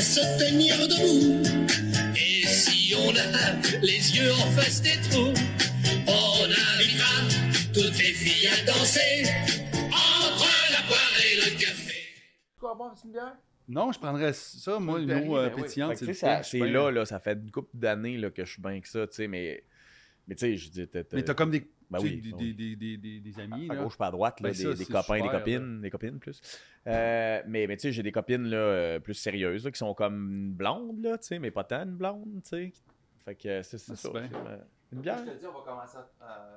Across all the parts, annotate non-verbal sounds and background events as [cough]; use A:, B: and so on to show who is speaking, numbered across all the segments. A: se tenir debout. Et si on a les yeux en face des trous, on invitera toutes les filles à danser entre la poire et le café.
B: Quoi, bon, c'est une bière?
C: Non, je prendrais ça, moi,
B: Une
C: une eau euh,
B: Perrier, ben oui.
C: pétillante.
D: Fait que, tu
C: s'il
D: sais,
C: vous plaît,
D: ça-
C: je
D: c'est hein.
C: suis bien-
D: là, là, ça fait une couple d'années là, que je suis bien que ça, tu sais, mais, mais tu sais, je dis, t'as- t'as-
C: Mais t'as comme des,
D: Ben
C: tu sais,
D: oui,
C: des,
D: ben
C: des,
D: oui.
C: des, des, des, des amis.
D: à
C: là.
D: gauche, pas à droite, là,
C: Ben
D: des,
C: ça,
D: des
C: c'est
D: copains,
C: super,
D: des copines, des copines plus. Euh, mais, mais tu sais, j'ai des copines là, euh, plus sérieuses là, qui sont comme blondes, là, tu sais, mais pas tant une blonde, tu sais. Fait que euh, c'est c'est
C: Ah,
D: ça.
C: c'est bien.
D: c'est, euh, Une
B: Je
D: bière.
B: te dis, on va commencer à. euh,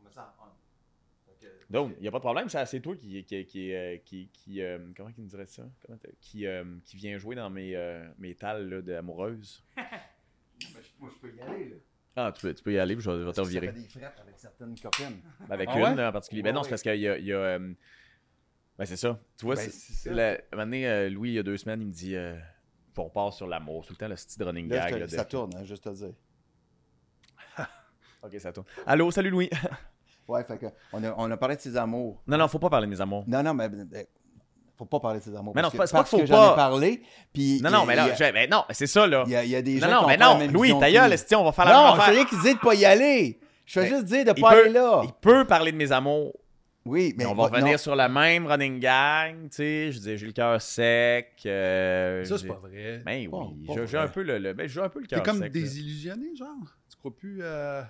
B: On met ça en on. Fait que-
D: Donc, il n'y a pas de problème, ça, c'est toi qui. qui, qui, euh, qui, qui, euh, comment il me dirait ça Comment t'as- qui, euh, qui vient jouer dans mes, euh, mes tales là, d'amoureuse.
B: Ben, je- Moi, je peux y aller, là.
D: Ah, tu peux, tu peux y aller, puis je vais, je vais te
E: Parce que ça
D: revirer.
E: fait des frettes avec certaines copines.
D: Ben, Avec
C: Ah
D: une
C: ouais?
D: là, en particulier. Ben
E: Ouais,
D: non, c'est
E: ouais.
D: parce qu'il y a. il y a, euh, Ben c'est ça. Tu vois,
E: Ben,
D: c'est-
E: c'est ça.
D: la- un moment donné, euh, Louis, il y a deux semaines, il me dit euh, on part sur l'amour. Tout le temps, le style running
E: Là, je
D: gag.
E: te-
D: là, de-
E: ça tourne, hein, juste te le dire.
D: Ok, ça tourne. Allô, salut Louis. [laughs]
E: Ouais, fait que on a, on a parlé de ses amours.
D: non, non, faut pas parler de mes amours.
E: Non, non, mais euh, faut pas parler de ses amours.
D: Mais non,
E: parce
D: c'est
E: que,
D: pas-
E: parce
D: c'est pas qu'il faut
E: que j'en
D: pas.
E: ai parlé. Puis
D: Non, non,
E: il-
D: mais là,
E: il y a-
D: je- ben non, mais c'est ça, là.
E: il y a, il y a des gens
D: Non, non,
E: qui
D: mais
E: ont pas la
D: non,
E: même
D: Louis,
E: vision
D: ta
E: que
D: gueule,
E: nous.
D: esti, on va faire la même
E: Non, c'est
D: affaire.
E: rien qui dit de pas y aller. Je veux
D: Mais
E: juste dire de
D: il
E: pas
D: peut-
E: aller là.
D: Il peut parler de mes amours.
E: Oui, mais
D: on va
E: non.
D: revenir sur la même running gang. Tu sais, je disais, j'ai le cœur sec. euh,
C: Ça, c'est
D: j'ai-
C: pas vrai.
D: Ben
E: Pas-
D: oui,
E: pas
D: j'ai- j'ai
E: vrai.
D: un peu le, le- ben, j'ai un peu le
C: T'es
D: cœur sec.
C: comme
D: là.
C: désillusionné, genre. Tu crois plus. euh,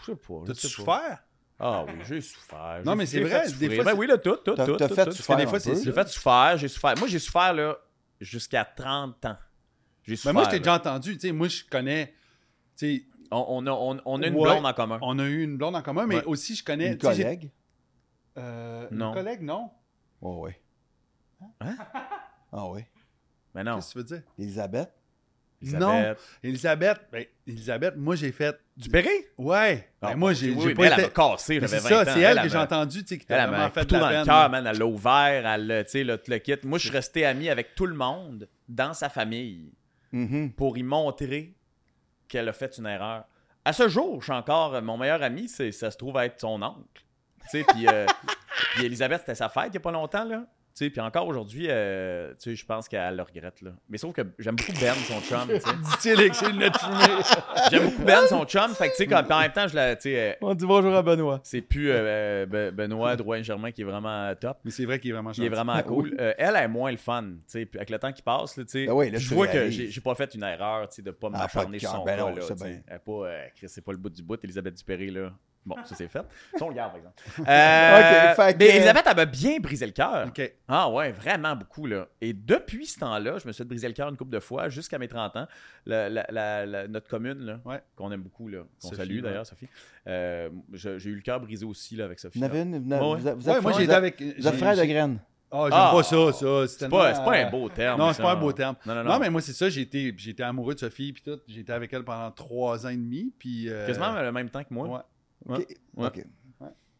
D: Je sais pas. je
C: T'as-tu
D: sais pas.
C: souffert?
D: Ah oui, j'ai souffert.
C: Non,
D: J'ai-
C: mais c'est
D: j'ai
C: vrai,
D: fait
C: des
D: souffrir.
C: fois,
D: Ben
C: c'est-
D: oui, là, tout, tout,
E: T'as-
D: tout.
E: t'as
D: tout,
E: fait
D: tout.
E: souffrir
C: des fois,
E: un
C: c'est-
E: peu,
C: c'est
D: J'ai
E: là.
D: fait souffert, j'ai souffert. Moi, j'ai souffert, là, jusqu'à 30 ans. J'ai
C: Mais Ben,
D: souffert.
C: moi, je t'ai déjà
D: là.
C: entendu. Tu sais, moi, je connais. Tu sais,
D: On, on a, on, on a une
C: Ouais.
D: blonde en commun.
C: on a eu une blonde en commun, mais
D: Ouais.
C: aussi, je connais.
E: une
C: tu sais, j'ai-
E: collègue.
C: Euh,
D: Non.
C: Une collègue, non.
E: Oh, oui.
D: Hein?
E: Ah oui.
D: Mais non.
C: Qu'est-ce que tu veux dire?
E: Elisabeth.
D: Elisabeth.
C: Elisabeth, ben, Elisabeth, moi, j'ai fait.
D: Du Perret?
C: Ouais. Ben,
D: Ah,
C: moi,
D: oui,
C: j'ai
D: oui,
C: j'ai
D: mais
C: pas
D: elle,
C: été-
D: elle m'a cassé,
C: Mais
D: j'avais
C: c'est
D: 20
C: ça,
D: ans.
C: c'est elle,
D: m'a-
C: que j'ai entendu, tu sais, qui t'a
D: Elle, elle m'a
C: vraiment fait
D: fait
C: de la
D: dans le
C: peine,
D: cœur,
C: là.
D: man. Elle l'a ouvert, elle l'a, tu sais, là, tout le kit. Moi, je suis resté ami avec tout le monde dans sa famille
E: Mhm.
D: pour y montrer qu'elle a fait une erreur. À ce jour, je suis encore. Mon meilleur ami, c'est, ça se trouve être son oncle. Tu sais, puis, euh, [laughs] puis Elisabeth, c'était sa fête il n'y a pas longtemps, là. Tu sais, puis encore aujourd'hui, euh, tu sais, je pense qu'elle le regrette, là. Mais sauf que j'aime beaucoup Ben, son chum, tu sais.
C: [laughs] Dit-il avec ses lunettes fumées.
D: J'aime beaucoup Ben, son chum. Fait que, tu sais, comme- puis en même temps, je la, tu sais, euh,
E: On dit bonjour à Benoît.
D: c'est plus euh, Ben- Benoît Drouin-Germain qui est vraiment top.
C: Mais c'est vrai qu'il est vraiment
D: Il est
C: gentil.
D: vraiment cool. Euh, elle est moins le fun. tu sais, puis Avec le temps qui passe, là, tu sais,
E: Ben oui, là,
D: je
E: tu
D: vois que
E: réalises.
D: j'ai j'ai pas fait une erreur tu sais, de ne pas
E: Ah, pas
D: m'acharner
E: de
D: sur
E: cœur,
D: son
E: ben
D: gars,
E: non,
D: là,
E: c'est
D: tu sais.
E: bien.
D: Elle est pas, euh, Chris, c'est pas le bout du bout, Elisabeth Dupéré. Là. Bon, ça c'est fait. Ça, on le garde, par exemple. Euh,
E: Ok, fait que-
D: mais Elisabeth, elle m'a bien brisé le cœur.
C: OK.
D: Ah ouais, vraiment beaucoup. là. Et depuis ce temps-là, je me suis brisé le cœur une couple de fois jusqu'à mes 30 ans. La- la- la- la- notre commune, là,
C: Ouais.
D: qu'on aime beaucoup, là, qu'on
C: Sophie,
D: salue
C: ouais.
D: d'ailleurs, Sophie. Euh, je- J'ai eu le cœur brisé aussi là, avec Sophie.
E: Vous en avez une? Vous en-
D: Ouais, ouais.
E: vous êtes- vous êtes
C: Ouais, moi,
E: frère-
C: j'ai été avec.
E: Vous êtes
C: j'ai-
E: frère de
C: j'ai-
E: graines.
C: Ah, j'aime
D: Ah.
C: pas ça, ça.
D: C'est
C: tellement,
D: pas, c'est pas
C: euh,
D: un beau terme.
C: Non, c'est pas
D: ça.
C: un beau terme.
D: Non, non, non.
C: Non, mais moi, c'est ça. J'ai été, j'ai été amoureux de Sophie, puis tout. J'ai été avec elle pendant trois ans et demi, puis. euh,
D: Quasiment le même temps que moi.
C: ouais.
D: Ouais.
E: Ok.
D: Ouais.
E: Ok.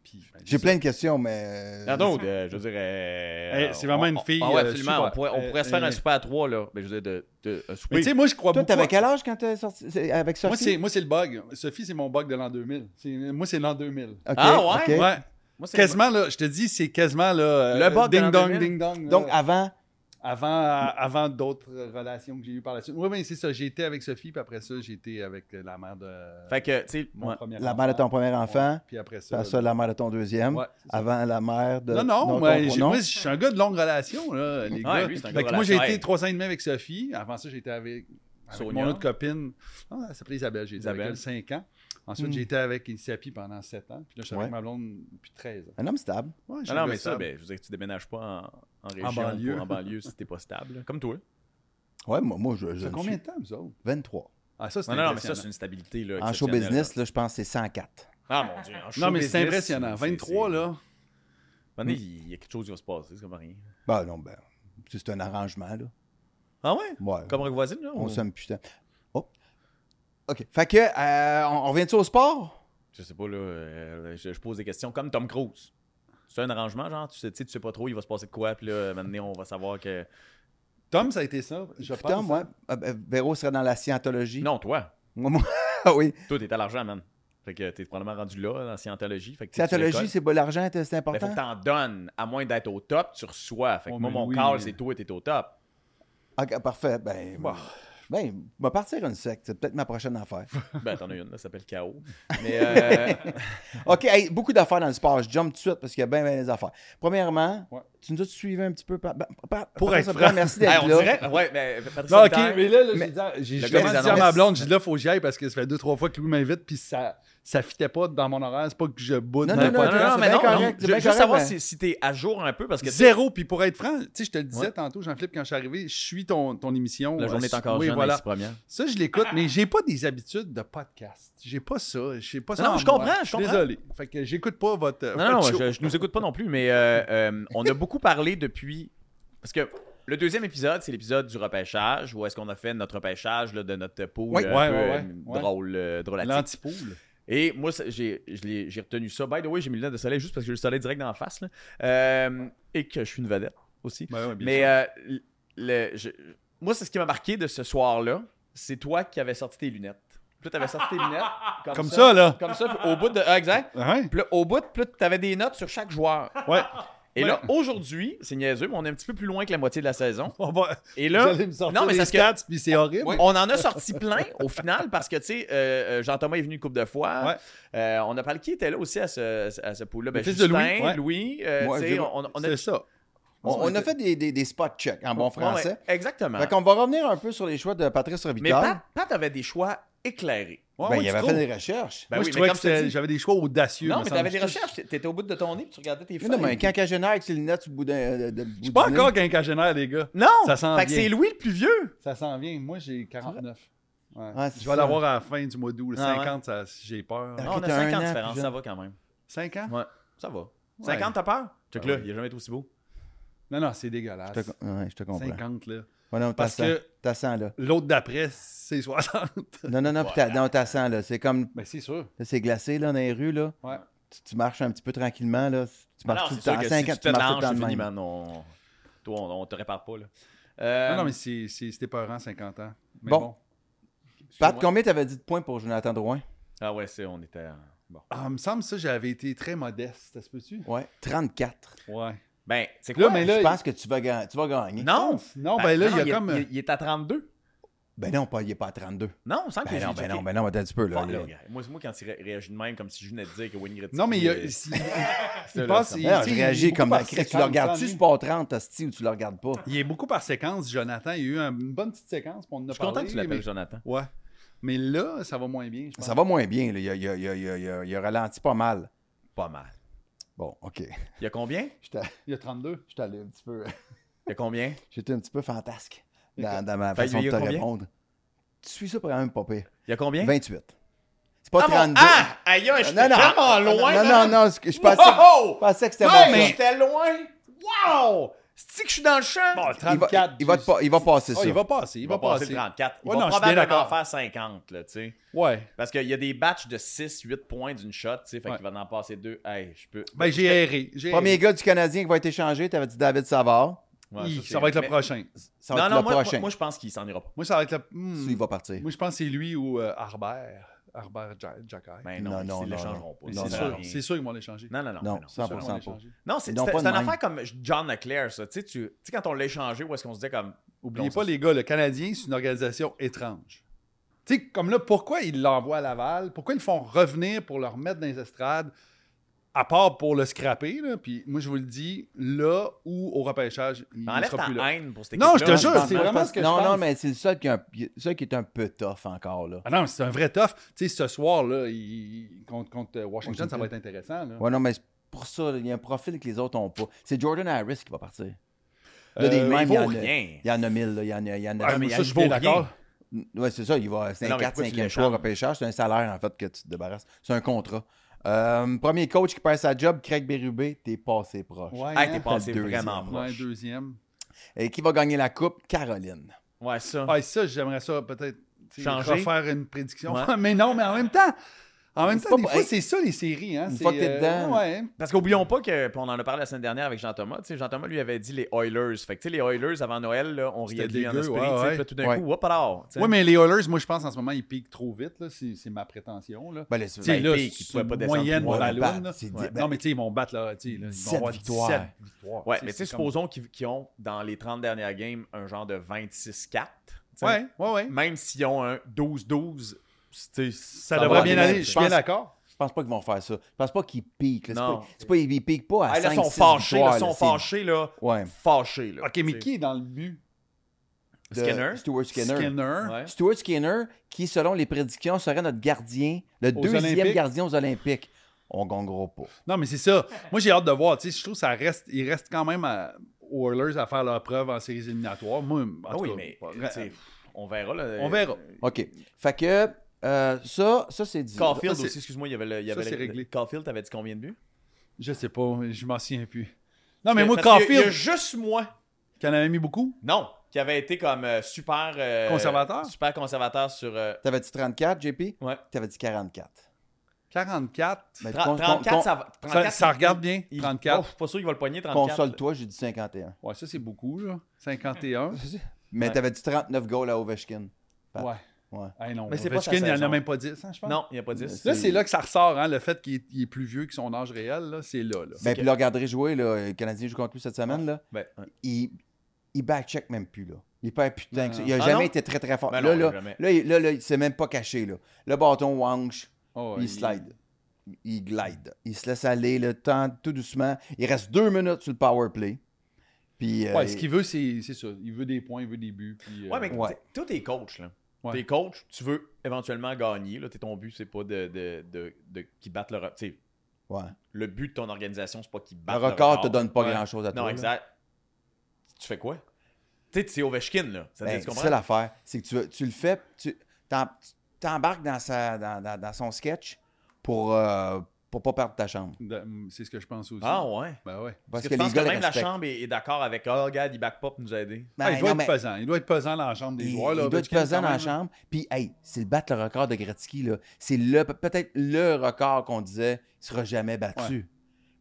C: puis, ben,
E: J'ai
C: c'est
E: plein de questions, mais.
D: Non, donc, euh, je veux dire. euh,
C: Eh, c'est vraiment
D: on-
C: une
D: on-
C: fille,
D: ah ouais,
C: euh,
D: absolument.
C: super.
D: on pourrait, on
C: Euh,
D: pourrait se faire
C: euh,
D: un super à trois, là. Mais je veux dire, de, de- un
C: ça. Mais
D: souper.
C: tu sais, moi, je crois
E: Toi,
C: beaucoup.
E: t'avais quel âge quand t'es sorti c'est- avec Sophie?
C: Moi, c'est, moi, c'est le bug. Sophie, c'est mon bug de l'an 2000. C'est- moi, c'est l'an 2000.
E: Ok,
D: Ah, ouais?
E: ok.
D: Et-
C: Ouais.
D: Moi, c'est-
C: Quasiment, là, je te dis, c'est quasiment, là. euh,
D: Le bug de l'an
C: Ding dong,
D: 2000.
C: ding dong. là.
E: Donc, avant,
C: avant, avant d'autres relations que j'ai eues par la suite. Oui, mais c'est ça. J'ai été avec Sophie, puis après ça, j'ai été avec la mère de.
D: Fait que, tu sais,
C: mon
D: moi-
C: premier
E: la
C: enfant.
E: mère de ton premier enfant,
C: Puis après ça.
E: après ça, la mère de ton deuxième,
C: Ouais, c'est ça.
E: avant la mère de.
C: Non, non,
E: ton-
C: moi,
E: ton-
C: j'ai-
E: non?
C: moi, je suis un gars de longue relation, là, les
D: Ouais,
C: gars.
D: lui, c'est un
C: Fait
D: gars
C: que
D: de
C: moi, j'ai
D: relation.
C: été
D: Hey.
C: trois ans et demi avec Sophie. Avant ça, j'ai été avec, avec
D: Sonia.
C: mon autre copine. Ah, elle s'appelait Isabelle. J'ai été avec
D: Isabelle.
C: elle 5 ans. Ensuite,
E: Hmm.
C: j'ai été avec Isapi pendant 7 ans. Puis là, je suis
E: Ouais.
C: avec ma blonde depuis 13 ans.
E: Un homme stable.
C: Ouais, j'ai
D: Non,
C: un
D: non,
C: gars
D: mais ça,
C: stable.
D: ben, je veux dire que tu déménages pas en, en région,
C: banlieue.
D: pour- en banlieue, si t'es pas stable. là. Comme toi.
E: Ouais, moi, moi je. je
C: Ça fait
E: le
C: combien
E: suis.
C: de temps, vous autres
E: 23.
C: Ah, ça, c'est
D: Non, non, non, mais ça, c'est
C: impressionnant.
D: une stabilité, là.
E: En show
D: exceptionnelle,
E: business, là, je pense que c'est 104.
D: là. Ah, mon Dieu. en show
C: Non, mais c'est
D: business,
C: impressionnant.
D: c'est-
C: 23,
D: c'est-
C: là.
D: Un moment donné, Il y a quelque chose qui va se passer, c'est comme rien.
E: Ben non, ben. C'est un arrangement, là.
D: Ah ouais?
E: Ouais.
D: Comme voisine, là?
E: on
D: ou-
E: somme putain. Oh. OK. Fait que, euh, on, on revient-tu au sport?
D: Je sais pas, là. euh, je, je pose des questions comme Tom Cruise. C'est un arrangement, genre, tu sais, tu sais- tu sais pas trop, il va se passer de quoi, puis là, maintenant, on va savoir que.
C: Tom, ça a été ça, je
E: Putain,
C: pense. hein?
E: moi, euh, euh, Véro serait dans la scientologie.
D: Non, toi.
E: Moi, moi- [laughs] ah oui.
D: Toi, t'es à l'argent, man. Fait que t'es probablement rendu là, dans Scientologie. Fait que tu- tu
E: Scientologie,
D: récoltes.
E: c'est pas l'argent, c'est c'est
D: Ben, faut
E: important.
D: que t'en donnes. À moins d'être au top, tu reçois. Fait que
C: Oh,
D: moi,
C: mais
D: mon
C: oui.
D: call, c'est toi, t'es au top.
E: Ok, parfait. Ben,
C: Bon.
E: ben, on va partir une secte. C'est peut-être ma prochaine affaire.
D: Ben, t'en as une, là, ça s'appelle Chaos. Mais euh,
E: OK, hey, beaucoup d'affaires dans le sport. Je jump tout de suite parce qu'il y a bien, bien des affaires. Premièrement,
C: Ouais.
E: tu nous as suivi un petit peu. par- ben, par-
C: [laughs] Pour
E: par-
C: être
E: par-
C: franc.
E: merci
D: [laughs] hey,
E: d'être
D: on
E: là.
D: dirait. Ouais, mais Patrice
C: Non, ok,
D: Solitaire,
C: mais là, là,
E: Mais-
C: j'ai dit à- j'ai
D: Le
C: j'ai
D: gars
C: dit
D: des
C: à
D: annonces.
C: ma blonde, j'ai dit là, faut que j'y aille parce que ça fait deux, trois fois que Louis m'invite, puis ça, ça fitait pas dans mon horaire. C'est pas que je boude
E: Non,
C: dans le
D: Non, non,
C: podcast.
D: non,
E: c'est
D: mais
E: bien
D: non,
E: correct,
D: non.
E: c'est bien
D: Je veux juste
E: correct,
D: savoir
E: mais-
D: si, si t'es à jour un peu, parce que t'es-
C: Zéro, puis pour être franc, tu sais, je te le disais
D: Ouais.
C: tantôt, Jean-Philippe, quand je suis arrivé, je suis ton, ton émission.
D: la journée est
C: Euh,
D: encore
C: Oui,
D: jeune,
C: voilà.
D: Alexis Premier.
C: Ça, je l'écoute, mais j'ai pas des habitudes de podcast. J'ai pas ça. J'ai pas ça.
D: Non,
C: en
D: je
C: moi.
D: comprends, je
C: suis
D: comprends.
C: Désolé. Fait que j'écoute pas votre. euh,
D: Non, non,
C: votre show.
D: je, je nous écoute pas non plus, mais euh, euh, on a beaucoup parlé depuis. Parce que le deuxième épisode, c'est l'épisode du repêchage, où est-ce qu'on a fait notre repêchage là, de notre peau
C: Oui,
D: un
C: ouais,
D: peu
C: ouais,
D: euh,
C: ouais, ouais.
D: drôle, euh, drôlatique.
C: L'antipoule.
D: Et moi, ça- j'ai je l'ai- j'ai retenu ça. By the way, j'ai mis le lunettes de soleil juste parce que j'ai le soleil direct dans la face. là. Euh, et que je suis une vedette aussi.
C: Ben ouais, bien
D: Mais
C: sûr.
D: euh, le- je- moi, c'est ce qui m'a marqué de ce soir-là. C'est toi qui avais sorti tes lunettes. Puis tu avais sorti tes
C: [laughs]
D: lunettes. Comme,
C: Comme
D: ça,
C: ça, là.
D: Comme ça, puis au bout de. ah, exact.
C: Hein?
D: Puis là, au bout, puis tu avais des notes sur chaque joueur.
C: Ouais.
D: Et
C: Ouais.
D: là, aujourd'hui, c'est niaiseux, mais on est un petit peu plus loin que la moitié de la saison.
C: On va...
D: Et
C: Vous
D: là,
C: allez me sortir
D: non, mais
C: les
D: c'est parce que-
C: stats, puis c'est horrible.
D: on en a sorti plein au final parce que, tu sais, euh, euh, Jean-Thomas est venu une couple de fois.
C: Ouais.
D: Euh, on a parlé qui était là aussi à ce, à ce pool-là. Ben,
C: Le fils de
D: Justin,
C: Louis, ouais.
D: Louis, euh,
E: Ouais,
D: tu sais,
E: j'ai-
D: on, on a...
C: C'est ça.
E: On, on a fait des, des, des spot checks en bon français.
D: Ouais, exactement.
E: Fait qu'on va revenir un peu sur les choix de Patrice
D: Mais
E: Robitaille.
D: Pat, Pat avait des choix éclairés.
E: Ben,
C: Ouais, ouais,
E: il
C: tu
E: avait
C: trouves?
E: fait des recherches.
D: Ben
C: Moi,
D: oui,
C: je
D: mais
C: trouvais
D: comme
C: que
D: je te
C: c'était-
D: dis-
C: j'avais des choix audacieux.
D: non,
C: me
D: mais t'avais des
C: semble.
D: recherches. T'étais au bout de ton nez puis tu regardais tes
E: Mais
D: feuilles.
E: non, mais un quinquagénaire avec ses lunettes sur le bout d'un. de- de-
C: Je
E: bout
C: suis pas
E: du nez.
C: encore quinquagénaire, les gars.
D: Non!
C: Ça s'en
D: fait que
C: vient.
D: c'est Louis le plus vieux.
C: Ça s'en vient. Moi, j'ai 49. Ouais.
E: Ouais, c'est
C: je vais
E: ça.
C: l'avoir à la fin du mois d'août. le
D: Ah,
C: 50, ça- j'ai peur.
E: Ah.
D: Non, on a
E: t'as un an
D: 5 ans de
E: plus
D: différence,
E: jeune.
D: ça va quand même.
C: 5 ans? Ah
D: Ouais, ça va. 50, t'as peur? Ah Check là, il a jamais été aussi beau.
C: Non, non, c'est dégueulasse.
E: Je te, ouais, je te comprends.
C: 50, là.
E: Ouais, non, t'as
C: Parce
E: 100.
C: que-
E: T'as 100, là.
C: L'autre d'après, c'est 60. [laughs]
E: Non, non, non, puis t'as- non, t'as 100, là. C'est comme.
C: Mais Ben, c'est sûr.
E: là, c'est glacé, là, dans les rues, là.
C: Ouais.
E: Tu, tu marches un petit peu tranquillement, là. Bah, Tu marches
D: Non,
E: tout le
D: c'est sûr
E: temps.
D: que
E: 5
D: si
E: ans,
D: tu te
E: tu marches tout le temps
D: lances,
E: de
D: c'est fini,
E: même.
D: man. On- Toi, on, on te répare pas, là. Euh,
C: Non, non, mais c'est- c'est- c'était peurant, 50 ans. Mais
E: Bon.
C: bon.
E: Pat,
D: excuse-moi.
E: combien t'avais dit de points pour Jonathan Drouin?
D: Ah ouais, c'est, on était... en- Bon.
C: Ah, me semble ça, j'avais été très modeste. Ça se peut-tu?
E: Ouais. 34.
C: Ouais.
D: Ben, c'est quoi?
C: Là, mais là.
E: je pense que tu vas, ga- tu vas gagner.
D: Non!
C: Non, ben là,
D: non,
C: il y a comme.
D: Il, il est à 32.
E: Ben non, pas, il n'est pas à 32.
D: Non, on sent que
E: Ben non, ben non, ben non, attends un petit peu, là. là.
D: Moi, c'est moi, quand il ré- réagit de même, comme si je venais de dire que Wayne Gretzky...
C: Non, mais [laughs] il y a.
D: euh,
C: il-
D: là,
C: Il passe.
D: ça
C: il-
E: Ben non,
C: tu sais,
E: je
C: il est
E: réagis
C: beaucoup
E: comme
C: par
E: la crise. Tu le
C: séquence,
E: regardes-tu,
C: lui.
E: Sport 30, hostie, ou tu le regardes pas?
C: Il est beaucoup par séquence, Jonathan. Il y a eu un- une bonne petite séquence, pour on en a
D: Je suis content
C: parlé,
D: que tu l'appelles
C: mais-
D: Jonathan.
C: Ouais. Mais là, ça va moins bien, je pense.
E: Ça va moins bien, là. Il a, il a- il a- il a- il a- il a ralenti pas mal.
D: Pas mal.
E: Bon, OK.
D: Il y a combien?
E: J'étais
C: Il y a 32.
E: j'étais allé un petit peu... [laughs]
D: Il y a combien?
E: J'étais un petit peu fantasque dans,
C: D'accord.
E: dans ma
D: Fait que
E: façon
D: il y
E: de
D: a
E: te
D: combien?
E: répondre. Tu suis ça pour quand même pas pire.
D: Il y a
E: Hein?
D: combien?
E: 28. C'est pas
D: Ah, mon...
E: 32.
D: ah! Aïe, aïe, je suis
E: non, non.
D: vraiment loin!
E: non,
D: là.
E: non, non, je je pensais, je
C: Oh,
E: pensais que c'était bon.
D: mais
E: ça.
D: j'étais loin! Wow! C'est-tu que je suis dans le champ?
C: Bon,
E: Il va,
C: 34.
E: il va te
C: je-
E: pa- il va passer
C: Ah,
E: ça.
C: il va passer. Il,
D: Il
C: va,
D: va passer
C: passer.
D: le 34. Il
C: Ouais,
D: va
C: non, je suis bien
D: probablement
C: d'accord.
D: faire 50, là, tu sais.
C: Ouais.
D: Parce qu'il y a des batchs de 6-8 points d'une shot, tu sais. Fait
C: Ouais.
D: qu'il va en passer deux. Hey, je peux.
C: Ben, j'ai erré. J'ai
E: Premier
C: erré.
E: gars du Canadien qui va être échangé, t'avais dit David Savard.
D: Ouais,
C: Il-
D: c'est-
C: ça va être le
D: mais-
C: prochain.
E: Ça va
D: Non,
E: être
D: non,
E: le
D: moi,
E: prochain.
D: moi, moi, je pense qu'il s'en ira pas.
C: Moi, ça va être le. Hmm.
E: il va partir.
C: Moi, je pense que c'est lui ou euh, Harbert. Harbert Ja- Jacky.
D: Ben non,
E: Non,
D: ils-
E: non,
D: ils
E: non,
D: l'échangeront pas.
C: Mais
E: non,
C: c'est
E: non,
C: sûr.
E: non.
D: rien.
C: C'est sûr qu'ils vont l'échanger.
D: Non, non, non.
E: Non,
D: ben non, c'est
E: 100%.
D: sûr.
C: Ils vont l'échanger.
D: Non, c'est
E: Ils
D: c'est-
E: n'ont pas
D: c'est
E: de
D: une
E: même.
D: affaire comme John Leclerc, ça. Tu sais, tu tu sais, quand on l'a échangé, où est-ce qu'on se disait comme.
C: Oubliez
D: Non,
C: pas,
D: ça-
C: les gars, le Canadien, c'est une organisation étrange. Tu sais, comme là, pourquoi ils l'envoient à Laval? Pourquoi ils le font revenir pour le remettre dans les estrades? À part pour le scraper, là. Puis moi, je vous le dis, là ou au repêchage, il ne
D: Enlève
C: sera
D: ta
C: plus là.
D: haine pour cette
C: Non,
D: équipe-là. Euh,
C: je te
E: Non,
C: jure,
E: je pense-
C: c'est
E: non, je
C: vraiment
E: pense-
C: ce que je
E: Non, non,
C: pense.
E: mais c'est le seul qui, est un- seul qui est un peu tough encore, là.
C: Ah non, c'est un vrai tough. Tu sais, ce soir, là, il- contre, contre Washington, ça va être intéressant. Là.
E: Ouais, non, mais c'est pour ça, il y a un profil que les autres n'ont pas. C'est Jordan Harris qui va partir. Là, des
C: Euh,
E: mêmes,
D: Il
E: il y
D: vaut
E: en a-
D: rien.
E: il y en a mille, là. Il y en a, il y en a
C: Ah, mais
D: mais
C: ça,
D: il
C: je
D: vaut
C: suis d'accord.
E: Oui, c'est ça. Il va, c'est
D: Non,
E: un
D: mais pourquoi
E: 4-5e
D: tu l'échanges?
E: choix au repêchage. C'est un salaire, en fait, que tu te débarrasses. C'est un contrat. Euh, premier coach qui perd sa job, Craig Bérubé, t'es passé proche.
C: Ouais,
D: Hey, t'es
C: hein?
D: passé
E: deuxième.
D: vraiment
C: Ouais,
D: proche.
C: deuxième.
E: Et qui va gagner la coupe? Caroline.
D: Ouais, ça.
C: Ah, et ça, j'aimerais ça peut-être tu sais,
D: Changer.
C: refaire une prédiction. [laughs]
D: Ouais.
C: mais non, mais en même temps, En même
E: C'est
C: temps,
E: pas
C: des
E: pour-
C: fois,
E: hey.
C: c'est ça les séries. Hein?
E: Une
C: C'est,
E: fois que t'es dedans.
C: ouais.
D: Parce qu'oublions pas que, puis on en a parlé la semaine dernière avec Jean-Thomas, tu sais, Jean-Thomas lui avait dit les Oilers. Fait que tu sais, les Oilers avant Noël, là, on riait de
C: C'était
D: lui en
C: dégueu,
D: esprit,
C: ouais,
D: tu sais,
C: ouais.
D: puis là, tout d'un
E: Ouais.
D: coup, hop alors. tu sais.
C: ouais, mais les Oilers, moi, je pense en ce moment, ils piquent trop vite. là. C'est c'est ma prétention. Là.
E: Ben, laisse-
C: Tu sais,
E: ben,
C: là,
D: ils piquent, ils
C: c'est
D: pouvaient pas
C: une
D: descendre
C: moyenne
D: plus loin.
C: ballon,
E: Battre,
C: là.
E: c'est
C: Ouais.
E: dix-
C: Non, mais tu sais, ils vont battre, là, tu sais, là, ils vont
E: 17
C: avoir
E: victoires.
C: 17 victoires.
D: Ouais,
C: Tu sais,
D: mais tu sais,
C: c'est comme-
D: supposons qu'ils qu'ils ont dans les 30 dernières games un genre de 26-4. tu sais.
C: Ouais, ouais, ouais.
D: Même s'ils ont un 12-12, tu sais,
C: Ça,
E: va
C: devrait
E: aller,
C: bien
E: là.
C: aller,
E: Je
C: je suis bien
E: pense-
C: d'accord.
E: Je pense pas qu'ils vont faire ça. Je pense pas qu'ils piquent. là. C'est
D: Non.
E: pas- C'est pas, ils piquent pas à
D: Ah, là,
E: 5
D: sont fâchés, là, sont fâchés, là.
E: Ouais.
D: Fâchés, là.
C: Ok, mais
D: Tu sais.
C: qui est dans le but
E: De
D: Skinner.
E: Stuart Skinner.
D: Ouais.
E: Stuart Skinner, qui, selon les prédictions, serait notre gardien, le
C: Aux
E: deuxième
C: Olympiques.
E: gardien aux Olympiques. On gagnera pas.
C: Non, mais c'est ça. Moi, j'ai hâte de voir. Tu sais, je trouve que ça reste, ils restent quand même à, aux Oilers à faire leur preuve en séries éliminatoires. Moi, en
D: Ah
C: tout
D: oui,
C: cas,
D: mais
C: pas-
D: tu sais, euh, on verra, là.
C: on verra.
E: OK. Fait que euh, ça, ça c'est dit.
D: Caulfield
C: Ça, c'est-
D: aussi, excuse-moi, il y avait le. il y
C: Ça,
D: avait
C: c'est
D: le-
C: réglé.
D: Caulfield, t'avais dit combien de buts
C: Je sais pas, je m'en souviens plus. Non, mais moi,
D: Parce qu'il y a- Il y a
C: Caulfield,
D: juste moi.
C: qui en avait mis beaucoup.
D: Non, qui avait été comme euh, super. euh,
C: Conservateur?
D: Super conservateur sur. euh,
E: T'avais dit 34, JP?
D: Ouais.
E: T'avais dit 44.
C: 44.
E: Mais con-
D: Tra-
E: con-
D: 34,
E: con-
D: ça va.
C: Ça-
D: 34,
C: ça, regarde bien,
D: il- oh, je
C: 34.
D: suis pas sûr qu'il va le pogner, 34.
E: Console-toi, j'ai dit 51.
C: Ouais, ça, c'est beaucoup, là. 51.
E: Mais
D: Ouais.
E: t'avais dit 39 goals à Ovechkin. Pat.
C: Ouais.
E: Ouais.
C: Hey, non,
D: Mais c'est pas
C: Ovechkin,
D: sa
C: il n'y en
D: saison.
C: a même pas 10, hein, je pense.
D: Non, il n'y a pas 10.
C: Là, c'est là que ça ressort, hein, le fait qu'il est, il est plus vieux que son âge réel, là, c'est là. là.
E: Ben, puis là, regarderai jouer, là, le Canadien joue contre lui cette semaine, là.
D: Ben, ouais.
E: Il, il backcheck même plus, là. Il perd plus de temps que ça. Il a
D: Ah,
E: jamais
D: non?
E: été très, très fort.
D: Ben
E: là,
D: non,
E: là,
D: jamais.
E: là, il- là, là, il s'est même pas caché, là. Le bâton wanche,
C: Oh,
E: il slide. Il glide. Il se laisse aller le temps tout doucement. Il reste deux minutes sur le power play. Puis, euh,
C: Ouais, ce qu'il veut, c'est c'est ça. Il veut des points, il veut des buts. puis, euh,
D: Ouais, mais
E: Ouais.
D: t'es- toi, t'es coach, là.
C: Ouais.
D: T'es coach, tu veux éventuellement gagner. Là, T'es- ton but, c'est pas de, de, de, de- qu'ils battent le record.
E: ouais.
D: Le but de ton organisation, c'est pas qu'ils
E: Le
D: battent
E: record te donne pas
C: Ouais.
E: grand-chose à toi.
D: Non,
E: là.
D: exact. Tu fais quoi? Tu sais, c'est Ovechkin, là. Ça
E: Ben,
D: tu
E: c'est
D: comprends?
E: ça l'affaire. C'est que tu, tu le fais, tu t'em- t'embarques dans, sa, dans, dans- dans son sketch pour, euh, pour pas perdre ta chambre.
C: de- mm, c'est ce que je pense aussi.
D: Ah ouais.
C: Ben ouais.
E: Parce
D: Parce que,
E: que les
D: tu penses que
E: gars le
D: même la
E: respectent.
D: chambre est, est d'accord avec Ah, regarde, il back pas pour nous aider.
E: Ben,
C: Ah, il doit
E: non,
C: être
E: mais
C: pesant. Il doit être pesant dans la chambre des
E: il-
C: joueurs. là,
E: il doit être
C: Ovechkin,
E: pesant
C: quand
E: dans la
C: même.
E: chambre. Puis, hey, c'est battre le record de Gretzky, là. C'est le, peut-être le record qu'on disait il sera jamais battu.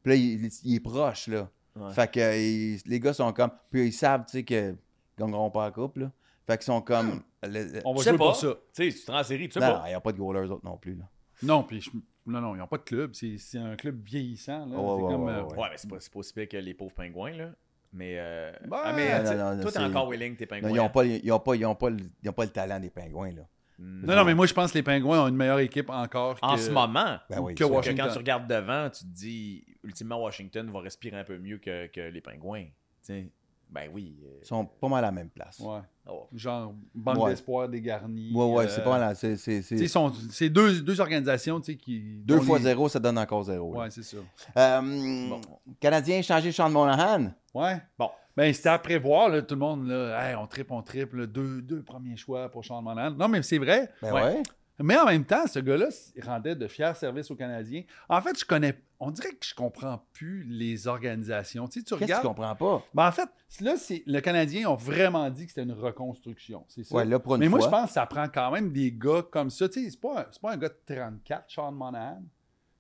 E: Puis là, il, il est proche, là.
D: Ouais.
E: Fait que euh, ils- les gars sont comme... Puis ils savent, tu sais, qu'ils gagneront pas la coupe, là. Fait qu'ils sont comme... le-
C: On va
D: Je sais
C: jouer
D: pas.
C: pour ça.
D: Tu sais, si tu te rends en série, tu sais
E: non,
D: pas.
E: il n'y a pas de goalers autres non plus, là.
C: Non, puis je- non, non, ils n'ont pas de club. C'est c'est un club vieillissant. là.
E: Ouais, ouais,
C: c'est comme,
E: ouais,
C: euh,
E: ouais,
D: Ouais, mais c'est pas, c'est pas aussi pire que les pauvres pingouins, là. Mais. euh,
C: Ben,
D: ah, mais euh,
E: Bah, non,
D: tu sais,
E: non, non,
D: toi, t'es
E: c'est-
D: encore willing, tes pingouins.
E: Non, ils n'ont pas, ils ont pas, ils ont pas, le- ils ont pas le talent des pingouins, là.
C: Non, non, mais moi, je pense que les Pingouins ont une meilleure équipe encore
D: Hmm. En
C: que-
D: ce moment,
E: Ben oui,
C: que
E: ils sont-
D: que quand
C: Washington.
D: tu regardes devant, tu te dis, ultimement, Washington va respirer un peu mieux que, que les pingouins. Tu sais, ben oui. euh,
E: Ils sont pas mal à la même place. Ouais,
C: Ouais.
D: oh.
C: Genre, Banque
E: Ouais.
C: d'espoir dégarnie.
E: ouais,
C: euh,
E: c'est pas mal. à- C'est, c'est, c'est-
C: tu sais, sont- C'est deux, deux organisations tu sais, qui.
E: Deux
C: dont
E: fois
C: les-
E: zéro, ça donne encore zéro. là.
C: Ouais, c'est ça.
E: Euh,
D: Bon.
E: Canadien a changé Sean Monahan.
C: Ouais.
D: Bon.
C: Ben, c'était à prévoir, là, tout le monde, là, Hey, on triple, on triple, là, deux, deux premiers choix pour Sean Monahan. Non, mais c'est vrai.
E: Ben ouais.
D: Ouais.
C: Mais en même temps, ce gars-là s- rendait de fiers services aux Canadiens. En fait, je connais. On dirait que je comprends plus les organisations. Tu sais, tu
E: Qu'est-ce que tu
C: regardes.
E: comprends pas?
C: Ben, en fait, là, c'est le Canadien ont vraiment dit que c'était une reconstruction. C'est ça.
E: Ouais, là, pour une
C: mais moi,
E: fois.
C: je pense que ça prend quand même des gars comme ça. Tu sais, c'est pas, un- c'est pas un gars de 34, Sean Monahan.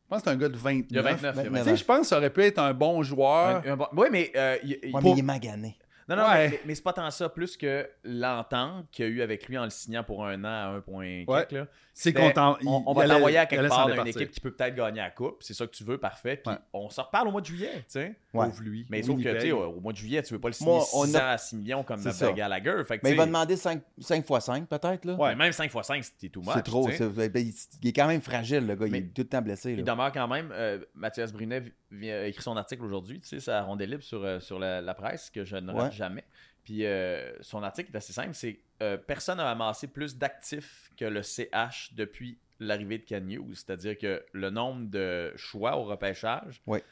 C: Je pense que c'est un gars de 29.
D: Il y a 29. il y a
E: 29.
C: Tu sais, je pense que ça aurait pu être un bon joueur.
D: Un- un bon- Oui, mais. euh, il- il-
E: Ouais, mais
D: pour-
E: il est magané.
D: Non, non,
C: Ouais.
D: mais, mais c'est pas tant ça, plus que l'entente qu'il y a eu avec lui en le signant pour un an à 1.4.
C: Ouais.
D: là.
C: C'est
D: C'était-
C: content. il-
D: ben, On, on
C: il
D: va
C: allait-
D: t'envoyer à
C: il allait
D: quelque
C: s'en
D: part dans une
C: départir.
D: équipe qui peut peut-être gagner la coupe. C'est ça que tu veux, parfait. Puis
C: Ouais.
D: on se reparle au mois de juillet, tu sais.
E: Ouais.
C: Pauvre lui.
D: Mais sauf que, tu
C: Winnipeg.
D: sais, au mois de juillet, tu veux pas le signer
E: Moi, on
D: 6
E: a-
D: ans à 6 millions comme
E: C'est ça.
D: Gallagher. Fait que,
E: Mais
D: tu
E: il va
D: sais,
E: demander 5, fois 5, peut-être. Là.
C: Ouais.
D: mais même 5 x 5, c'était tout much.
E: c'est trop.
D: tu sais.
E: c'est- ben, il, il est quand même fragile, le gars.
D: Mais-
E: il est tout le temps blessé.
D: Il
E: là.
D: demeure quand même. euh, Mathias Brunet vi- vient- a écrit son article aujourd'hui, tu sais, sa rondelle libre sur, euh, sur la, la presse, que je ne
E: Ouais.
D: rate jamais. Puis euh, son article est assez simple c'est euh, personne n'a amassé plus d'actifs que le CH depuis l'arrivée de Can News. C'est-à-dire que le nombre de choix au repêchage,
E: Ouais.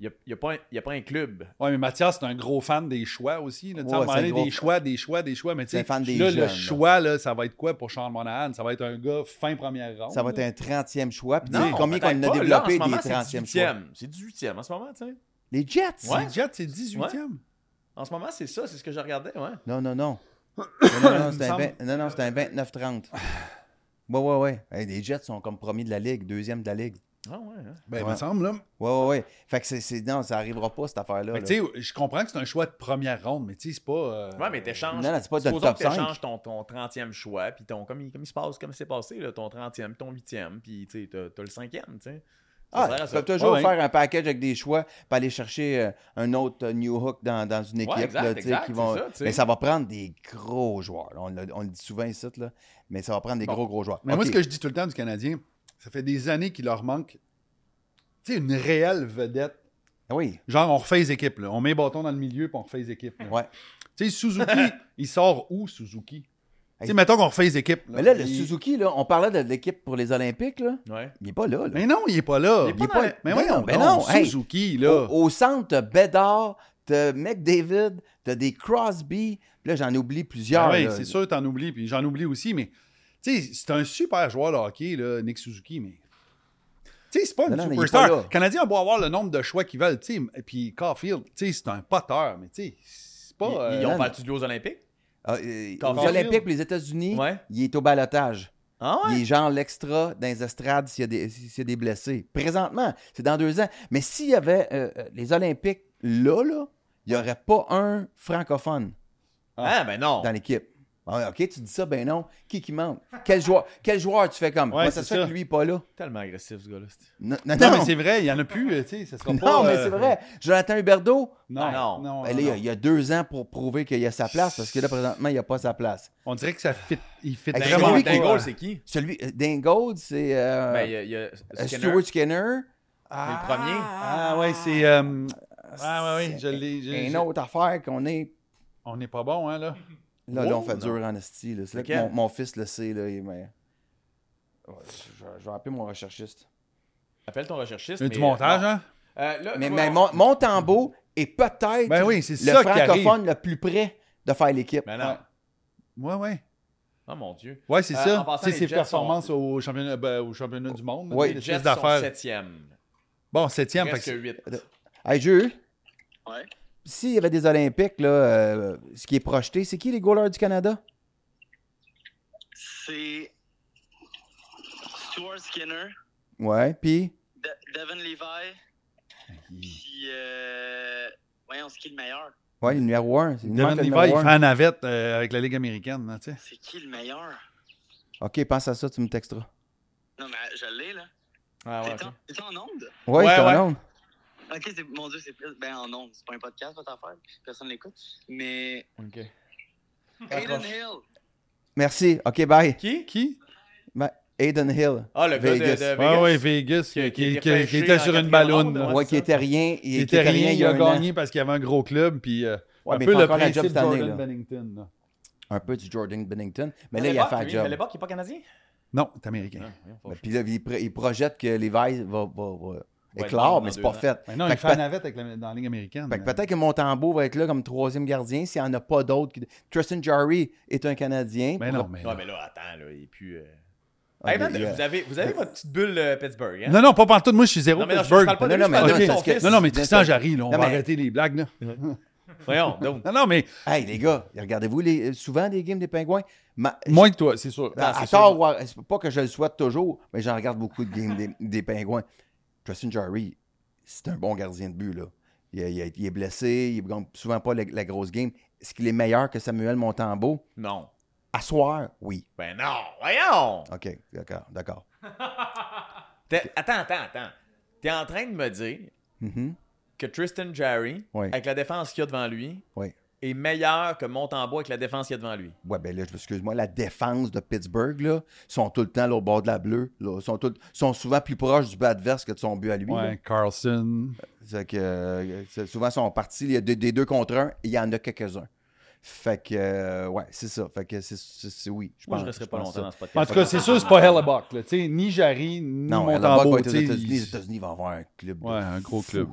D: il n'y a, pas un- il y a pas un club.
C: Ouais, mais Mathias, c'est un gros fan des choix aussi. Là, Tu sais,
E: Ouais,
C: à un moment
E: c'est un
C: donné,
E: gros
C: des
E: fan.
C: choix, des choix, des choix. Mais tu
E: C'est
C: sais,
E: un fan des
C: là,
E: jeunes,
C: le
E: là.
C: choix, là, ça va être quoi pour Sean Monahan? Ça va être un gars fin première ronde.
E: Ça va être un 30e choix. Puis tu sais
D: Non,
E: combien qu'on
D: peut-être
E: a
D: pas. Là, en ce
E: développé
D: moment,
E: des 30e
D: C'est
E: choix?
D: 18e. C'est 18e en ce moment, tu sais.
E: Les Jets?
D: Ouais.
C: Les Jets, c'est 18e.
D: En ce moment, c'est ça, c'est ce que je regardais, ouais.
E: Non, non, non. non, non, non,
C: Il
E: c'est
C: me
E: un
C: semble-
E: vingt- non, non, c'est un 29-30. Ouais, ouais, ouais. Hey, les Jets sont comme premiers de la ligue, deuxième de la ligue.
D: Ah ouais, hein?
C: Ben, il
E: Ouais.
C: me semble, là.
E: Ouais, ouais, ouais. Fait que c'est, c'est- non, ça arrivera pas, cette affaire-là.
C: Mais
E: là.
C: tu sais, je comprends que c'est un choix de première ronde, mais tu sais, c'est pas. euh,
D: Ouais, mais t'échanges.
E: Non, non, c'est pas de
D: supposons
E: top
D: que t'échanges
E: 5.
D: ton, ton 30e choix, puis ton, comme, il, comme il se passe, comme c'est passé, là, ton 30e, puis ton 8e, puis tu sais, t'as t'as le 5e, tu sais. Ça sert
E: Ah,
D: à
E: ils
D: ça.
E: peuvent toujours
C: Ouais, ouais.
E: faire un package avec des choix pour aller chercher euh, un autre euh, new hook dans, dans une équipe.
D: Ouais, exact,
E: là, tu sais,
D: exact,
E: qui vont...
D: c'est ça, tu sais.
E: mais ça va prendre des gros joueurs. là. On, le- on le dit souvent ici, là, mais ça va prendre des
C: Bon.
E: gros, gros joueurs.
C: Mais moi, ce que je dis tout le temps du Canadien, ça fait des années qu'il leur manque, tu sais, une réelle vedette.
E: Ah Oui,
C: Genre, on refait les équipes, là. On met les bâtons dans le milieu, puis on refait les équipes. là.
E: ouais.
C: Tu
E: [laughs]
C: sais, Suzuki, il sort où, Suzuki? Tu sais,
E: Hey.
C: mettons qu'on refait les équipes.
E: Mais là, le
C: Il-
E: Suzuki, là, on parlait de l'équipe pour les Olympiques, là.
D: Ouais.
E: Il est pas là, là.
C: Mais non, il est pas là.
D: Il est pas dans-
C: Mais
E: Non,
C: voyons
E: mais Ben
C: donc,
E: non, hey.
C: Suzuki, là.
E: Au, au centre, t'as Bedard, t'as McDavid, t'as des Crosby. Puis Là, j'en oublie plusieurs.
C: Ah oui,
E: là.
C: c'est sûr, t'en oublies, puis j'en oublie aussi, mais tu sais, c'est un super joueur de hockey, là, Nick Suzuki, mais. Tu sais, c'est pas
E: Non,
C: une
E: non, mais il est pas
C: superstar.
E: là.
C: Les Canadiens ont beau avoir le nombre de choix qu'ils veulent, tu sais, puis Caulfield, tu sais, c'est un poteur, mais tu sais, c'est pas.
D: Ils-
C: euh,
D: ils ont
E: non,
D: parti de aux Olympiques?
E: Ah, euh,
D: Caulfield.
E: aux Olympiques, pour les États-Unis,
D: Ouais.
E: il est au balotage.
D: Ah ouais?
E: Il est genre l'extra dans les estrades s'il y, a des- s'il y a des blessés. Présentement, c'est dans deux ans. Mais s'il y avait euh, euh, les Olympiques là, là, il n'y aurait pas un francophone
D: Ah, ben non.
E: dans l'équipe. Ah, ok, tu dis ça, ben non. Qui qui manque? Quel joueur, quel joueur tu fais comme?
C: Ouais,
E: Ouais, ça
C: c'est
E: se fait
C: ça.
E: que lui, est pas là.
D: Tellement agressif, ce gars-là. c'est-
E: Non, non,
C: euh, Non,
E: non.
C: mais c'est vrai, il y en a plus, euh, tu sais, ça sera pas.
E: Non, mais
C: euh,
E: c'est vrai. Jonathan Huberdeau,
C: Non,
D: Non.
C: non. non,
E: ben là, il y a-
C: non.
E: il y a deux ans pour prouver qu'il y a sa place parce que là, présentement, il n'y a pas sa place.
C: On dirait que ça fit. Il fit
E: Hey,
D: Ben,
E: c'est
C: vraiment
E: lui
C: pas.
E: qui-
D: Dingo, c'est qui?
E: Celui, euh, Dingold, c'est euh,
D: Ben, il y a, il y a
E: euh,
D: Skinner.
E: Stuart Skinner.
D: le premier.
C: Ah, ouais, c'est. euh, Ah, ouais, ouais, je
E: C'est
C: l'ai. je-
E: Une
C: je-
E: autre affaire qu'on est.
C: On n'est pas bon, hein, là.
E: Là,
D: Oh,
E: là, on fait
D: non.
E: dur en esti. là. C'est là que
D: Lequel?
E: mon, mon fils le sait. Là, il m'a- Ouais, je, vais- je vais appeler mon recherchiste.
D: Appelle ton recherchiste.
C: Il y a
D: mais-
C: du montage,
D: non.
C: hein?
D: Euh, là,
E: Mais,
D: toi,
E: mais
D: on-
E: mon, Montembeau est peut-être
C: Ben oui, c'est
E: le
C: ça qui arrive.
E: francophone le plus près de faire l'équipe.
D: Ben non.
C: Ouais, ouais.
D: Oh mon Dieu.
C: Ouais, c'est
D: Euh, en
C: ça.
D: passant,
C: C'est
D: les
C: ses
D: Jets
C: performances
D: sont-
C: au championnat, ben, au championnat du monde.
E: Ouais,
C: les
D: Les Jets sont
C: d'affaires.
D: septième.
C: Bon, septième. Fait que
D: Presque
C: c'est-
D: huit.
E: Hey, Jules,
A: Ouais.
E: s'il y avait des Olympiques, là, euh, ce qui est projeté, c'est qui les goalers du Canada?
A: C'est Stuart Skinner,
E: Ouais, puis
A: De- Devin Levi, puis. Euh... Voyons, c'est qui le meilleur
E: ouais, le numéro 1.
C: Devin Levi, il fait un navette euh, avec la Ligue américaine. hein, tu sais.
A: C'est qui le meilleur
E: Ok, pense à ça, tu me texteras.
A: Non, mais je l'ai, là.
D: Ah, ouais,
A: T'es
D: ok.
A: en- T'es en onde
E: Ouais,
D: Ouais,
E: je
D: ouais.
E: t'en nomme.
A: Ok, c'est- mon Dieu, c'est plus. Ben, en onde. C'est pas un podcast, votre affaire. Personne l'écoute. Mais.
D: Ok.
A: Aiden Hill.
E: Merci. Ok, bye.
D: Qui?
C: Qui
E: Aiden Hill.
D: Ah, le gars de,
E: Vegas.
D: de Vegas.
C: Ouais, ouais, Vegas,
D: Qui a-
C: qui,
D: qui a
C: qui-
D: été
C: qui- qui
D: repêché
C: était sur
D: en
C: une
D: quatrième
C: balloune.
D: ronde,
C: là.
D: ouais.
E: Ouais, qui était rien.
C: Il
E: Il
C: était rien, il a
E: un an.
C: gagné parce qu'il y avait un gros club. Puis euh,
E: Ouais,
C: un
E: mais
C: peu
E: il fait
C: le
E: encore la job cette
C: principe
E: année.
C: Jordan
E: là.
C: Bennington. là.
E: Un peu du Jordan Bennington. Mais
D: À
E: là, il a
D: l'époque,
E: fait un
D: lui,
E: job.
D: À l'époque, il n'est pas canadien?
C: Non, c'est américain.
D: Non, voyons, faut
E: Ben,
D: que
E: Puis là, il, pr- il projette que Levi va, va, va
D: dans
E: éclore, mais
D: deux
E: c'est pas
D: ans.
E: fait.
C: Mais non,
E: Fait
C: il
E: que
C: fait un
E: peut-
C: navette avec la- dans la Ligue américaine.
E: Fait que
C: euh.
E: peut-être que Montembeau va être là comme troisième gardien s'il n'y en a pas d'autres. qui- Tristan Jarry est un Canadien.
C: Mais Ben non, mais.
D: je- Ouais, mais là, attends, là, il est plus... euh,
E: Ah,
D: Hey, man,
E: il- il-
D: vous avez, vous avez votre petite bulle euh, Pittsburgh, hein?
C: Non, non, pas partout. Moi, je suis zéro.
D: Non, mais non, je- je
C: Pittsburgh.
D: parle pas de
E: Non,
D: lui,
E: non,
D: je
E: mais
D: parle
E: non,
D: de
E: c'est
D: son
E: parce que-
D: fils.
C: Non, non, mais Tristan Jarry, là,
E: Non,
C: on va
E: mais-
C: arrêter les blagues. Là.
D: Voyons, donc.
C: Non, non, mais
E: Hey, les gars, regardez-vous les- euh, souvent des games des Pingouins? Ma-
C: moins que toi, c'est sûr.
E: À- à
D: c'est
E: tort, ou à- c'est pas que je le souhaite toujours, mais j'en regarde beaucoup de games des, des Pingouins. Tristan Jarry, c'est un bon gardien de but, là. Il, il- il est blessé, il gagne souvent pas la, la grosse game. Est-ce qu'il est meilleur que Samuel Montembeau?
D: Non.
E: À soir, oui.
D: Ben non, voyons!
E: Ah, OK, d'accord, d'accord.
D: T'es- Attends, attends, attends. T'es en train de me dire
E: Mhm.
D: que Tristan Jarry,
E: Oui.
D: avec la défense qu'il y a devant lui,
E: Oui.
D: est meilleur que Montembois avec la défense qu'il y a devant lui.
E: Ouais, ben là, je m'excuse-moi, la défense de Pittsburgh, là, sont tout le temps là, au bord de la bleue. Là, sont, tout- sont souvent plus proches du bas adverse que de son but à lui. là.
C: Ouais, Carlson.
E: C'est que euh, c'est- souvent ils sont partis, il y a des, des deux contre un, il y en a quelques-uns. Fait que euh, ouais, c'est ça. Fait que c'est- c'est c'est- oui. Ah, Je
D: Moi,
E: pense,
D: je resterai pas
E: pense
D: longtemps
E: ça.
D: dans ce podcast.
C: En tout cas, c'est sûr, c'est pas Hellebuck. Là. Tu sais, Ni Jarry, ni
E: Non, Alabama
C: Montembeau.
E: va être aux
C: tu sais,
E: États-Unis. Les
C: ils-
E: États-Unis vont avoir un club. de
C: Ouais, un gros
E: fou.
C: club.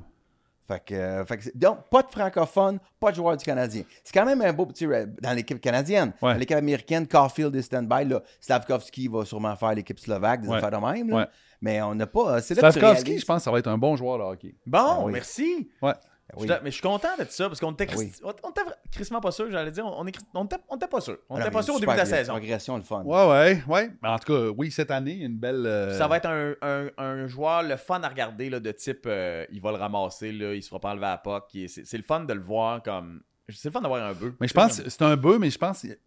E: Fait que, euh, fait que c'est- donc, pas de francophone, pas de joueurs du Canadien. C'est quand même un beau petit ra- dans l'équipe canadienne.
C: Ouais.
E: Dans l'équipe américaine, Caulfield est stand-by. là. Slavkovski va sûrement faire l'équipe slovaque, des
C: Ouais.
E: affaires de même. là.
C: Ouais.
E: Mais on n'a pas. euh, C'est là que tu
C: Slavkovski,
E: réalises-
C: je pense que ça va être un bon joueur de hockey.
D: Bon,
E: Ah oui.
D: merci.
C: Ouais.
E: Oui.
D: Je suis- mais je suis content de ça parce qu'on était,
E: Ben oui.
D: Christ- on était vra- crissement pas sûr, j'allais dire. On, on, est cri- on était, on était pas sûr.
E: Ah
D: On
E: non,
D: était
E: mais
D: pas sûr au
E: super,
D: début de la
E: il y a
D: saison.
E: progression, le fun.
C: Ouais, ouais, ouais. Mais En tout cas, oui, cette année, il y a une belle. euh,
D: Ça va être un, un- un joueur le fun à regarder là, de type euh, il va le ramasser, là, il se fera pas enlever à la POC. Il- C'est c'est le fun de le voir comme. C'est le fun d'avoir un bœuf.
C: Mais je pense, c'est un bœuf, mais je pense qu'il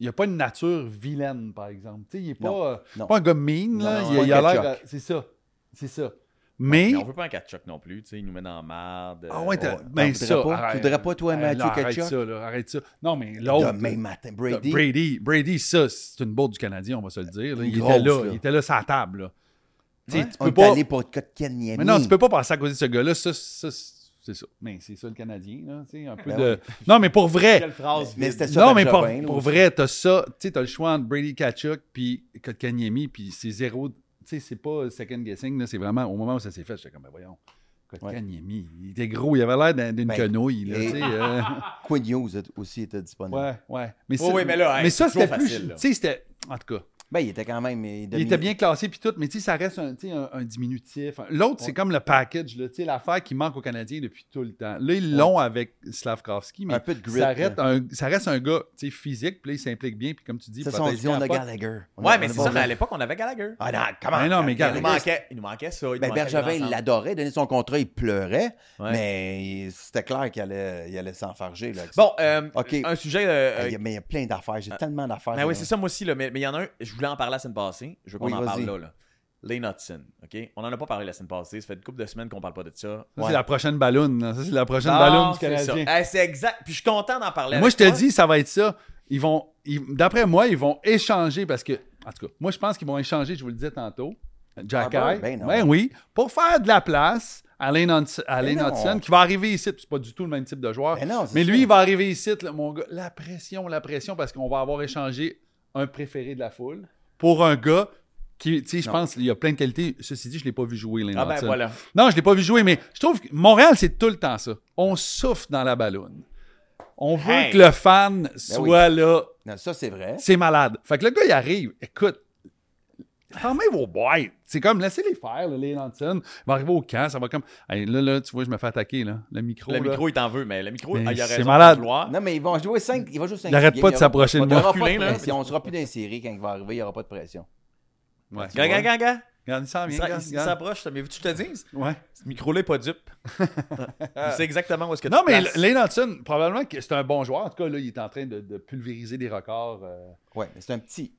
C: n'y a pas une nature vilaine, par exemple. Tu sais, il n'est
E: Non,
C: pas, euh,
E: non.
C: pas un gars mean,
E: Non,
C: là.
E: non,
C: il,
E: non,
C: il a
E: pas
C: l'air.
E: Kachuk.
C: à- C'est ça. C'est ça. Mais.
D: Mais on veut pas un Kachuk non plus, tu sais, il nous met dans la euh, merde.
C: Ah ouais, t'as-
E: t'en
C: ben
E: voudrais
C: ça.
E: pas?
C: arrête.
E: Tu voudrais pas, toi,
C: Hey,
E: Mathieu
C: là, Arrête
E: Kachuk?
C: ça, là, arrête ça. Non, mais l'autre.
E: Demain matin, Brady.
C: Brady. Brady, c'est une bourde du Canadien, on va se le dire. là.
E: Une
C: Il était
E: grosse,
C: là,
E: là.
C: il était là sur la table. là. Tu sais,
E: Ouais.
C: tu
E: on
C: peux
E: est
C: pas-
E: allé pour le cas de Kenyami.
C: Mais non, tu peux pas passer à côté de ce gars-là. Ça, ça, c'est ça. Mais c'est ça le Canadien, là, tu sais, un peu
E: Ben
C: de. Non, mais pour vrai.
D: Quelle phrase
E: Mais
D: vide.
E: c'était ça.
C: Non, mais pour,
E: Bergevin, là,
C: pour
E: aussi.
C: vrai, t'as ça. Tu sais, t'as le choix entre Brady Kachuk puis Kotkaniemi, puis c'est zéro. Tu sais, c'est pas second guessing, là. C'est vraiment au moment où ça s'est fait, j'étais comme, ben voyons. Kotkaniemi, il était gros, il avait l'air d'un- d'une
E: Ben,
C: quenouille, là,
E: et-
C: tu sais. euh.
E: Quinn Hughes est- aussi était disponible.
C: Ouais, ouais. Mais,
D: Oui, oui, mais là, hey,
C: ça,
D: c'est
C: c'était
D: toujours
C: plus.
D: facile,
C: Tu
D: là.
C: sais, c'était. En tout cas,
E: Ben, il était quand même. Il,
C: il était bien classé puis tout, mais tu sais, ça reste un, tu sais, un, un diminutif. L'autre, c'est comme le package, là, tu sais, l'affaire qui manque aux Canadiens depuis tout le temps. Là, ils l'ont avec Slavkovski, mais
E: Un peu de grit. euh. là.
C: ça, reste un, ça reste un gars, tu sais, physique, puis là, il s'implique bien, puis comme tu dis,
E: Ça, on
C: protège
E: dit,
C: bien
E: on
C: la
E: a
C: poque.
E: Gallagher. On
D: Ouais,
E: a-
D: mais
E: on a
D: c'est ça,
E: pas-
D: mais à l'époque, on avait Gallagher.
E: Ah non, comment?
C: Mais non, mais
D: Il nous
C: Gallagher,
D: manquait, il nous manquait ça. il nous
E: Ben,
D: manquait
E: Bergevin, il
D: l'ensemble.
E: l'adorait, donné son contrat, il pleurait,
D: Ouais.
E: mais il- c'était clair qu'il allait, il allait s'enfarger. là, avec ça.
D: Bon, euh,
E: OK.
D: un sujet. euh,
E: Ah, il y a- mais il y a plein d'affaires, j'ai tellement d'affaires.
D: Ben
E: là.
D: oui, c'est ça, moi aussi. Là, mais mais il y en a un, je voulais en parler la semaine passée. Je veux qu'on
E: Oui,
D: en parle
E: vas-y.
D: là. là. Lane Hudson, OK? On en a pas parlé la semaine passée. Ça fait une couple de semaines qu'on parle pas de ça.
C: Ça, c'est la prochaine ballonne. là. Ça, c'est la prochaine
D: Non,
C: ballonne du
D: c'est ça.
C: Canadien.
D: Eh, c'est exact. Puis je suis content d'en parler.
C: Moi, je
D: avec
C: te
D: toi.
C: dis, ça va être ça. Ils vont, ils- d'après moi, ils vont échanger parce que, en tout cas, moi, je pense qu'ils vont échanger, je vous le disais tantôt, Jack
E: Ah
C: Eye,
E: ben, ben
C: ben,
E: non.
C: oui, pour faire de la place à Lane Hunt- à
E: Ben
C: Lane
E: non.
C: Hudson, qui va arriver ici. puis C'est pas du tout le même type de joueur.
E: Ben non, c'est
C: mais
E: ça.
C: lui, il va arriver ici, là, mon gars. La pression, la pression, parce qu'on va avoir échangé un préféré de la foule pour un gars qui, tu sais, je
E: Non.
C: pense, il a plein de qualités. Ceci dit, je l'ai pas vu jouer, Lane
D: Ah ben
C: Hudson.
D: voilà.
C: Non, je l'ai pas vu jouer, mais je trouve que Montréal, c'est tout le temps ça. On souffle dans la balloune. On veut
D: Hey. Ben
C: que le fan soit là.
E: Non, ça, c'est vrai.
C: C'est malade. Fait que le gars, il arrive. Écoute, fermez vos boîtes. C'est comme, laissez-les faire, là, les Lanson. Il va arriver au camp, ça va comme... Hey, là, là, tu vois, je me fais attaquer, là. Le micro,
D: Le
C: là.
D: micro, il t'en veut, mais le micro,
C: Mais
D: ah, il a
C: c'est
D: raison de
C: malade.
D: vouloir.
E: Non, mais ils vont jouer 5. Il va jouer 5
C: Il arrête pas de s'approcher de
E: Il n'y
C: moi.
E: aura pas de
D: Reculé, là.
E: pression. On sera plus dans les séries quand il va arriver. Il n'y aura pas de pression.
C: Ouais.
D: Gars, gars, gars, gars.
C: Regarde, il s'en
D: Il
C: vient,
D: s'a- il
C: regarde,
D: s- il
C: regarde.
D: s'approche, mais veux-tu que je te dise?
C: Ouais.
D: Ce micro-là est
C: [laughs]
D: pas dupe. Il sait exactement où est-ce que tu
C: Non, mais
D: places.
C: Lane Hudson, probablement que c'est un bon joueur. En tout cas, là, il est en train de, de pulvériser des records. euh,
E: Ouais, mais c'est un petit.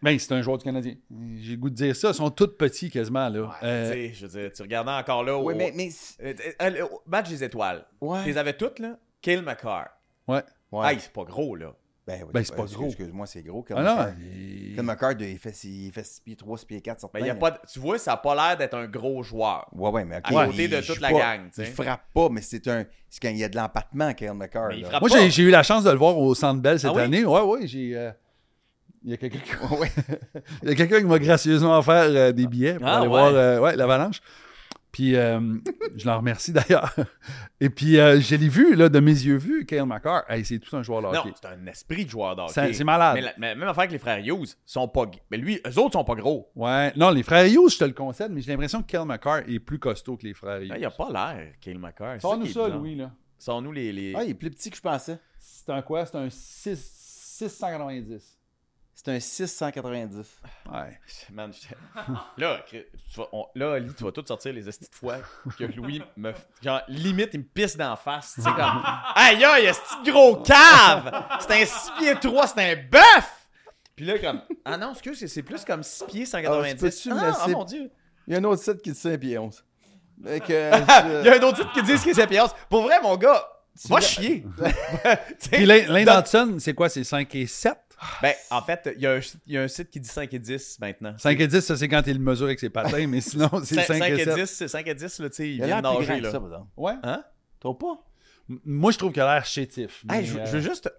C: Ben, c'est un joueur du Canadien. J'ai le goût de dire ça. Ils sont tous petits quasiment, là.
D: Ouais,
C: Euh,
D: tu sais, je veux dire, tu regardais encore là.
E: Oui,
D: au-
E: mais. mais c'est-
D: Euh, euh, au match des étoiles. Tu
E: ouais.
D: les avais toutes, là? Kill McCarr.
C: ouais.
E: Ouais.
D: Hey, c'est pas gros, là.
E: Ben, oui,
C: Ben, c'est pas
E: excuse-
C: gros.
E: Excuse-moi, c'est gros. Comme ah
C: Ah non.
E: Comme un cœur, de- il fait 6 pieds 3, 6 pieds 4 sur
D: Mais
E: terre,
D: Ben, y a
C: Ben,
E: là.
D: pas de- tu vois, ça a pas l'air d'être un gros joueur.
E: Ouais, ouais, mais ok,
D: À côté
E: il
D: de
E: joue
D: toute la
E: pas-
D: gang, tu sais.
E: Il frappe pas, mais c'est un. C'est quand il y a de l'empattement, Kyle McCarr.
D: Mais il
E: là.
D: frappe
C: Moi,
D: pas.
C: j'ai, j'ai eu la chance de le voir au Centre Bell cette
D: Ah oui?
C: année. Ouais, ouais, j'ai... euh, Il y a quelqu'un qui,
E: Ouais.
C: [laughs] il y a quelqu'un qui m'a gracieusement offert euh, des billets pour
D: Ah,
C: aller
D: ouais.
C: voir euh, ouais, l'Avalanche. Puis euh, je l'en remercie [laughs] d'ailleurs. Et puis euh, je l'ai vu, là, de mes yeux vus, Kyle McCarr. Hey, c'est tout un joueur de
D: Non,
C: hockey.
D: c'est un esprit de joueur d'hockey.
C: Ah, C'est- c'est malade.
D: Mais, la- mais même affaire que les frères Hughes, sont pas... g- Mais lui, eux autres sont pas gros.
C: Ouais. Non, les frères Hughes, je te le concède, mais j'ai l'impression que Kyle McCarr est plus costaud que les frères
D: Là,
C: Hughes.
D: Ben, il a pas l'air, Kyle McCarr. C'est
C: Sors-nous
D: qui est
C: ça,
D: bizarre.
C: Louis, là.
D: Sors-nous les... les... [laughs]
E: Ah, il est plus petit que je pensais.
C: C'est un quoi? C'est un 6, 690.
E: C'est un 690.
C: Ouais.
D: Man, j'étais- là, tu vas- on- là, Ali, tu vas tout sortir les estis de fois que Louis me... f- Genre, limite, il me pisse d'en face. Tu sais,
E: [laughs]
D: comme... Aïe, aïe, esti de gros cave! C'est un 6 pieds 3, c'est un bœuf! Puis là, comme... Ah non, excuse, c'est- c'est plus comme 6 pieds
E: Ah, tu peux-tu
D: 190.
E: me
D: Ah, ah,
E: laisser- [laughs]
D: mon Dieu!
E: Il y a un autre site qui dit 5 pieds 11. Fait
D: [laughs]
E: que, euh,
D: Il y a un autre titre qui dit ce qui est sépiance. Pour vrai, mon gars,
E: [laughs]
D: va chier. [laughs] Tu sais,
C: Puis Lane Lane
D: donne-
C: Hudson, c'est quoi? C'est 5 et 7?
E: Ah,
D: Ben, en fait, il y, a un, il y a un site qui dit 5 et 10 maintenant.
C: 5 et 10, ça, c'est quand il le mesure avec ses
E: [laughs]
C: patins, mais sinon, c'est 5,
D: 5
C: et
D: et
C: 7.
D: 10, c'est 5 et 10, là, tu sais, il
E: il a
D: vient de
E: l'air plus grand
D: nager,
E: que
D: là.
E: ça, par exemple.
C: Ouais.
D: Hein?
E: T'as pas?
C: M- Moi, je trouve qu'il a l'air chétif. mais,
D: Hey, je, veux-
C: euh,
D: je veux juste...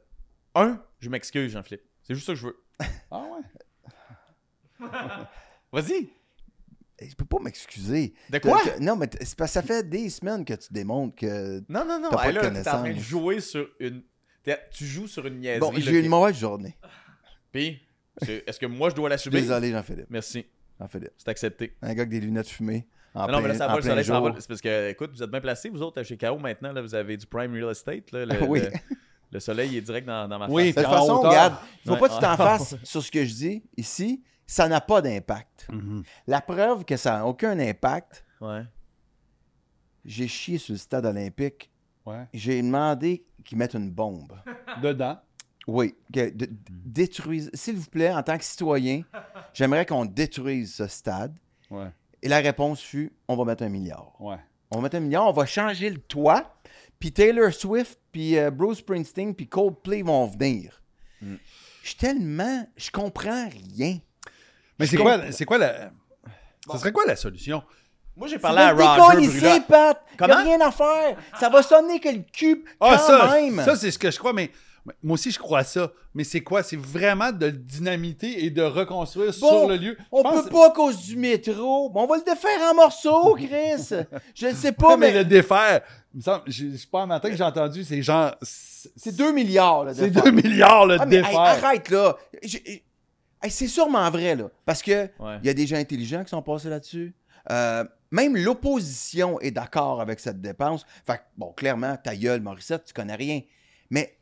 D: Un, je m'excuse, Jean-Philippe. C'est juste ça que je veux.
C: Ah ouais?
D: Vas-y.
E: Eh, Je peux pas m'excuser.
D: De quoi?
E: T'as- t'as- Non, mais t- c'est parce que ça fait des semaines que tu démontres que.
D: Non, non, non.
E: T'as pas
D: Hey,
E: de
D: là, t'es en train de
E: connaissance.
D: jouer sur une... t'es- Tu joues sur une niaiserie.
E: Bon,
D: là,
E: j'ai eu
D: qui-
E: une mauvaise journée.
D: Puis, c'est- est-ce que moi, je dois l'assumer?
E: Désolé, Jean-Philippe.
D: Merci.
E: Jean-Philippe.
D: C'est accepté.
E: Un gars avec des lunettes fumées. En
D: non, mais là, ça
E: en
D: va, le
E: plein
D: soleil s'en
E: jour.
D: va. C'est parce que, écoute, vous êtes bien placés, vous autres, chez KO maintenant, là, vous avez du prime real estate. Là, le,
E: [laughs] Oui.
D: le, le soleil est direct dans, dans ma face.
C: Oui,
E: De toute
C: en
E: façon,
C: hauteur.
E: regarde, il ne faut
D: Ouais.
E: pas que tu
D: [laughs]
E: t'en fasses sur ce que je dis ici. Ça n'a pas d'impact.
C: Mhm.
E: La preuve que ça n'a aucun impact,
D: Ouais.
E: j'ai chié sur le stade olympique.
C: Ouais.
E: J'ai demandé qu'ils mettent une bombe.
C: Dedans.
E: Oui. que de- d- détruise- S'il vous plaît, en tant que citoyen, j'aimerais qu'on détruise ce stade.
C: Ouais.
E: Et la réponse fut on va mettre un milliard.
C: Ouais.
E: On va mettre un milliard, on va changer le toit. Puis Taylor Swift, puis euh, Bruce Springsteen, puis Coldplay vont venir. Je suis tellement. Je comprends rien.
C: Mais
E: Je
C: c'est quoi,
E: comprends.
C: c'est quoi la. Ce serait quoi la solution?
D: Moi, j'ai
E: Vous
D: parlé à Roger Brulat.
E: ici, Pat. Il
D: Comment?
E: a rien à faire. Ça va sonner que le cube
C: Ah,
E: quand
C: ça,
E: même.
C: ça c'est ce que je crois, mais mais moi aussi, je crois à ça. Mais c'est quoi? C'est vraiment de le dynamiter et de reconstruire sur le lieu.
E: On
C: Je pense-
E: peut pas à cause du métro. Mais on va le défaire en
C: [laughs]
E: morceaux, Chris. je ne sais pas,
C: Ouais, mais,
E: mais,
C: le défaire, il me semble, je, je sais pas un matin que j'ai entendu, c'est genre.
E: c'est
C: C'est
E: 2 milliards. Là, de
C: c'est
E: faire.
C: 2 milliards le
E: Ah, mais, hey,
C: défaire.
E: arrête, là. Je- je- hey, c'est sûrement vrai, là. Parce que
D: Ouais.
E: il y a des gens intelligents qui sont passés là-dessus. Euh, même l'opposition est d'accord avec cette dépense. Fait que, bon, clairement, ta gueule, Morissette, tu connais rien. Mais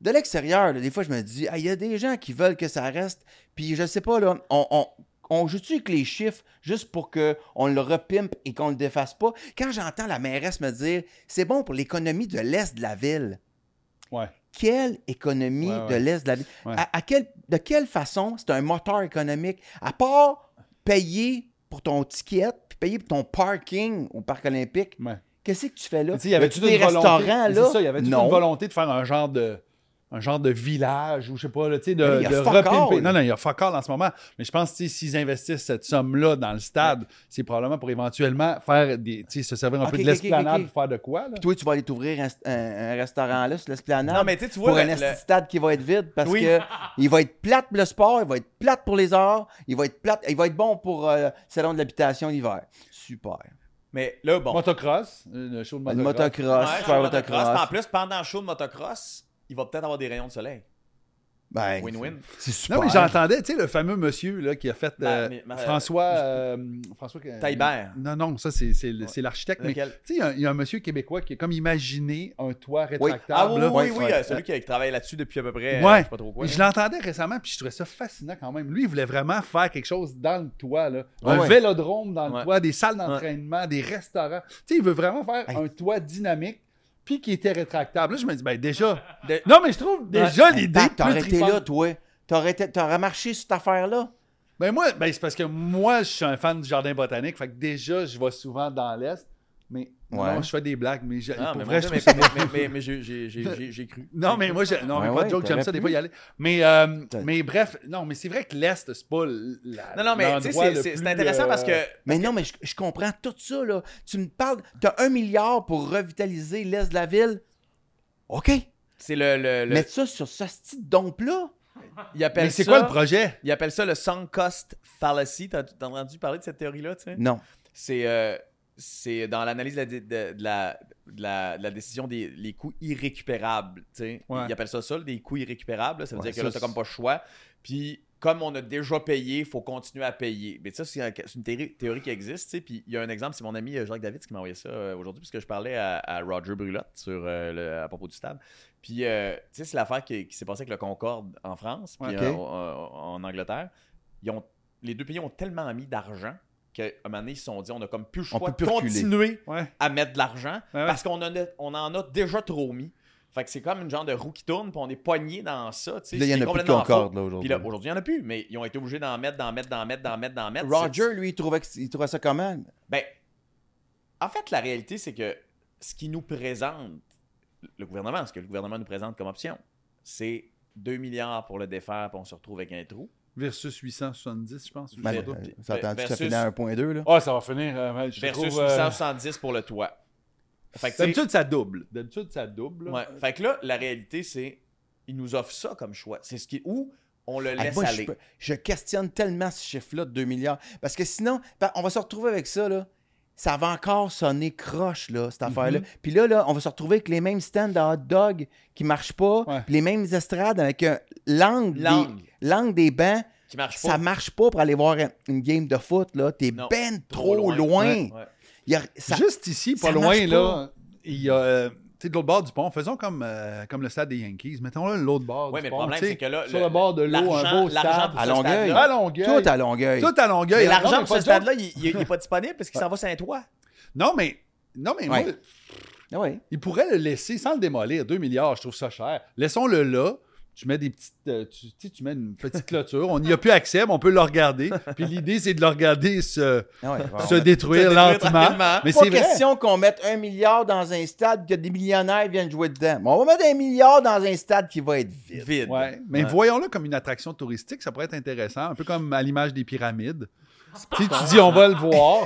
E: de l'extérieur, là, des fois, je me dis, Ah, il y a des gens qui veulent que ça reste. Puis je sais pas, là, on, on, on joue-tu avec les chiffres juste pour qu'on le repimpe et qu'on le défasse pas? Quand j'entends la mairesse me dire, c'est bon pour l'économie de l'Est de la ville
C: Ouais.
E: quelle économie
C: Ouais, ouais.
E: de l'Est de la ville?
C: Ouais.
E: À, à quel- de quelle façon c'est un moteur économique? À part payer pour ton ticket, puis payer pour ton parking au Parc olympique,
C: Ouais.
E: qu'est-ce que tu fais là?
C: Tu sais, il y avait
E: As-tu
C: toute
E: des
C: une volonté-
E: restaurants
C: c'est
E: là?
C: ça, il y avait toute
E: non.
C: une volonté de faire un genre de un genre de village ou je sais pas là, tu sais de,
E: Mais il y a
C: de
E: fuck all,
C: repimper.
E: là.
C: Non non, il y a fuck all en ce moment, mais je pense que tu sais, s'ils investissent cette somme là dans le stade, c'est probablement pour éventuellement faire des tu sais se servir un
E: Ok,
C: peu de
E: ok,
C: l'esplanade
E: ok, ok.
C: pour faire de quoi là.
E: Toi, tu vas aller t'ouvrir un, un- un restaurant là sur l'esplanade.
D: Non, mais tu sais, tu vois,
E: Pour un
D: le-
E: esti
D: le-
E: de stade qui va être vide parce
D: Oui.
E: que il va être plate pour le sport, il va être plate pour les arts, il va être plate, il va être bon pour euh, le salon de l'habitation l'hiver. Super.
D: Mais là, bon.
C: Motocross, euh, le show de
E: Ben, Le
C: motocross.
E: motocross,
D: Ouais,
E: super
D: show de motocross.
E: motocross.
D: En plus, pendant le show de motocross, il va peut-être avoir des rayons de soleil.
E: Ben,
D: Win-win.
E: C'est super.
C: Non mais j'entendais, tu sais le fameux monsieur là qui a fait
D: Ma-
C: euh,
D: Ben, mais- ma-
C: François euh, François que-
D: Taillebert.
C: Non non, ça c'est c'est le- c'est l'architecte mais
D: Lequel?
C: tu sais il y a- il y, a un monsieur québécois qui a comme imaginé un toit rétractable
D: Ah oui,
C: là.
D: oui, oui,
E: Ouais,
D: oui,
E: ouais.
D: euh, celui qui, qui travaille là-dessus depuis à peu près. euh,
C: Ouais.
D: je sais pas trop quoi.
C: Je l'entendais récemment, puis je trouvais ça fascinant quand même. Lui, il voulait vraiment faire quelque chose dans le toit, là. un
E: Ouais.
C: vélodrome dans le
D: Ah, Ouais.
C: toit, des salles d'entraînement, des restaurants. Tu sais, il veut vraiment faire
E: Hey.
C: un tois dynamique, puis qui était rétractable. Là, je me dis, ben déjà.
D: De-
C: Non, mais je trouve déjà l'idée.
E: Pat,
C: plus
E: T'aurais été
C: tripante.
E: là, toi. T'aurais, été- t'aurais marché sur cette affaire-là.
C: Ben moi, ben c'est parce que moi, je suis un fan du jardin botanique, fait que déjà, je vais souvent dans l'Est, mais
E: Ouais.
C: non, je fais des blagues, mais je-
D: Ah,
C: pour
D: mais
C: vrai,
D: mon
C: je
D: Dieu,
C: trouve ça
D: mais- mais- mais- mais j'ai- j'ai- j'ai j'ai- j'ai cru.
C: Non, mais moi, je- non, mais
E: Ouais,
C: pas
E: ouais,
C: de joke, j'aime
E: t'aurais
C: ça des
E: pu.
C: fois y aller. Mais, euh,
E: T'as-
C: mais bref, non, mais c'est vrai que l'Est, c'est pas la,
D: Non, non, mais tu sais,
C: l'endroit
D: c'est-
C: le
D: c'est c'est
C: plus,
D: intéressant parce
C: euh,
D: que.
E: Mais non, mais je, je comprends tout ça, là. Tu me parles, t'as un milliard pour revitaliser l'Est de la ville. OK.
D: C'est le. le, le
E: Mettre ça sur ce petit dompe-là.
D: il appelle
C: Mais c'est
D: ça-
C: quoi le projet?
D: Il appelle ça le sunk cost fallacy. T'as t'as entendu parler de cette théorie-là, tu sais?
E: Non.
D: C'est euh, c'est dans l'analyse de la, dé- de, de la, de la- de la décision des les coûts irrécupérables. tu sais.
C: Ouais.
D: Ils appellent ça ça, des coûts irrécupérables. là. Ça veut
E: Ouais,
D: dire que
E: ça,
D: là, t'as
E: c'est-
D: comme pas le choix. Puis, comme on a déjà payé, il faut continuer à payer. Mais ça, c'est un- c'est une théorie, théorie qui existe. tu sais. Puis, il y a un exemple, c'est mon ami euh, Jacques David qui m'a envoyé ça euh, aujourd'hui, parce que je parlais à, à Roger Brulotte sur, euh, le- à propos du stade. Puis, euh, tu sais, c'est l'affaire qui, qui s'est passée avec le Concorde en France, puis
E: Ok.
D: euh, en, en Angleterre. Ils ont, les deux pays ont tellement mis d'argent qu'à un moment donné, ils se sont dit on a comme plus le
E: On
D: choix
E: peut
D: de
E: plus reculer.
D: continuer
C: Ouais.
D: à mettre de l'argent
C: Ouais, ouais.
D: parce qu'on en a, on en a déjà trop mis. Fait que c'est comme une genre de roue qui tourne, puis on est poigné dans ça. tu sais,
E: Puis là, il y en
D: ce qui est
E: a plus de
D: complètement
E: Concorde, là,
D: faux. Puis
E: aujourd'hui.
D: là, aujourd'hui, il n'y en a plus, mais ils ont été obligés d'en mettre, d'en mettre, d'en mettre, d'en mettre, d'en mettre.
E: Roger, lui, il trouvait, que- il trouvait ça comment?
D: Ben, en fait, la réalité, c'est que ce qui nous présente, le gouvernement, ce que le gouvernement nous présente comme option, c'est 2 milliards pour le défaire, puis on se retrouve avec un trou.
C: Versus 870, je pense. ou je
E: Ben,
C: sais
E: euh,
C: pas. Ah,
E: ça entendu que ça
D: versus-
E: finit à 1.2, là?
C: ça va finir. euh, je
D: Versus
C: trouve, euh,
D: 870 pour le toit. Fait que, tu sais,
C: D'habitude, ça double. D'habitude, ça double. là.
D: ouais. Fait que là, la réalité, c'est ils nous offrent ça comme choix. C'est ce qui où on le
E: Hey,
D: laisse
E: moi, je,
D: aller.
E: peux- je questionne tellement ce chiffre-là de 2 milliards. Parce que sinon, ben, on va se retrouver avec ça, là. Ça va encore sonner croche, là, cette affaire-là. Puis là, là, on va se retrouver avec les mêmes stands de hot dog qui marchent pas,
C: Ouais.
E: puis les mêmes estrades avec euh, l'angle des,
D: L'angle.
E: l'angle des bancs
D: Qui marche pas.
E: Ça marche pas pour aller voir une game de foot, là. T'es
D: Non,
E: ben trop, loin.
D: Ouais.
E: Il y a- ça-
C: Juste ici, pas
E: ça
C: loin,
E: marche
C: là, il y a. euh, tu sais, de l'autre bord du pont, faisons comme, euh, comme le stade des Yankees. Mettons-le de l'autre bord
D: Ouais,
C: du
D: mais le
C: pont.
D: problème,
C: tu sais,
D: c'est que là,
C: Sur
D: le-
C: le, bord de l'eau, un
D: l'argent-
C: beau
D: l'argent
C: stade.
D: pour
E: À
D: ce
E: Longueuil.
D: stade-là-
C: À Longueuil.
E: Tout à Longueuil.
C: Tout à Longueuil.
D: Mais
C: Non,
D: l'argent
C: mais
D: pour ce
C: pas de joke.
D: stade-là, il n'est pas disponible parce qu'il s'en va sur un toit.
C: Non, mais. Non, mais
E: Ouais.
C: moi,
E: Ah ouais.
C: Il pourrait le laisser sans le démolir. 2 milliards, je trouve ça cher. Laissons-le là. Tu mets des petites. euh, tu, tu sais, tu mets une petite clôture. On n'y a plus accès, mais on peut le regarder. Puis l'idée, c'est de le regarder se,
E: Ah ouais,
C: se détruire
D: détruire
C: lentement.
D: tranquillement.
C: Mais
E: pas
C: c'est vrai.
E: question qu'on mette un milliard dans un stade que des millionnaires viennent jouer dedans. Mais on va mettre un milliard dans un stade qui va être vide.
D: Vide.
C: Ouais. Mais voyons-le comme une attraction touristique, ça pourrait être intéressant, un peu comme à l'image des pyramides. Tu sais, tu dis on va le
E: [laughs]
C: voir.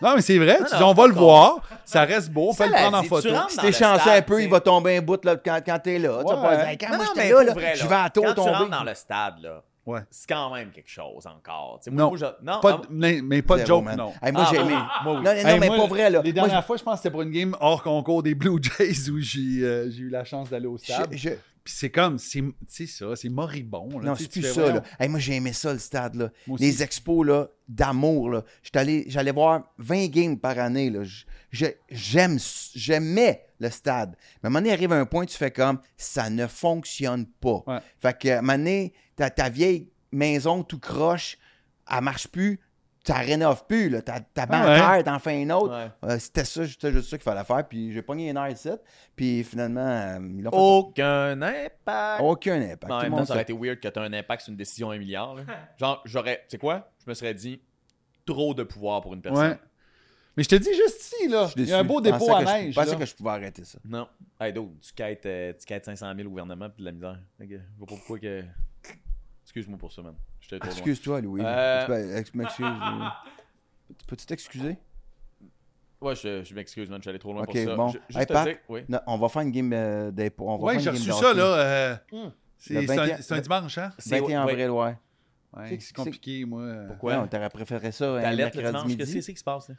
C: non, mais c'est vrai, tu dis on va le voir, ça reste beau, on
D: Ça,
C: peut le
D: la-
C: prendre en
D: tu
C: photo.
D: rentres
E: Si
D: dans
E: t'es
D: le
E: chanceux
D: stade,
E: un peu,
D: t'sais.
E: il va tomber un bout là, quand, quand t'es là. Tu vas
C: Ouais.
E: pas dire, Hey, quand
D: Non,
E: moi
D: non,
E: j'étais
D: mais
E: là,
D: pour
E: là,
D: vrai,
E: je vais à
D: Quand
E: tôt
D: tu rentres
E: tomber.
D: dans le stade, là,
C: Ouais.
D: c'est quand même quelque chose encore. Tu sais,
C: Non.
D: moi, je- non,
C: Pas
D: ah,
C: de- mais, mais pas de
E: Zéro,
C: joke,
E: man.
C: non.
E: Hey, moi,
D: Ah,
E: j'ai
D: oui.
E: aimé.
C: Moi, oui.
E: Non, non, non,
C: Hey,
E: mais
C: moi,
E: pas vrai, là.
C: Les
E: Moi,
C: dernières fois, je pense que c'était pour une game hors concours des Blue Jays où j'ai euh, j'ai eu la chance d'aller au stade.
E: je- je-
C: Puis c'est comme, c'est c'est ça, c'est moribond. Là,
E: Non,
C: Tu sais,
E: c'est
C: tu
E: plus
C: fais,
E: ça,
C: voyons.
E: là. Hey, moi, j'ai aimé ça, le stade, là.
C: Moi aussi.
E: Les expos, là, d'amour, là. J'étais allé- J'allais voir 20 games par année, là. Je- je- j'aime- J'aimais le stade. Mais à un moment donné, arrive un point, tu fais comme, ça ne fonctionne pas.
C: Ouais.
E: Fait que, à un moment donné, ta, ta vieille maison tout croche, elle marche plus, tu la rénoves plus, là. Ta, ta banque
C: Ah ouais.
E: à terre, t'en fais une autre.
D: ouais.
E: Euh, C'était ça, c'était juste ça qu'il fallait faire. Puis j'ai pogné un air ici. Puis finalement, euh, ils l'ont fait-
C: Oh.
D: Aucun impact.
E: Aucun impact.
D: Non,
E: Tout
D: en
E: le
D: même temps,
E: monde
D: ça aurait
E: s'est-
D: été weird que tu un impact sur une décision à un milliard. là. Genre, j'aurais. Tu sais quoi? Je me serais dit trop de pouvoir pour une personne.
C: Ouais. Mais je te dis juste ici, là,
E: Je suis
C: il y a un
E: déçu.
C: beau
E: Je
C: dépôt
E: pensais
C: à
E: que je-
C: neige.
E: Je pensais
C: là.
E: que je pouvais arrêter ça.
D: Non. Hey, dude, tu quêtes, euh, tu quêtes 500 000 au gouvernement puis de la misère. Fait que je vois pas pourquoi que. Excuse-moi pour ça, man. J'étais trop loin.
E: Excuse-toi, Louis.
D: Euh.
E: Tu peux- ex- [laughs] m'excuse, Louis. Peux-tu t'excuser?
D: Ouais, je, je m'excuse, man. Je suis allé trop loin
E: Ok,
D: pour ça.
E: bon.
D: Je- juste
E: Hey,
D: te
E: Pat.
D: dire- oui.
E: Non, on va faire une game euh, d'impôts. On va
C: Ouais,
E: faire
C: j'ai
E: une game
C: reçu
E: de
C: ça,
E: hockey. Hmm.
C: là. euh,
D: Hum.
C: c'est
E: Le
C: c'est un,
E: 21
C: c'est un dimanche, hein?
D: C'est-
E: 21
D: ouais.
E: avril, ouais.
C: Ouais,
E: C'est-
C: c'est compliqué, moi. euh.
D: Pourquoi?
E: Non, t'aurais préféré ça un
D: Ta lettre le
E: mercredi
D: dimanche, qu'est-ce que
E: midi.
D: c'est qui se passe? là?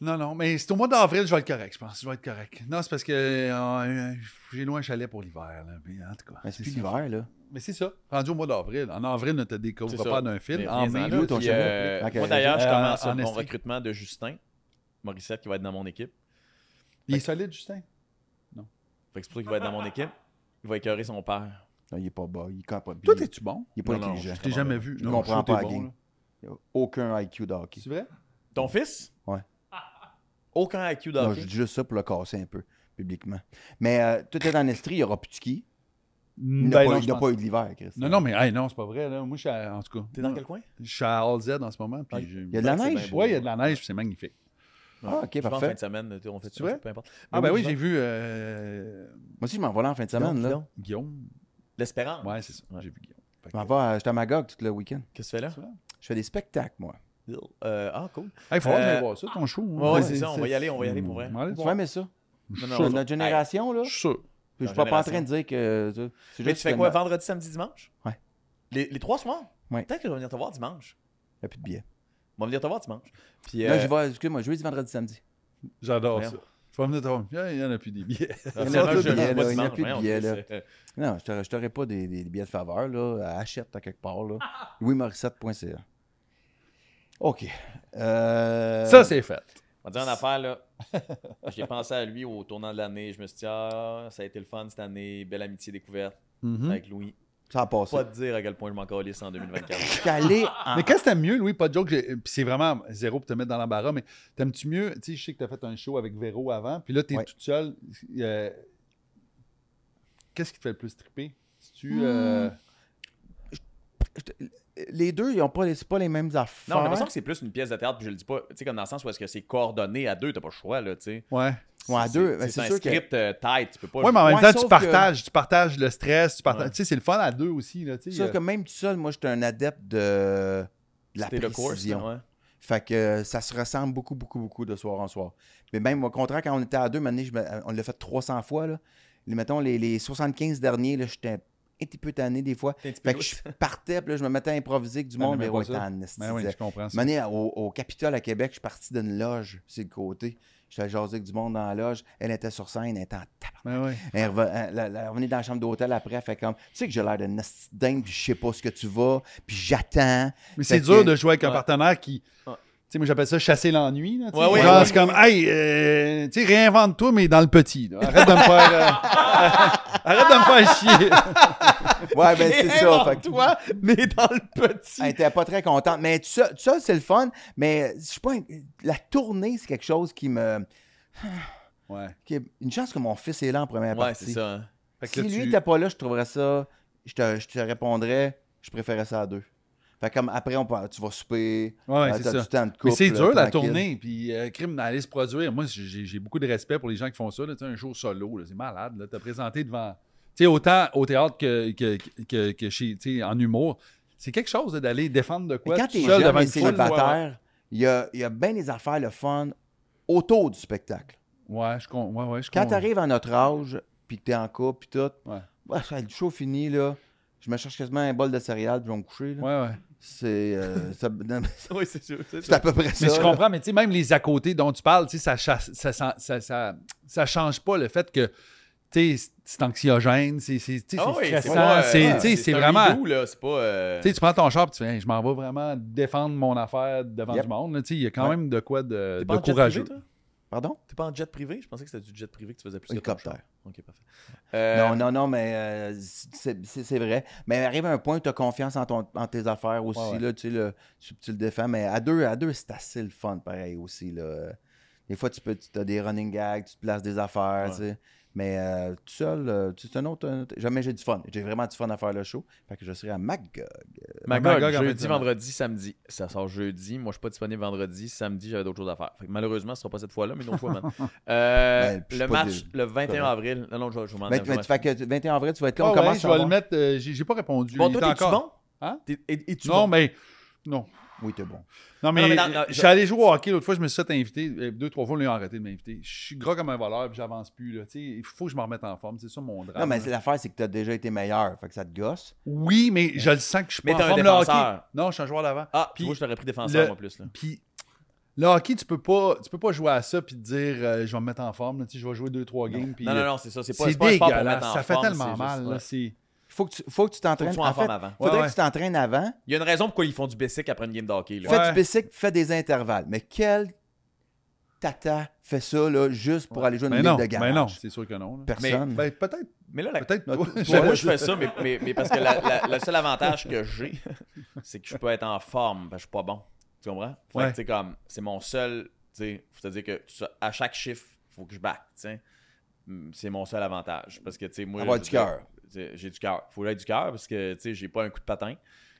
C: Non, non, mais c'est au mois d'avril, je vais être correct, je pense. Je vais être correct. Non, c'est parce que euh, euh, j'ai loin un chalet pour l'hiver, là. Mais en tout cas.
E: Mais c'est plus
C: ça.
E: l'hiver, là.
C: Mais c'est ça. Rendu au mois d'avril. En avril, ne te découvrira
D: C'est
C: pas
D: ça.
C: d'un
D: Mais
C: film. En
D: viens-en
C: mai,
D: là,
E: où ton
D: puis,
E: chalet?
D: euh,
E: Ok, Ah,
D: Moi, d'ailleurs, je
C: euh,
D: commence
C: en
D: mon
C: Estrie.
D: recrutement de Justin Morissette qui va être dans mon équipe.
C: il est solide, Justin.
D: Fait que c'est pour ça qu'il va être dans mon équipe. Il va écœurer son père.
E: Non, il est pas bas. Il est pas
C: Toi, t'es-tu bon?
E: Il est pas
D: Non, non,
E: intelligent.
D: je
C: Je t'ai jamais vu.
E: Je
C: Non,
E: comprends
C: trouve que
E: pas
C: t'es
E: la game.
C: là.
E: Il a Aucun IQ de hockey.
C: C'est vrai?
D: Ton fils?
E: Ouais.
D: Aucun IQ dans
E: Non, je dis juste ça pour le casser un peu, publiquement. Mais euh, tout est en estrie, il n'y aura plus de ski. Il n'a
C: Ben
E: pas,
C: non,
E: il
C: je
E: n'a
C: pense-
E: pas eu de l'hiver, Chris.
C: Non, non, mais hey, non, c'est pas vrai. Là. Moi, je suis à- en tout cas.
D: T'es dans quel coin?
C: Je suis à All Z en ce moment.
D: Ouais.
C: Puis j'ai-
E: Il y a de la
D: Ouais, c'est
E: neige?
D: bien beau.
C: Ouais, il y a de la neige, puis c'est magnifique.
E: Ah, ok,
D: Je vais en
E: parfait.
D: fin de semaine, on fait
C: C'est
D: ça,
C: vrai?
D: peu importe.
C: Ah, ben oui,
D: je
C: j'ai
D: vais-
C: vu euh,
E: Moi aussi, je m'en vais là en fin de semaine.
D: Dis
E: là.
D: donc,
C: Guillaume.
D: L'espérance.
C: Ouais, c'est ça.
D: Ah, Ouais.
C: J'ai vu Guillaume. Fait
E: Je
C: que-
E: m'en vais à, j'étais à Magog tout le week-end.
D: Qu'est-ce que tu fais là?
E: Je fais des spectacles, moi.
D: Euh, ah, cool.
C: Hey, faut aller
D: Euh,
C: voir ça, ton show. hein.
D: ouais, ouais, c'est ça, on va y aller, on va y aller pour vrai.
C: On va aller
E: Tu
C: voir.
E: vas aimer ça?
C: Je
D: Non,
C: suis
D: non,
C: sûr.
E: Notre génération, là.
C: Je suis sûr.
E: Je
D: la
E: suis pas en train de
D: génération.
E: dire que. euh, tu sais, c'est
D: Mais
E: juste
D: tu fais
E: que
D: quoi,
E: ma-
D: vendredi, samedi, dimanche?
E: Ouais.
D: Les, les trois soirs?
E: Ouais.
D: Peut-être que je vais venir te voir dimanche.
E: Il n'y a plus de billets.
D: On va venir te voir dimanche. Puis,
E: Là,
D: euh,
E: je vais, excuse-moi, jeudi, vendredi, samedi.
C: J'adore
D: Merde.
C: ça. Je vais venir te voir. Il y en a plus des
D: [laughs]
C: billets.
D: Ah,
E: Il y en a
D: c'est vrai,
E: plus de
D: je- je
E: billets,
D: vais
E: là,
D: dimanche,
E: il y en a plus de
D: voyons,
E: billets,
D: c'est- euh,
E: Non, je ne t'aurais pas des, des billets de faveur, là. Achète à quelque part,
D: [laughs]
E: là. louismorissette.ca. OK. Euh,
C: Ça, c'est fait.
D: [laughs] On va dire une affaire, là. [laughs] J'ai pensé à lui au tournant de l'année. Je me suis dit, ah, ça a été le fun cette année. Belle amitié découverte
C: Mhm.
E: Hmm.
D: avec Louis.
E: Ça a passé.
D: Pas te dire à quel point je m'en calisse
E: [laughs]
D: en 2024.
E: Je suis allé en...
C: Mais qu'est-ce que t'aimes mieux, Louis, pas de joke, j'ai- puis c'est vraiment zéro pour te mettre dans l'embarras, mais t'aimes-tu mieux, tu sais, je sais que t'as fait un show avec Véro avant, puis là, t'es
E: Ouais.
C: toute seule. euh, qu'est-ce qui te fait le plus triper? tu euh,
E: Les deux, ils ont pas, les- c'est pas les mêmes affaires.
D: non, j'ai l'impression que c'est plus une pièce de théâtre, puis je le dis pas, tu sais, comme dans le sens où est-ce que c'est coordonné à deux, t'as pas le choix, là, tu sais.
C: Ouais.
E: Ouais, à deux, ben,
D: c'est
E: c'est
D: un
E: sûr que-
D: script euh, tight, tu peux pas.
C: Ouais, mais en même
E: Ouais,
C: temps, tu
E: sauf
C: partages, tu partages le stress, tu partages.
D: Ouais.
C: Tu sais, c'est le fun à deux aussi. Là, tu
E: C'est
C: sais,
E: sûr que
C: euh,
E: même tout seul, moi, j'étais un adepte de, de la
D: C'était le course,
E: précision.
D: ouais.
E: Fait que euh, ça se ressemble beaucoup, beaucoup, beaucoup de soir en soir. Mais même au contraire, quand on était à deux, maintenant, je me- on l'a fait 300 fois. Là. Les- mettons, les, les 75 derniers, là, j'étais un petit peu tanné des fois.
D: T'es un petit peu
E: Fait que
D: douce.
E: je partais, puis là, je me mettais à improviser avec du
C: Ah,
E: monde,
C: mais
E: mais
C: pas
E: ouais,
C: ça.
E: t'es en esti,
C: ben oui,
E: disais.
C: je comprends ça.
E: Maintenant, au, au Capitole à Québec, je suis parti d'une loge, c'est le côté. J'étais jasé avec du monde dans la loge. Elle était sur scène, elle était en tabarnak.
C: Ben ouais.
E: Elle, reve- elle- elle- elle est revenue dans la chambre d'hôtel après, elle fait comme, tu sais que j'ai l'air de nasty dingue, puis je sais pas ce que tu vas, puis
C: [laughs]
E: j'attends.
C: Mais
E: Fait
C: c'est
E: que-
C: dur de jouer avec un
D: Ouais.
C: partenaire qui.
D: Ouais.
C: Tu sais, moi, j'appelle ça chasser l'ennui. là, tu sais.
D: Ouais, ouais,
C: Genre,
D: ouais.
C: c'est comme, hey, euh, tu sais, réinvente-toi, mais dans le petit. là. Arrête de me faire. euh, [laughs] Arrête de me faire chier.
E: Ouais, ben
D: [laughs]
E: c'est ça. Fait que- [laughs]
D: toi, mais dans le petit.
E: Elle était pas très contente. Mais tout ça, tout ça, c'est le fun. Mais je sais pas, la tournée, c'est quelque chose qui me.
C: Ouais.
E: qui est- Une chance que mon fils est là en première
D: Ouais,
E: partie.
D: c'est ça. hein. [laughs]
C: Fait que
E: Si
C: là,
E: lui
C: tu-
E: n'était pas là, je trouverais ça. Je te, je te répondrais, je préférais ça à deux. Fait comme après, on parle, tu vas souper.
C: Ouais, ouais,
E: euh,
C: c'est
E: t'as
C: ça.
E: du temps de
C: Mais
E: couple,
C: c'est dur la
E: tranquille.
C: tournée, puis euh, crime d'aller se produire. Moi, j'ai j'ai beaucoup de respect pour les gens qui font ça. Là, Tu sais, un show solo, là, c'est malade. là. T'as présenté devant. Tu sais, autant au théâtre que, que, que, que chez, tu sais, en humour. C'est quelque chose là, d'aller défendre de
E: Mais
C: quoi
E: quand
C: tout
E: t'es
C: seul
E: jeune
C: devant
E: et
C: une foule. Ouais,
E: célibataire, il y a, il y a bien des affaires le fun autour du spectacle.
C: ouais, je con- ouais, ouais, je
E: Quand
C: con-
E: t'arrives à notre âge, puis que t'es en couple, puis tout,
C: Ouais.
E: bah, ça, le show fini, là. Je me cherche quasiment un bol de céréales, puis je vais me coucher. là.
C: Ouais, ouais.
E: C'est
D: [laughs]
E: euh, ça- non, mais c'est-
D: Oui, c'est sûr. c'est
E: c'est
D: sûr.
E: à peu près ça.
C: Mais je
E: là.
C: comprends, mais tu sais, même les à côté dont tu parles, tu sais, ça, chasse- ça, ça, ça, ça- ça change pas le fait que, tu sais, c'est anxiogène, c'est c'est- tu sais,
D: Ah
C: c'est
D: oui,
C: stressant,
D: pas, euh,
C: c'est- tu sais, c'est
D: un
C: vraiment...
D: redo, là, c'est pas. euh,
C: Tu sais, tu prends ton char et tu fais, Hey, je m'en vais vraiment défendre mon affaire devant
E: Yep.
C: du monde. là. Tu sais, il y a quand
E: Ouais.
C: même de quoi de,
D: T'es pas
C: de
D: en jet
C: courageux.
D: privé, toi?
E: Pardon?
D: T'es pas en jet privé? Je pensais que c'était du jet privé que tu faisais plus que ton
E: Hélicoptère.
D: show. Ok, parfait. Euh,
E: Non, non, non, mais euh, c'est c'est- c'est vrai. Mais arrive un point où tu as confiance en, ton- en tes affaires aussi.
C: Ouais, ouais.
E: Là, tu, sais, le, tu, tu le défends. Mais à deux, à deux c'est assez le fun, pareil aussi. Là. Des fois, tu peux, tu as des running gags, tu te places des affaires.
D: Ouais.
E: tu sais. Mais euh, tout seul, euh, tu sais, c'est un autre. un autre- Jamais j'ai du fun. J'ai vraiment du fun à faire le show. Fait que je serai à McGug.
D: Magog,
C: Magog en fin de
D: jeudi,
C: semaine.
D: vendredi, samedi. Ça sort jeudi. Moi, je suis pas disponible vendredi. Samedi, j'avais d'autres choses à faire. Fait que malheureusement, ce sera pas cette fois-là, mais une autre
C: [laughs]
D: fois, man.
E: Ben,
D: Euh,
E: je suis
D: le
E: pas
D: match,
E: dé-
D: le 21
E: correct.
D: avril. Non, non, je, je m'en
E: Vingt-
D: je m'en-
E: vingt- fait que 21 avril, tu vas être là.
C: Ouais,
E: on
C: Ah ouais,
E: commence
C: je
E: en
C: vais le
E: bon.
C: mettre. euh, J'ai j'ai pas répondu.
D: Bon,
C: Il
D: toi,
C: est
D: t'es-tu
C: encore-
D: bon?
C: Hein?
D: T'es- et- Es-tu
C: Non,
D: bon?
C: mais. Non.
E: Oui, t'es bon.
C: Non, mais,
D: non, mais dans- dans-
C: je suis allé jouer au hockey l'autre fois, je me suis fait inviter. euh, Deux, trois fois, on l'a arrêté de m'inviter. Je suis gras comme un voleur, puis j'avance plus. Là, Tu sais, il faut que je me remette en forme. C'est ça mon
D: Ah,
C: drame.
E: Non, mais
C: là.
E: c'est- l'affaire, c'est que tu as déjà été meilleur. Fait que ça te gosse.
C: Oui, mais je le sens que je suis
D: Mais
C: pas en
D: t'es un
C: forme, le hockey.
D: défenseur.
C: Non, je suis un joueur d'avant.
D: Ah,
C: Puis-
D: tu vois, je t'aurais pris défenseur,
C: le-
D: moi, plus. Là.
C: Puis le hockey, tu peux pas, tu peux pas jouer à ça puis te dire euh, je vais me mettre en forme, là, tu sais, je vais jouer deux trois games. puis,
D: Non, non,
C: euh,
D: non, c'est ça. C'est pas,
C: C'est
D: c'est pas un sport pour
C: dégueulasse,
D: mettre en
C: ça fait
D: forme,
C: tellement
D: c'est
C: mal.
D: juste-
C: là,
D: ouais.
C: c'est-
E: Faut que tu, faut que tu
D: Faut que
E: t'entraînes.
D: tu sois en
E: en fait,
D: forme avant.
E: faudrait
C: Ouais,
E: que tu t'entraînes avant.
D: Il y a une raison pourquoi ils font du basic après une game de hockey. Là.
E: Fais
C: Ouais.
E: du bicycle, fais des intervalles. Mais quel tata fait ça là, juste pour aller jouer une
C: Mais
E: ligue
C: non,
E: de
C: mais
E: garage?
C: non, c'est sûr que non. là.
E: Personne.
C: Ben, peut-être,
D: Mais là, la,
C: peut-être.
E: Notre-
C: toi.
D: Moi,
C: J'avais-
D: moi, je fais ça, mais, mais- mais parce que la- la- le seul avantage que j'ai, [laughs] c'est que je peux être en forme, parce que je suis pas bon. Tu comprends? Fait que,
C: Ouais.
D: tu sais, comme, c'est mon seul. Tu sais, c'est-à-dire que tu sais, à chaque chiffre, faut que je back. tu sais. Mm, C'est mon seul avantage. Parce que, tu sais, moi.
E: Avoir
D: je veux
E: du
D: dire,
E: cœur.
D: tu sais, J'ai du cœur. Faut avoir du cœur parce que, tu sais, j'ai pas un coup de patin.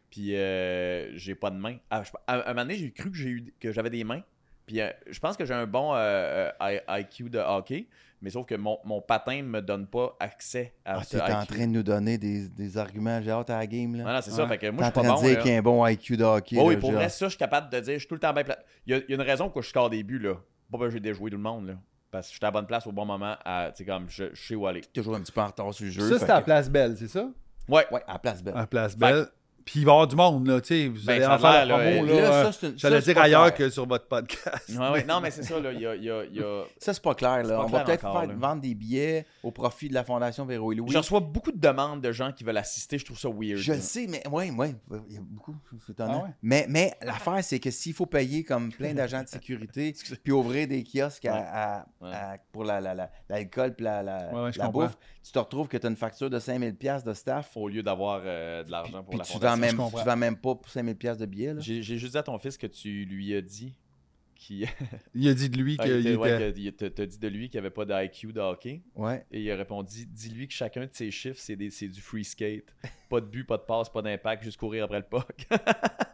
D: Puis, euh, j'ai pas de main. Ah, je- à, un moment donné, j'ai cru que j'ai eu- que j'avais des mains. Puis, euh, je pense que j'ai un bon euh, euh, I- IQ de hockey. Mais sauf que mon, mon patin ne me donne pas accès à
E: Ah,
D: ce
E: t'es en
D: IQ.
E: train de nous donner des, des arguments, j'ai hâte à la game là.
D: Non, non, c'est ça.
C: Ouais.
D: Fait que moi,
E: T'es
D: je
E: en train
D: suis pas
E: de
D: bon.
E: dire
D: là.
E: qu'il y a un bon IQ de hockey.
D: Oh, oui,
E: là,
D: pour
E: genre.
D: vrai, ça, je suis capable de dire, je suis tout le temps bien plat. Il y, a, il y a une raison pourquoi je score des buts, là. Pas parce que j'ai déjoué tout le monde, là. Parce que j'étais à la bonne place au bon moment, à, tu sais, comme, je, je sais où aller.
E: toujours un petit peu en retard sur le jeu.
C: ça,
E: fait
C: c'était à Ah,
E: que-
C: Place Belle, c'est ça?
D: Ouais.
E: Ouais, à la place belle.
C: À Place Belle. Puis il va y avoir du monde, là, tu sais. Vous
D: Ben,
C: allez
D: ça a
C: en faire la
D: l'air, là,
C: promo,
E: Et
C: là.
E: là,
C: euh,
E: ça, c'est une-
C: J'allais
E: ça, c'est
C: dire
E: pas
C: ailleurs
E: clair.
C: que sur votre podcast.
D: Ouais, ouais. Non, mais c'est ça, là. Il y a. il y a- il y a-
E: Ça, c'est pas clair
D: C'est
E: là.
D: pas
E: On
D: clair
E: va peut-être
D: encore,
E: faire
D: là.
E: vendre des billets au profit de la Fondation Véro et Louis.
D: Je reçois beaucoup de demandes de gens qui veulent assister. Je trouve ça weird.
E: Je
D: là.
E: le sais, mais oui, oui, il y a beaucoup, c'est étonnant.
C: Ah ouais?
E: Mais, mais l'affaire, c'est que s'il faut payer comme plein d'agents de
D: [laughs]
E: sécurité, puis ouvrir des kiosques à- à-
D: Ouais.
E: à- pour la- la- la- l'alcool puis la, la,
C: Ouais, ouais, je
E: la
C: comprends.
E: bouffe, tu te retrouves que tu as une facture de 5000 pièces de staff,
D: Au lieu d'avoir euh, de
E: puis,
D: l'argent pour
E: puis
D: la
E: tu vends
D: fondation.
E: même,
C: je comprends.
E: tu vends même pas pour 5000 pièces de billets. là.
D: J'ai j'ai juste dit à ton fils que tu lui as dit
E: [laughs]
D: qu'il
C: Il a dit de lui
D: ah,
C: qu'il
D: il
C: était.
D: était- ouais, que il te- te dit de lui qu'il n'y avait pas d'IQ de hockey.
E: Ouais.
D: Et il a répondu Dis-lui que chacun de ses chiffres, c'est, des- c'est du free skate. Pas de but, pas de passe, pas d'impact, juste courir après le puck. [laughs]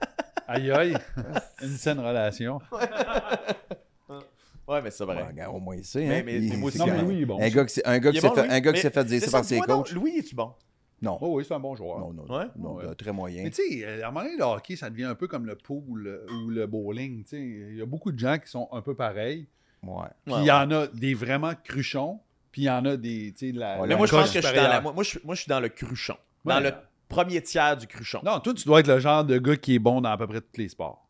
C: [laughs] Aïe, aïe. Une saine relation.
D: ouais, mais c'est
E: Bon,
D: vrai.
E: regarde, au moins c'est.
D: Mais-
E: hein.
D: mais-
E: Il-
D: mais moi
E: c'est
D: aussi,
E: quand
D: mais
E: même-
C: oui, bon.
E: Un gars qui s'est un gars qui
D: Il est
E: s'est
D: bon,
E: fait,
D: lui?
E: un gars qui
D: Mais
E: s'est fait dire ça
D: c'est
E: par
D: ça,
E: ses
D: toi, non?
E: coachs.
D: Louis, es-tu bon
E: Non,
C: Oh oui, c'est un bon joueur.
E: non, non,
D: Ouais?
E: non,
C: Ouais.
E: de très moyen.
C: Mais tu sais, euh, à un moment donné, le hockey, ça devient un peu comme le pool euh, ou le bowling. tu sais. Il y a beaucoup de gens qui sont un peu pareils.
E: Ouais.
C: Puis
D: Ouais,
C: il y en a des vraiment cruchons, puis il y en a des, tu sais, de la...
E: Ouais,
D: Mais
C: la
D: moi, je pense
C: coche
D: que je suis dans, la,
C: supérieure.
D: moi, moi, je, moi, je suis dans le cruchon. Dans
C: Ouais.
D: le premier tiers du cruchon.
C: Non, toi, tu dois être le genre de gars qui est bon dans à peu près tous les sports.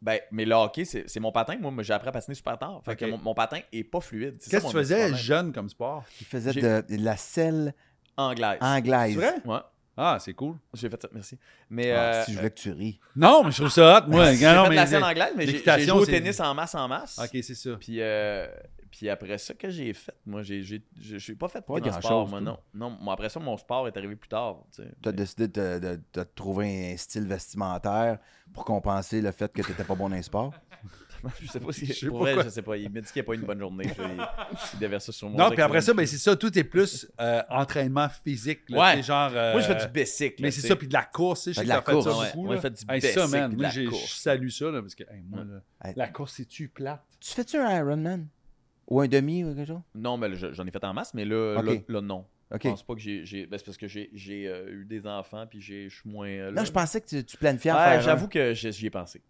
D: Ben, mais le hockey, c'est c'est mon patin. Moi, moi, j'ai appris à patiner super tard. Fait
C: Ok.
D: que mon, mon patin est pas fluide. C'est
C: Qu'est-ce
D: ça,
C: que tu
D: mon
C: faisais
D: problème.
C: jeune comme sport?
E: Il faisait
D: J'ai-
E: de, de la selle
D: Anglaise.
E: anglaise.
C: C'est vrai?
D: Ouais,
C: Ah, c'est cool.
D: j'ai fait ça. Merci. Mais.
E: Ah,
D: euh,
E: si je voulais que tu ris.
C: Non, mais je trouve ça hot, moi.
D: j'ai
C: Non, Ah non,
D: fait de la
C: mais-
D: scène anglaise, mais j'ai- j'ai
C: l'équitation,
D: joué au
C: c'est-
D: tennis en masse, en masse.
C: Ok, c'est ça.
D: Puis, euh, puis après ça, que j'ai fait? Moi, j'ai- j'ai- je je suis pas fait pour
E: Pas
D: le
E: grand-chose,
D: sport, moi,
E: toi.
D: non. Non, moi, après ça, mon sport est arrivé plus tard. tu sais.
E: Tu as décidé de, te- de- de te trouver un style vestimentaire pour compenser le fait que tu n'étais pas bon dans les sports.
D: [laughs] je sais pas si.
C: [laughs] Je sais
D: pour
C: pas
D: vrai,
C: quoi.
D: je sais pas. Il m'a dit qu'il n'y a pas eu une bonne journée. Je- il, il déverse ça sur moi.
C: Non, puis après ça, ben, c'est ça, tout est plus euh, entraînement physique. Là,
D: Ouais.
C: t'sais, genre, euh,
D: Moi, je fais du bicycle.
C: Mais
D: là,
C: c'est
D: tu sais.
C: ça, puis de la course, tu sais,
E: Fait
C: je sais
E: de
C: que
E: la
C: t'as fait ça
E: course,
D: ouais.
C: beaucoup.
D: Moi,
C: là.
D: j'ai fait du
C: Hey,
D: bicycle,
C: ça, man,
D: puis de
C: moi,
D: la
C: j'ai- je
D: course.
C: salue ça, là, parce que hey, moi,
D: Ouais.
C: là,
E: Hey.
C: la course, c'est-tu plate?
E: [laughs] Tu fais-tu un Ironman? Ou un demi ou quelque chose?
D: Non, mais là, je- j'en ai fait en masse, mais là,
E: Ok.
D: là, là, non.
E: OK.
D: Je pense pas que j'ai. j'ai- ben, c'est parce que j'ai j'ai, euh, eu des enfants, puis j'ai- je suis moins. euh, là.
E: Non, je pensais que tu, tu planifiais en
D: Ouais,
E: faire hein. un.
D: J'avoue que j'y j'y ai pensé.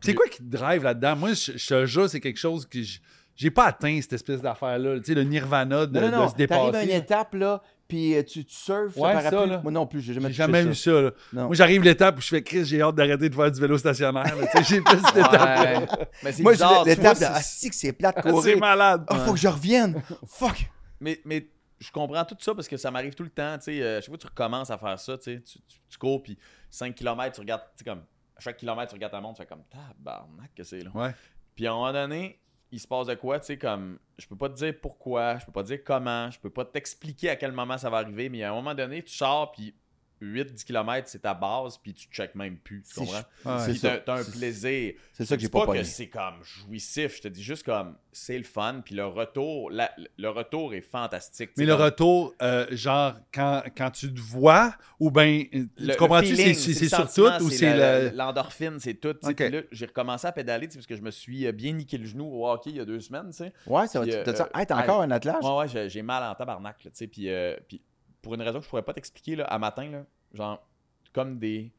C: C'est
D: Je-
C: quoi qui te drive là-dedans? Moi, je, je te jure, c'est quelque chose que je- j'ai pas atteint, cette espèce d'affaire-là. Tu sais, le nirvana de,
E: Non, non,
C: de
E: non.
C: se
E: T'arrives à une
C: dépasser.
E: étape, là, puis euh, tu, tu surfes sur
C: Ouais,
E: le parapluie.
C: ça, là.
E: Moi non plus, j'ai jamais
C: J'ai
E: touché
C: jamais
E: ça.
C: eu ça, là.
E: Non.
C: Moi, j'arrive l'étape où je fais Chris, j'ai hâte d'arrêter de faire du vélo stationnaire. là. Tu sais, J'ai plus cette étape.
D: Mais c'est
E: Moi, j'ai
D: bizarre. tu vois,
E: l'étape de
D: c'est-
E: Ah, si que c'est plate
C: [laughs] C'est
E: courir.
C: malade.
E: Ah, faut que je revienne. Fuck.
D: Mais, mais je comprends tout ça parce que ça m'arrive tout le temps. Tu sais, euh, chaque fois que tu recommences à faire ça, tu, sais, tu, tu- tu cours, puis 5 km, tu regardes, tu sais, comme, à chaque kilomètre, tu regardes ta montre, tu fais comme, tabarnak que c'est long.
C: Ouais.
D: Puis à un moment donné, il se passe de quoi, tu sais, comme, je peux pas te dire pourquoi, je peux pas te dire comment, je peux pas t'expliquer à quel moment ça va arriver, mais à un moment donné, tu sors, puis 8-10 km, c'est ta base, puis tu check même plus, tu
E: Si
D: comprends?
C: Ouais.
E: c'est
D: Puis t'as
E: ça.
D: t'as un
E: C'est-
D: plaisir.
E: C'est ça que
D: Je
E: j'ai
D: dis pas,
E: pas
D: que
E: pogné.
D: c'est comme jouissif, je te dis juste comme c'est le fun, puis le retour, la- le retour est fantastique.
C: Mais
D: Tu
C: le
D: sais, comme-
C: retour, euh, genre, quand, quand tu te vois, ou bien,
D: le-
C: tu
D: le
C: comprends-tu, c'est-
D: feeling,
C: c'est
D: le
C: c'est sur
D: sentiment,
C: tout ou
D: c'est
C: c'est
D: la-
C: le.
D: l'endorphine, c'est tout. tu sais.
C: Ok.
D: Puis là, j'ai recommencé à pédaler tu sais, parce que je me suis euh, bien niqué le genou au hockey il y a deux semaines, tu sais.
E: Ouais, ça va.
D: Puis, euh,
E: T'as ça. Hey, t'as
D: euh,
E: encore un attelage?
D: Ouais, ouais, j'ai- j'ai mal en tabarnak, là, tu sais. Puis, euh, puis pour une raison que je pourrais pas t'expliquer, là, à matin, là, genre, comme des.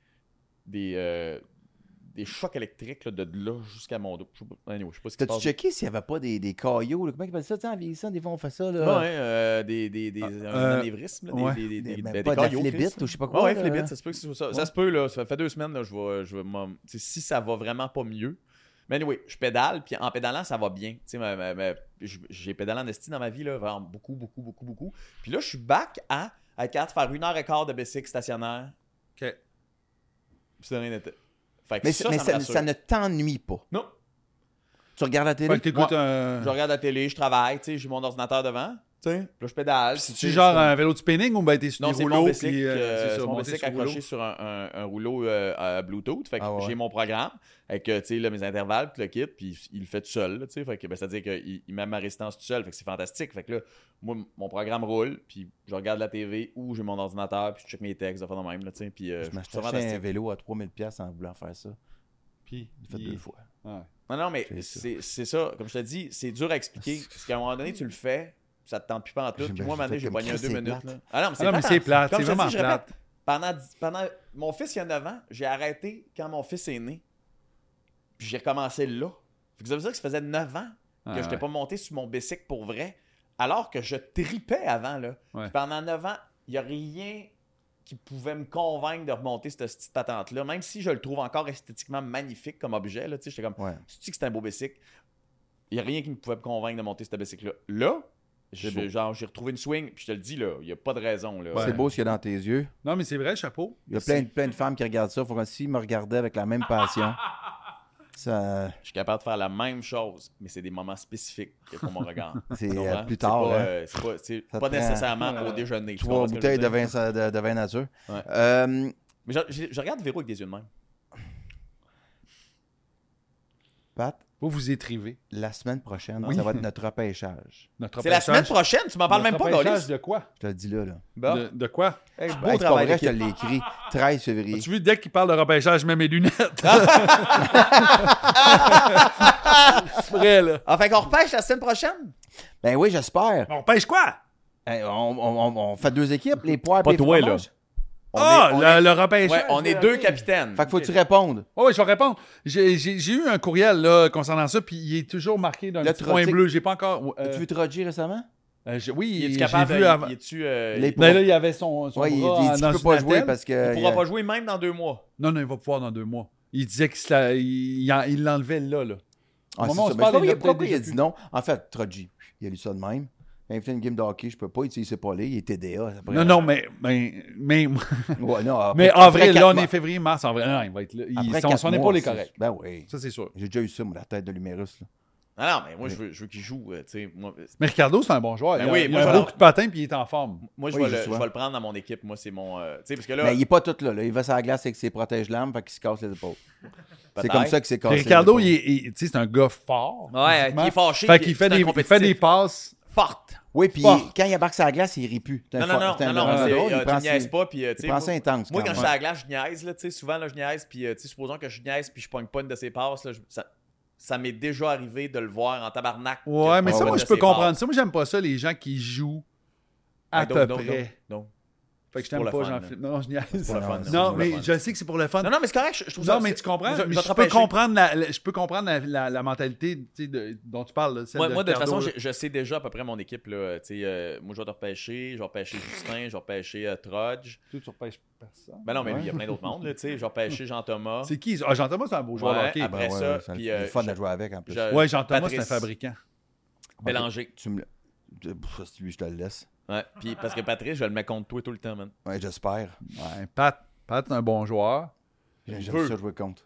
D: des. euh, des chocs électriques là, de là jusqu'à mon dos. Je sais pas, anyway, je sais pas ce qui se
E: T'as-tu
D: passe.
E: checké s'il n'y avait pas des, des caillots? là? Comment ils appellent ça? Tu sais, en vieillissant, des fois, on fait ça. Ah,
D: Ouais,
E: Là.
D: ouais, euh, des, des, des, un
C: euh,
D: anévrisme, là,
C: ouais.
D: des, des, des,
E: Des-
D: des,
E: ben,
D: des
E: pas de la
D: caillots, Chris,
E: flébite
D: là.
E: ou je sais pas
D: Ouais,
E: quoi.
D: ouais,
E: là.
D: flébite, ça se peut que ce soit ça. Ça se peut, là. Ça fait deux semaines, là, je vais. Je vais m'en- tu sais, si ça va vraiment pas mieux. Mais anyway, je pédale, puis en pédalant, ça va bien. Tu sais, ma- ma- ma- je- j'ai pédalé en esti dans ma vie, là, vraiment beaucoup, beaucoup, beaucoup, beaucoup. Puis là, je suis back à être capable de faire une heure et quart de bicycle stationnaire.
C: Ok.
D: Puis ça rien n'était. Fait que
E: Mais,
D: ça,
E: mais
D: ça,
E: ça,
D: me rassure.
E: ça ne t'ennuie pas.
D: Non,
E: Tu regardes la télé?
C: Fait que t'écoutes un.
D: je regarde la télé, je travaille, tu sais, j'ai mon ordinateur devant. Tu sais, puis là, je pédale. puis tu
C: C'est-tu
D: sais,
C: genre
D: je fais-
C: un vélo de spinning ou ben t'es sur
D: Non,
C: des
D: c'est mon
C: rouleaux
D: bicycle,
C: puis
D: euh,
C: euh,
D: c'est mon
C: monté
D: bicycle
C: sur le
D: accroché
C: rouleau.
D: sur un, un- un rouleau euh, euh, Bluetooth. Fait que
E: Ah ouais.
D: j'ai mon programme avec euh, tu sais, là, mes intervalles, puis le kit, puis il le fait tout seul. là, tu sais. Fait que, ben, C'est-à-dire qu'il il met ma résistance tout seul. Fait que c'est fantastique. Fait que là, moi, m- mon programme roule, puis je regarde la TV ou j'ai mon ordinateur, puis je check mes textes, enfin de même. Là, tu sais, puis, euh,
E: Je
D: je trouve ça
E: m'achetais acheté un
D: fantastique.
E: vélo à 3000$ en voulant faire ça.
C: Puis,
E: J'ai fait
C: il-
E: deux fois.
C: Ouais.
D: Non, non, mais
E: C'est ça.
D: c'est c'est ça. Comme je te dis, c'est dur
E: [laughs]
D: à expliquer. Parce qu'à un moment donné, tu le fais, ça te tente plus pas en tout.
E: J'ai- ben,
D: Puis moi, à un moment donné,
E: j'ai
D: j'ai
E: fait
D: pogné un
E: comme
D: deux
E: Chris, c'est
D: minutes.
E: plate.
D: là. Ah non, mais
C: Ah non, mais
D: plate.
C: c'est plate,
D: Comme
C: c'est
D: je te
C: vraiment
D: dis, je
C: plate.
D: pendant, dix- pendant mon fils, il y a 9 ans, j'ai arrêté quand mon fils est né. Puis j'ai recommencé là. Fait que ça veut dire que ça faisait 9 ans que
C: Ah,
D: je n'étais
C: ouais.
D: pas monté sur mon bicycle pour vrai, alors que je tripais avant. Là.
C: Ouais.
D: Puis Pendant 9 ans, il n'y a rien qui pouvait me convaincre de remonter cette petite patente-là, même si je le trouve encore esthétiquement magnifique comme objet. Là, tu sais, j'étais comme,
E: Ouais.
D: tu que c'est un beau bicycle? Il n'y a rien qui me pouvait me convaincre de monter ce bicycle-là. Là,
E: C'est
D: j'ai-
E: beau.
D: genre, j'ai retrouvé une swing, puis je te le dis, là, il n'y a pas de raison. Là.
C: Ouais.
E: C'est beau ce qu'il y a dans tes yeux.
C: Non, mais c'est vrai, chapeau.
E: Il y a plein, de- plein de femmes qui regardent ça. Faut que s'ils me regardaient avec la même
D: [laughs]
E: passion, ça,
D: Je suis capable de faire la même chose, mais c'est des moments spécifiques que pour
E: [laughs]
D: mon regard.
E: c'est
D: Tu
E: euh,
D: comprends?
E: plus tard.
D: C'est pas,
E: hein.
D: euh, c'est pas, c'est
E: Ça
D: pas
E: te prend
D: nécessairement au déjeuner. tu
E: Trois
D: comprends ce que je veux
E: bouteilles de
D: dire?
E: vin, ça- de, de vin nature.
D: Ouais.
E: Euh,
D: Mais je, je- je regarde Véro avec des yeux de même.
E: Pat,
C: Vous vous étrivez.
E: la semaine prochaine,
C: Oui.
E: ça va être notre repêchage.
C: Notre
D: C'est la semaine
C: repêchage-
D: prochaine, tu m'en parles même
C: notre
D: pas,
C: repêchage
D: Gaulis.
C: de quoi?
E: Je te le dis là. là.
D: Bon.
C: De, de quoi?
D: Hey,
E: Hey,
D: beau
E: c'est pas
D: travail.
E: vrai, je te
D: d'équipe.
E: l'ai écrit. 13 février.
C: As-tu vu, dès qu'il parle de repêchage, je mets mes lunettes.
D: Ah.
C: [laughs] Prêt, là.
D: Enfin, qu'on repêche la semaine prochaine.
E: Ben oui, j'espère.
C: On repêche quoi?
E: Hey, on, on- on- on fait deux équipes, les poires
D: Pas
E: et les
D: toi, là.
E: fromages.
D: On
C: ah,
D: est- on
C: le, le repêchage.
D: Ouais, on est deux capitaines.
E: Fait que faut que tu répondes.
C: Oh, oui, je vais répondre. J'ai j'ai- j'ai eu un courriel là, concernant ça, puis il est toujours marqué d'un
E: Le
C: petit point
E: trottique.
C: bleu. J'ai pas encore. euh,
E: As-tu vu Trodgy récemment?
C: euh, j'ai- oui,
D: Il est
C: j'ai
D: capable
C: vu avant.
D: il- il est-tu, euh,
E: Les-
D: il-
C: Mais là, il avait son, son
E: Ouais, il,
C: bras
E: il dit
C: dans
E: qu'il peut
C: une
E: pas jouer
C: attelle.
E: parce que. euh, ah,
D: il pourra
E: il-
D: pas jouer même dans deux mois.
C: Non, non, il va pouvoir dans deux mois. Il disait qu'il se la- il il en- il l'enlevait là, là.
E: Ah,
C: Au
E: c'est
C: moment où on
E: ça.
C: se
E: Mais
C: parle,
E: pourquoi
C: il
E: il
C: l'a
E: pourquoi
C: peut-être
E: il a
C: déjà
E: dit non? En fait, Troji, il a lu ça de même. Il a fait une game de hockey, je peux pas, il s'est- il s'est pas allé, il était DA. après.
C: Non, non, mais, mais, mais,
E: [laughs] Ouais, non, après-
C: Ah, mais en vrai,
E: après
C: là, on
E: quatre
C: est février, mars, en vrai, non, il va être là. Il-
E: mois- après
C: son
E: quatre
C: son
E: mois,
C: épaule est
E: c'est-
C: correcte.
E: Ben oui.
C: Ça, c'est sûr.
E: J'ai déjà eu ça, moi, la tête de l'humérus. là.
D: Non, non, mais moi, je veux, je veux qu'il joue. euh, tu sais, moi,
C: Mais Ricardo, c'est un bon joueur.
D: Ben
C: il a,
D: oui,
C: il
D: moi,
C: a
D: je
C: un
D: l'adore.
C: beau coup de patin puis il est en forme.
D: moi je,
E: Oui,
D: vais
E: je
D: le,
E: sais.
D: je vais le prendre dans mon équipe. Moi, c'est mon. euh, tu sais, parce que là.
E: Mais il est pas tout là, là. Il va sur la glace avec ses protège-lames, fait qu'il se casse les épaules. C'est
D: peut-être.
E: comme ça que c'est
C: Puis
E: cassé.
C: Ricardo,
E: les
C: il
E: épaules.
C: est- il- tu sais, c'est un gars fort.
D: Ouais,
C: physiquement.
D: qui est fâché.
C: Fait
D: qui-
C: qu'il
D: c'est
C: fait,
D: un
C: des- il
D: compétitif.
C: fait des passes.
D: Forte.
E: Oui, puis
C: fort.
E: il- quand il embarque sur la glace, il rit plus. C'est un
D: Non, non,
E: fort-
D: non,
E: c'est un
D: non, non,
E: drôle,
D: c'est,
E: il
D: euh,
E: prend
D: tu niaises
E: ses-
D: pas, puis, euh, tu
E: il
D: sais,
E: prend
D: moi-
E: ça intense.
D: Moi, quand je suis
E: même.
D: à la glace, je niaise, là, tu sais, souvent, là, je niaise, puis, euh, tu sais, supposons que je niaise, puis je pogne pas une de ses passes, là, je- ça, ça m'est déjà arrivé de le voir en tabarnak.
C: Ouais, mais
E: Ah
C: ça,
E: ouais.
C: moi, je peux comprendre ça. Moi, j'aime pas ça, les gens qui jouent
D: Ah,
C: à peu près.
D: Non,
C: Fait que je
D: C'est pour
C: t'aime
D: le
C: pas,
D: fun,
C: Jean-Philippe. Non, non, je niaise.
D: pour le fun,
E: Non,
D: c'est
C: Non,
D: pour le
C: mais
D: fun.
C: je sais que c'est pour le fun.
D: Non, non, mais c'est correct, je, je trouve ça.
C: Non, mais tu comprends.
D: je- je
C: mais
D: vais
C: Je,
D: te
C: peux
D: repêcher.
C: comprendre la, la- je peux comprendre la, la- la mentalité tu sais, de- dont tu parles. là, celle
D: Moi, moi, de toute
C: Ricardo,
D: façon,
C: là.
D: je, je sais déjà à peu près mon équipe, là, tu sais, euh, moi, je vais te repêcher, je vais repêcher Justin, je vais repêcher euh, Trudge.
C: Tu, tu repêches personne.
D: Ben non, mais lui,
E: Ouais.
D: il y a plein d'autres mondes, là, tu sais, je
C: [laughs]
D: vais repêcher Jean-Thomas.
C: C'est qui ça? Ah, Jean-Thomas, c'est un beau joueur
D: Ouais,
C: de hockey.
D: après-
E: Ben euh, ouais,
D: ça,
E: c'est
D: puis,
E: le
D: euh,
E: fun
D: je-
E: à jouer avec en plus.
D: je-
C: Ouais, Jean-Thomas, c'est un
D: Patrice.
C: fabricant.
D: Bélanger.
E: Ah, Tu me le- de- pff, c'est lui, je te le laisse.
D: Ouais, puis parce que Patrice, je le mets contre toi tout le temps, man.
E: Ouais, j'espère.
C: Ouais, Pat, Pat, c'est un bon joueur.
E: J'aime
D: veut.
E: ça jouer contre.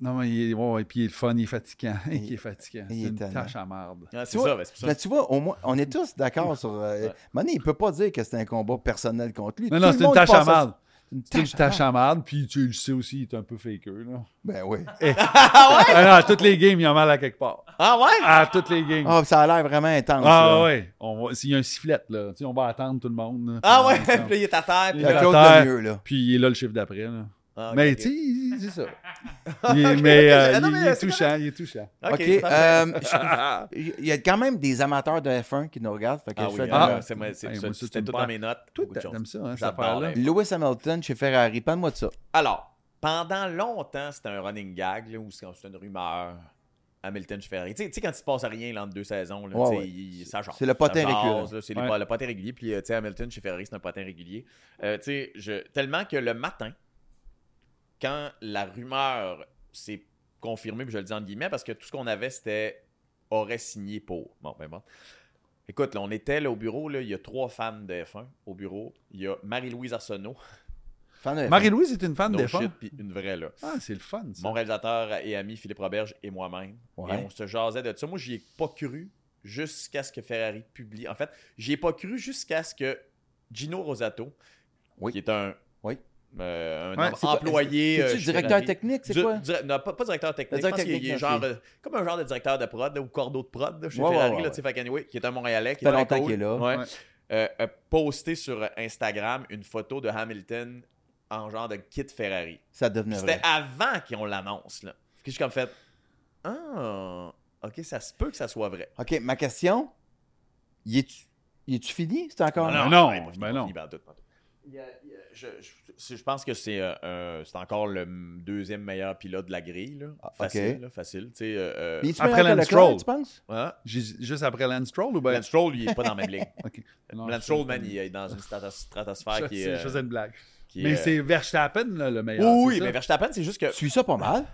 C: Non, mais il est, ouais, ouais, puis il est le fun, il est fatigant. [laughs] Il,
E: Il-
C: est fatigant.
E: il
C: C'est
E: est
C: une
E: tannant.
C: tâche à marde.
D: Ah, c'est
E: Tu vois,
D: ça, ben, c'est pour ça.
E: Mais tu vois, au moins, on est tous d'accord sur. Euh,
D: Ouais.
E: Mané, il peut pas dire que c'est un combat personnel contre lui.
C: Non,
E: Tout
C: non,
E: le
C: c'est une
E: monde
C: tâche
E: pense
C: à marde.
E: Une
C: C'est une
E: tâche à
C: tâche à marde, puis tu le sais aussi, il est un peu fakeux. Là.
E: Ben oui.
C: Ah non, à toutes les games, il y a mal à quelque part.
D: Ah ouais?
C: À toutes les games.
E: Ah, ça a l'air vraiment intense.
C: Ah
E: là.
C: ouais, on va- s'il y a un sifflet, là, tu sais, on va attendre tout le monde. là,
D: Ah
C: puis
D: ouais,
C: on
D: puis
C: attend.
D: là, il est à terre, puis
C: Il
E: Il y a
D: là.
C: à
E: Claude
C: terre.
E: Lemieux, là.
C: Puis il est là le chiffre d'après. là.
D: Ah, ok,
C: mais
D: ok.
C: tu sais, il- c'est ça.
D: [laughs]
C: Il est, mais
D: ok,
C: euh,
D: ah non,
C: il,
D: mais
C: il est
D: c'est
C: touchant, il est touchant.
D: [laughs]
E: OK.
D: parfait.
E: euh, je- Il y a quand même des amateurs de F1 qui nous regardent. Fait que
D: Ah
E: je
D: oui,
E: fais-
D: ah,
C: Ah.
D: c'est moi, c'est-
C: Hey,
D: c'est-
C: moi, ça, tu
D: c'était
C: me
D: tout
C: parles.
D: dans mes notes.
C: Toi,
D: beaucoup de choses.
C: t'aimes ça, hein, cette
D: J'adore,
C: affaire-là.
D: hein.
E: Lewis Hamilton chez Ferrari, parle-moi de ça.
D: Alors, pendant longtemps, c'était un running gag là, ou c'est- c'était une rumeur. Hamilton, je fais rien. Tu sais- tu sais, quand il se passe rien là, entre deux saisons, là,
E: Ouais,
D: tu sais,
E: ouais.
D: il- ça genre.
E: C'est le potin récurrent.
D: C'est
C: Ouais.
D: les- le potin régulier. Puis, euh, tu sais, Hamilton chez Ferrari, c'est un potin régulier. Euh, tu sais, je- tellement que le matin, quand la rumeur s'est confirmée, puis je le dis en guillemets, parce que tout ce qu'on avait, c'était aurait signé pour. Bon, ben bon. Écoute, là, on était là au bureau, là, il y a trois fans de F1 au bureau. Il y a Marie-Louise Arsenault,
E: Fan de F1.
C: Marie-Louise est une fan
D: no
C: des fans.
D: shit, puis une vraie, là.
C: Ah, c'est le fun, ça.
D: Mon réalisateur et ami Philippe Roberge et moi-même.
E: Ouais.
D: Et on se jasait de ça. Moi, j'y ai pas cru jusqu'à ce que Ferrari publie. En fait, j'y ai pas cru jusqu'à ce que Gino Rosato,
E: Oui.
D: qui est un,
E: Oui.
D: euh, un
C: Ouais,
D: em-
E: C'est quoi-
D: employé.
E: C'est-tu
D: euh, chez
E: directeur
D: Ferrari.
E: technique, c'est
D: Du-
E: quoi?
D: dire- non, pas, pas directeur technique.
E: Le directeur
D: je pense qu'il est
E: technique,
D: genre,
E: ok.
D: euh, comme un genre de directeur de prod là, ou cordeau de prod là, chez
E: Ouais, ouais,
D: Ferrari,
E: ouais,
D: là,
E: ouais.
D: tu sais, fait qu'anyway, qui est un Montréalais. Qui
E: Ça
D: est
E: fait
D: très
E: longtemps
D: cool.
E: qu'il est là.
D: Ouais.
C: Ouais.
D: Euh, a posté sur Instagram une photo de Hamilton en genre de kit Ferrari.
E: Ça
D: Puis
E: devenait
D: C'était
E: vrai.
D: avant qu'on l'annonce, là. Puis je suis comme fait Ah, ok, ça se peut que ça soit vrai.
E: OK, ma question, y es-tu y es-tu fini? C'est encore...
C: Non, non.
D: il est pas fini,
C: ben
D: pas
C: non.
D: fini, pas en tout, pas en tout. Il y a- il y a- je, je- je pense que c'est euh, euh, c'est encore le m- deuxième meilleur pilote de la grille. Là.
E: Ah, ok.
D: Facile, là, facile. tu sais, euh, euh,
E: Y es-tu
C: Après
E: meilleur que
C: Lance
E: Leclerc,
C: Stroll.
E: tu penses?
D: hein?
C: J'ai- Juste après Lance Stroll ou ben...
D: Lance Stroll, il est pas dans la même ligne.
C: [laughs] Ok. Non,
D: Lance
C: je-
D: Stroll, man, il est dans une stratos-
C: Je
D: stratosphère qui est.
C: sais, je faisais
D: euh,
C: une blague.
D: qui est,
C: Mais
D: euh,
C: c'est Verstappen, là, le meilleur.
D: Oui,
C: c'est
D: oui,
C: ça?
D: mais Verstappen, c'est juste que.
E: Tu suis ça pas mal?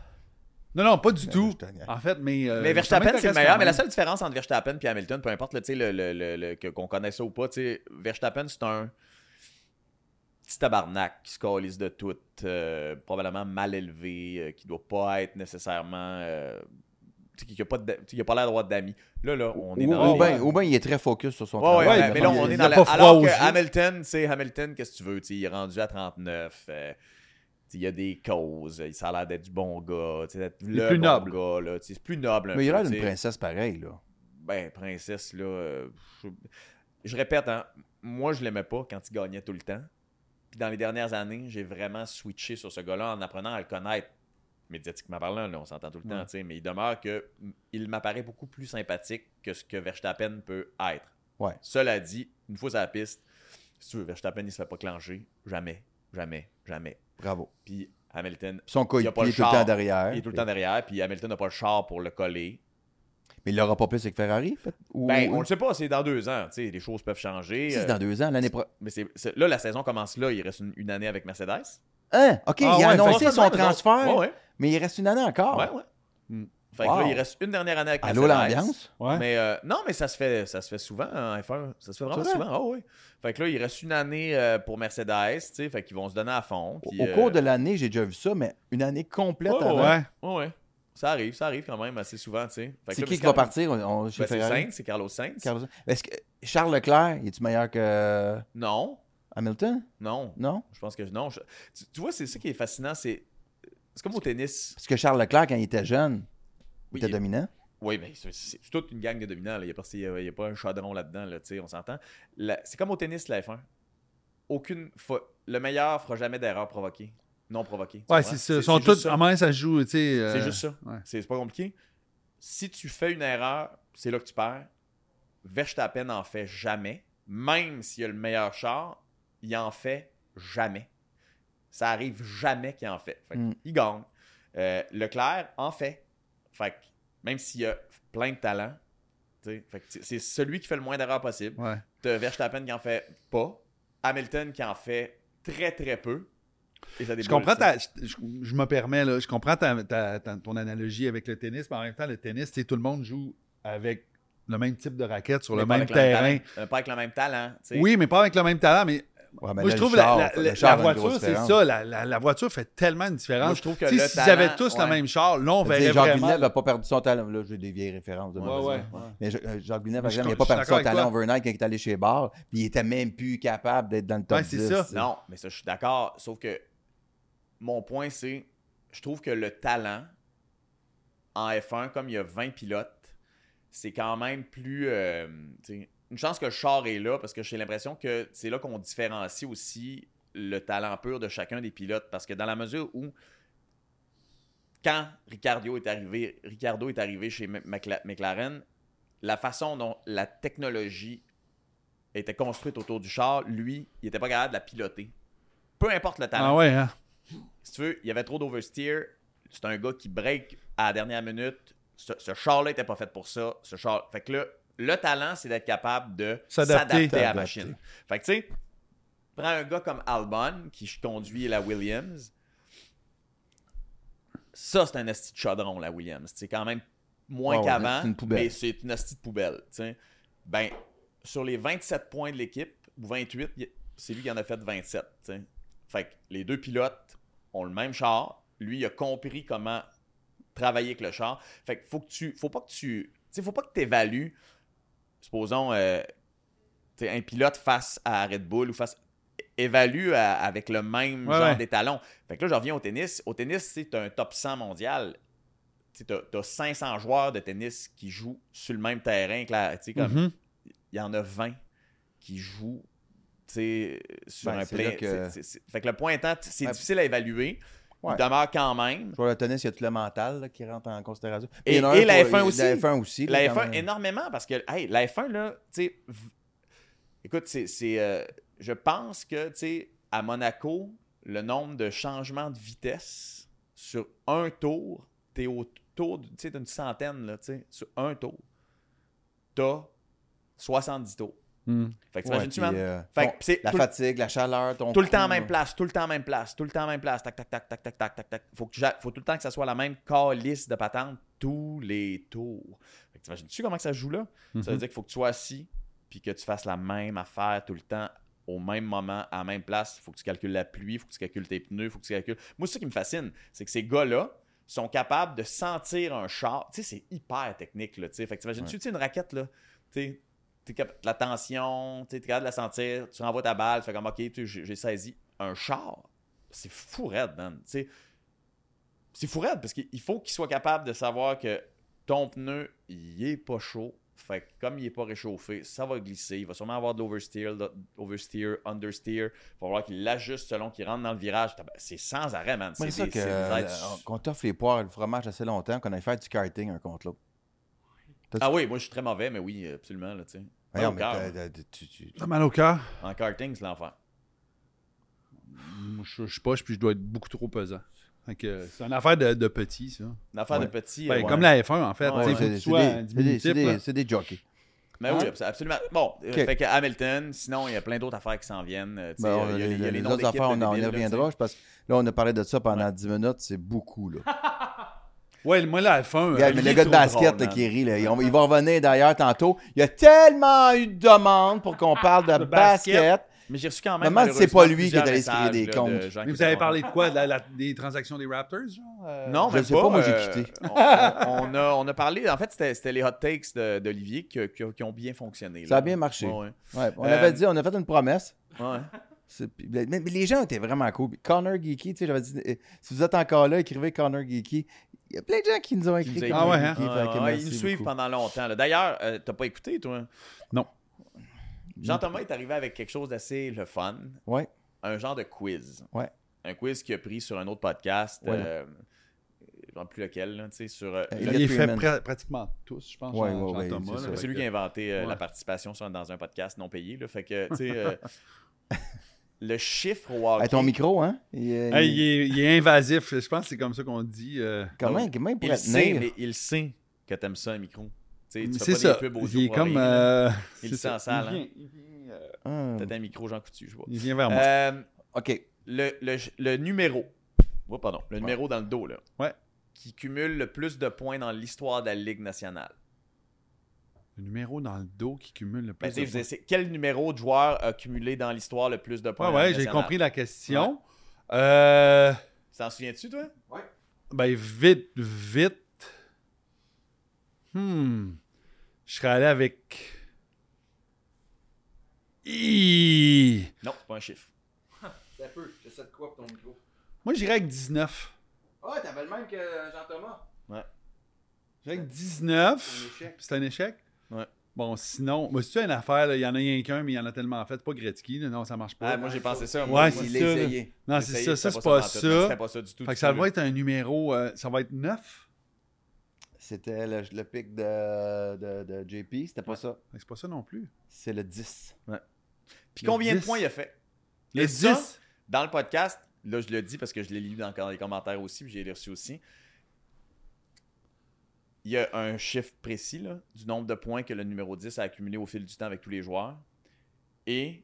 C: Non, non, pas du
E: Ben,
C: tout.
E: je te
D: Ah,
E: niaise.
C: En fait, mais... euh,
D: Mais Verstappen,
C: ça
D: c'est le
C: m'intéresse
D: meilleur.
C: quand
D: Mais la
C: même.
D: seule différence entre Verstappen et Hamilton, peu importe là, tu sais, le, le- le- le- que- qu'on connaisse ça ou pas, tu sais, Verstappen, c'est un petit tabarnak qui se calisse de tout, euh, probablement mal élevé, euh, qui doit pas être nécessairement. euh, tu sais, qui n'a pas, de- tu sais, qui a pas l'air d'avoir d'amis. Là, là, on est
E: Ou,
D: dans.
E: ou
D: les-
E: bien, ou bien il est très focus sur son
D: Ouais, ouais,
E: travail.
D: ouais,
C: ouais,
D: mais là,
C: ben, il-
D: on est
C: il
D: dans
C: a
D: le.
C: pas froid
D: Alors
C: aux
D: que
C: yeux.
D: Hamilton, c'est Hamilton, qu'est-ce que tu veux? tu sais, Il est rendu à 39. euh, tu sais, il y a des causes. Il ça a l'air d'être du bon gars. tu sais, d'être
C: est
D: le
C: plus
D: bon
C: noble.
D: gars, là, tu sais, c'est plus noble. un
E: Mais il a
D: peu,
E: l'air
D: tu
E: d'une
D: sais
E: princesse pareille, là.
D: ben, princesse, là, euh, je, je répète, hein, moi, je l'aimais pas quand il gagnait tout le temps. Puis dans les dernières années, j'ai vraiment switché sur ce gars-là en apprenant à le connaître médiatiquement parlant, là, on s'entend tout le temps, tu sais, mais il demeure que mm, il m'apparaît beaucoup plus sympathique que ce que Verstappen peut être.
E: Ouais.
D: Cela dit, une fois sur la piste, si tu veux, Verstappen, il se fait pas clencher. Jamais, jamais, jamais.
E: Bravo.
D: Puis Hamilton,
E: Son
D: Il a pas
E: coéquipier
D: le
E: est tout le
D: char.
E: temps derrière.
D: il est tout le temps derrière, puis Hamilton n'a pas le char pour le coller.
E: Mais il l'aura pas plus avec Ferrari? peut- Ou...
D: Ben, on
E: ou-
D: le sait pas, c'est dans deux ans, tu sais, les choses peuvent changer.
E: Si,
D: euh,
E: c'est dans deux ans, l'année prochaine.
D: Mais c'est, c'est- là, la saison commence là. Il reste une, une année avec Mercedes.
E: Hein? OK,
C: Ah
E: il
C: ouais,
E: a
D: On
E: annoncé
D: fait
E: son
D: de même, eux autres.
E: transfert.
D: Ouais, ouais.
E: Mais il reste une année encore.
D: Ouais, Ah, ouais.
C: Hmm.
D: Fait que
E: Wow.
D: là, il reste une dernière année à
E: Allô,
D: Caceres.
E: l'ambiance?
C: Ouais.
D: Mais euh, non, mais ça se fait, ça se fait souvent en F1. Ça se fait vraiment
E: C'est vrai?
D: souvent. Ah oui. Fait que là, il reste une année euh, pour Mercedes, tu sais, fait qu'ils vont se donner à fond.
E: Au,
D: puis,
E: au
D: euh,
E: cours de l'année, j'ai déjà vu ça, mais une année complète
C: Ouais,
E: avant.
C: ouais.
D: Ouais, ouais. Ça arrive, ça arrive quand même assez souvent, tu sais. Fait que
E: C'est
D: là,
E: qui qui va
D: parce que-
E: partir on- on- chez
D: Ben, c'est
E: Ferrari?
D: Sainz, c'est Carlos Sainz.
E: Carlos- Est-ce que Charles Leclerc, est tu meilleur que euh,
D: Non,
E: Hamilton?
D: non.
E: Non?
D: Je pense que non. je- Tu, tu vois, c'est ça qui est fascinant. C'est c'est comme au tennis.
E: Parce que Charles Leclerc, quand il était jeune,
D: Oui,
E: il était
D: il-
E: dominant.
D: Oui, mais c'est c'est toute une gang de dominants. là. Il n'y a, pas- il y a- il y a pas un chadron là-dedans, là, tu sais, on s'entend. La- C'est comme au tennis, la F1. Aucune fa- Le meilleur ne fera jamais d'erreur provoquée, non provoquée. tu
C: Ouais,
D: comprends?
C: c'est ça. Ils sont tous.
D: juste ça.
C: En main, ça se joue, tu sais. euh,
D: C'est juste ça.
C: ouais.
D: C'est c'est pas compliqué. Si tu fais une erreur, c'est là que tu perds. Verstappen n'en fait jamais. Même s'il a le meilleur char, il en fait jamais. Ça arrive jamais qu'il en fait. Fait que
E: Mm.
D: Il gagne. Euh, Leclerc en fait. Fait que même s'il a plein de talent, tu sais, fait que c'est- c'est celui qui fait le moins d'erreurs possible.
C: Ouais.
D: T'as Verstappen qui en fait pas. Hamilton qui en fait très très peu. Et ça
C: Je
D: déboule,
C: comprends
D: tu sais.
C: ta. Je, je- je me permets, là. Je comprends ta- ta- ta- ton analogie avec le tennis, mais en même temps, le tennis, tu sais, tout le monde joue avec le même type de raquette sur
D: Mais
C: le
D: pas
C: même
D: avec même
C: terrain.
D: talent. Euh, Pas avec le même talent. tu sais.
C: Oui, mais pas avec le même talent. Mais
E: Ouais, mais
C: moi,
E: là,
C: je
E: le
C: trouve
E: char,
C: la, la-
E: le
C: la-
E: char
C: la
E: a une grosse
C: voiture, c'est
E: différence.
C: ça. La, la- la voiture fait tellement une différence.
D: Moi, je trouve que
C: Tu
D: le
C: sais, S'ils
D: talent-
C: avaient tous
D: ouais.
C: le même char, là, on
E: Je veux dire,
C: verrait
E: Jacques
C: vraiment...
E: Villeneuve n'a pas perdu son talent. Là, j'ai des vieilles références. de
C: Ouais,
E: mauvaise
C: ouais,
E: foi.
C: ouais.
E: Mais je- euh, Jacques Villeneuve n'a
C: Je-
E: jamais
C: je-
E: pas perdu
C: je suis
E: son
C: d'accord avec
E: talent overnight quand il est allé chez Bar, puis il était même plus capable d'être dans le top
C: Ouais, c'est
E: 10.
C: ça.
D: Non, mais ça, je suis d'accord. Sauf que mon point, c'est je trouve que le talent en F1, comme il y a 20 pilotes, c'est quand même plus. euh, tu sais, une chance que le char est là, parce que j'ai l'impression que c'est là qu'on différencie aussi le talent pur de chacun des pilotes. Parce que dans la mesure où. Quand Ricardo est arrivé, Ricardo est arrivé chez M- Macla- McLaren, la façon dont la technologie était construite autour du char, lui, il n'était pas capable de la piloter. Peu importe le
C: Ah
D: talent.
C: ouais, hein?
D: Si tu veux, il y avait trop d'oversteer. C'est un gars qui break à la dernière minute. Ce, ce char-là n'était pas fait pour ça. Ce char... Fait que là, le talent, c'est d'être capable de
C: S'adapter.
D: s'adapter à la
E: S'adapter.
D: machine. Fait que tu sais, prends un gars comme Albon, qui conduit la Williams. Ça, c'est un asti de chaudron, la Williams. C'est quand même moins
E: Ouais, ouais,
D: qu'avant,
E: c'est une poubelle.
D: mais c'est une asti de poubelle. tu sais. Ben, sur les 27 points de l'équipe, ou 28, il- c'est lui qui en a fait 27. tu sais. Fait que les deux pilotes ont le même char. Lui, il a compris comment travailler avec le char. Fait que faut que tu. Faut pas que tu. Tu sais, faut pas que tu évalues. Supposons euh, tu sais, un pilote face à Red Bull ou face. Évalue à- avec le même
C: Ouais,
D: genre
C: ouais.
D: d'étalon. Fait que là, je reviens au tennis. Au tennis, c'est un top 100 mondial. Tu as 500 joueurs de tennis qui jouent sur le même terrain. que la- tu sais, comme,
C: Mhm.
D: il y en a 20 qui jouent tu sais, sur
E: Ben,
D: un
E: c'est là
D: plein.
E: que-
D: c'est- c'est- Fait que le point étant, t- c'est
E: Ouais.
D: difficile à évaluer.
E: Ouais.
D: Il demeure quand même.
E: Pour le tennis, il y a tout le mental là, qui rentre en considération.
D: Et-
E: Il y en a
D: et
E: un
D: la
E: pour-
D: F1 aussi.
E: La F1 aussi. là,
D: La
E: quand
D: F1,
E: même.
D: énormément, parce que, hey, la F1, là, tu sais, v- écoute, c'est, c'est, euh, je pense que, tu sais, à Monaco, le nombre de changements de vitesse sur un tour, t'es autour, de- tu sais, d'une centaine, là, tu sais, sur un tour, t'as 70 tours.
C: Hmm.
D: Fait que
E: Ouais,
D: t'imagines-tu,
E: puis,
D: man?
E: euh,
D: Fait
E: bon,
D: que c'est
E: la
D: tout-
E: fatigue, la chaleur, ton
D: Tout le temps
E: cou,
D: en même
E: là.
D: place, tout le temps en même place, tout le temps en même place, tac, tac, tac, tac, tac, tac, tac, tac, Faut, que j'a- faut tout le temps que ça soit la même calice de patente tous les tours. Fait que t'imagines-tu comment que ça se joue là?
C: mm-hmm. Mhm.
D: Ça veut dire qu'il faut que tu sois assis, puis que tu fasses la même affaire tout le temps, au même moment, à la même place. faut que tu calcules la pluie, faut que tu calcules tes pneus, faut que tu calcules... Moi, c'est ça qui me fascine, c'est que ces gars-là sont capables de sentir un char. Tu sais, c'est hyper technique, là, tu sais. Fait que t'imagines-tu, tu sais, une raquette, là, tu sais, t'es cap- la tension, tu es capable de la sentir, tu renvoies ta balle, tu fais comme, OK, tu sais, j'ai j'ai saisi un char. C'est fou raide, man. Tu sais, c'est fou raide parce qu'il faut qu'il soit capable de savoir que ton pneu, il est pas chaud. Fait que comme il est pas réchauffé, ça va glisser. Il va sûrement avoir de l'oversteer, de- oversteer, understeer. Il va falloir qu'il l'ajuste selon qu'il rentre dans le virage. Tab- C'est sans arrêt, man.
E: Moi,
D: des-
E: C'est ça que
D: des
E: euh,
D: êtres-
E: qu'on t'offre les poires et le fromage assez longtemps, qu'on aille faire du karting un contre
D: Oh,
E: l'autre.
D: Ah oui, moi je suis très mauvais, mais oui, absolument. Là, tu sais. Mal
E: Voyons,
D: au
E: mais
D: cœur.
E: t'as- t'as- t'as- tu- tu-
C: T'as mal au cœur?
D: En karting, c'est l'enfer.
C: Moi, Je, je suis poche, puis je dois être beaucoup trop pesant. Fait que euh, C'est une affaire de, de petit, ça.
D: Une affaire
E: Ouais.
D: de petit.
C: Ben,
D: euh,
C: Comme la F1, en fait.
D: Ouais,
C: tu
E: Ouais,
C: sais, faut que tu
E: c'est-
C: sois
E: C'est des- c'est des-
C: diminutif,
E: c'est
C: là.
E: des- c'est des jockeys.
D: Mais Ben oui, abso- absolument. Bon, euh,
E: Ok.
D: fait que Hamilton, sinon, il y a plein d'autres affaires qui s'en viennent. euh, tu sais,
E: Ben,
D: euh, il y a les- il y a les
E: les
D: noms
E: autres
D: d'équipes
E: affaires, on en
D: débiles, là, tu sais.
E: reviendra. je pense que là, on a parlé de ça pendant 10 minutes, c'est beaucoup. Là.
C: Ouais, moi, la F1.
E: Regarde,
C: euh,
E: mais
D: il est
E: le gars de
D: trop
E: basket
D: drôle,
E: là,
D: man.
E: qui rit, là, il, on- il va revenir d'ailleurs tantôt. Il y a tellement eu de demandes pour qu'on parle de
D: [laughs]
C: De basket.
E: basket.
D: Mais j'ai reçu quand même.
E: Maman,
D: malheureusement,
E: c'est pas lui qui est
D: plusieurs
E: allé se créer des
D: messages, là, de
E: comptes.
D: gens
C: mais
D: qui
C: vous avez
D: étaient
C: parlé de quoi de la- la- Des transactions des Raptors, genre Euh,
D: Non,
E: Je
D: même
E: sais pas, moi, j'ai
D: euh,
E: quitté.
D: on, on- on a, on a parlé, en fait, c'était c'était les hot takes de- d'Olivier qui, qui- qui ont bien fonctionné.
E: Ça
D: là.
E: a bien marché.
D: Ouais,
E: Ouais, on
D: Euh,
E: avait dit, on a fait une promesse.
D: ouais.
E: C'est- puis- Mais, mais les gens étaient vraiment cool. Puis Connor Geeky, tu sais, j'avais dit, euh, si vous êtes encore là, écrivez Connor Geeky. Il y a plein de gens qui nous ont
D: Qui nous
E: écrit.
D: a
E: Connor
C: Ah ouais, hein?
E: Geeky,
D: Ouais,
E: fait que
D: ouais,
E: merci
D: ils nous suivent
E: beaucoup.
D: pendant longtemps. là. D'ailleurs, euh, t'as pas écouté, toi?
C: Non.
D: Jean-Thomas est arrivé avec quelque chose d'assez le fun.
E: Ouais.
D: Un genre de quiz.
E: Ouais.
D: Un quiz qu'il a pris sur un autre podcast.
E: Voilà.
D: euh, je ne sais plus lequel, là, tu sais, sur. euh,
E: Euh,
C: Il,
E: Elliot
C: les fait
E: Freeman.
C: pra- pratiquement tous, je pense.
E: Ouais,
C: Jean-
E: ouais, ouais,
C: Jean-Thomas,
E: c'est ça.
C: là.
D: C'est lui qui a inventé euh,
C: Ouais.
D: la participation sur- dans un podcast non payé. Là,
E: [laughs]
D: fait que, tu sais, euh, le chiffre au hockey,
E: Hey, ton micro, hein? Il, euh,
C: Hey,
E: il-
C: il, est, il est invasif. Je pense que c'est comme ça qu'on dit. euh.
E: Comment, comment il
D: il
E: pourrait
D: sait,
E: tenir?
D: mais il sait que t'aimes ça, un micro. Tu sais, tu fais
C: C'est
D: pas
C: ça.
D: des pubs aux
C: Il est
D: jours pour
C: comme.
D: rien,
C: [laughs]
D: là.
C: euh,
D: Il
C: c'est
D: le sent
C: ça.
D: sale,
C: Il
D: hein.
C: vient- il vient, euh,
E: Ah,
D: T'as un micro, Jean Coutu, je vois.
C: il vient vers Ah, moi.
D: Euh,
E: OK.
D: le, le, le numéro. Oh, pardon. Le numéro dans le dos, là.
C: Ouais.
D: Qui cumule le plus de points dans l'histoire de la Ligue nationale.
C: Le numéro dans le dos qui cumule le plus.
D: Ben, tu sais,
C: de
D: je
C: points.
D: veux dire, c'est- quel numéro de joueur a cumulé dans l'histoire le plus de points
C: Ouais,
D: dans la
C: ouais,
D: Ligue
C: j'ai
D: nationale?
C: compris la question. Euh,
D: Tu T'en souviens-tu, toi?
C: ben, vite, vite. Hmm. Je serais allé avec. Hi.
D: Non, c'est pas un chiffre.
E: Ça peut, j'essaie de quoi pour ton micro?
C: Moi, j'irais avec 19.
E: Ah, t'avais le même que Jean-Thomas.
C: J'irais avec 19.
E: échec.
C: C'est un échec?
D: Ouais.
C: Bon, sinon, moi, c'est une affaire, là, il y en a rien qu'un, mais il y en a tellement fait. Pas Gretzky, là, non, ça marche pas.
D: Ah, moi, j'ai pensé ça.
C: Ouais,
D: Moi,
C: c'est
D: moi,
E: Il
C: ça,
E: l'a
C: là.
E: essayé.
C: non,
D: j'ai
C: c'est
D: essayé,
C: ça, ça,
D: c'était
C: c'est pas
D: pantoute, mais
C: ça.
D: C'était pas ça du tout.
C: Fait
D: du
C: que ça
D: tout,
C: va
D: là.
C: être un numéro, euh, ça va être 9.
E: C'était le, le pic de, de, de JP, c'était pas ça.
C: Fait que C'est pas ça non plus.
E: C'est le 10.
D: Puis
C: le
D: combien de
C: 10.
D: points il a fait?
C: Le
D: Et ça,
C: 10.
D: Dans le podcast, là, je le dis parce que je l'ai lu dans les commentaires aussi, puis j'ai les reçu aussi. Il y a un chiffre précis là, du nombre de points que le numéro 10 a accumulé au fil du temps avec tous les joueurs. Et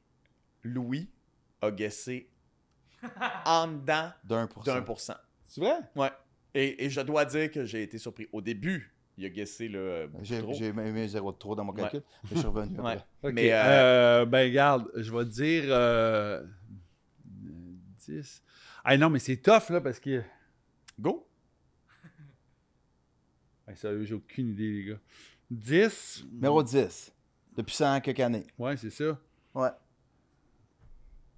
D: Louis a guessé en dedans
E: D'un
D: d'un
E: pourcent.
D: pour cent.
C: C'est vrai?
D: Ouais. Et, et je dois dire que j'ai été surpris. Au début, il a guessé le.
E: J'ai
D: trop.
E: j'ai même mis 0 de trop dans mon
D: Ouais.
E: calcul, mais je suis
D: [laughs]
E: revenu.
D: Ouais.
E: après.
C: Ok,
D: Mais,
C: euh, ben garde, je vais te dire euh, 10. Ah non, mais c'est tough là parce que.
D: Go!
C: Hey, sérieux, j'ai aucune idée, les gars. 10.
E: Numéro 10. Depuis 100 quelques années.
C: Ouais, c'est ça.
E: Ouais.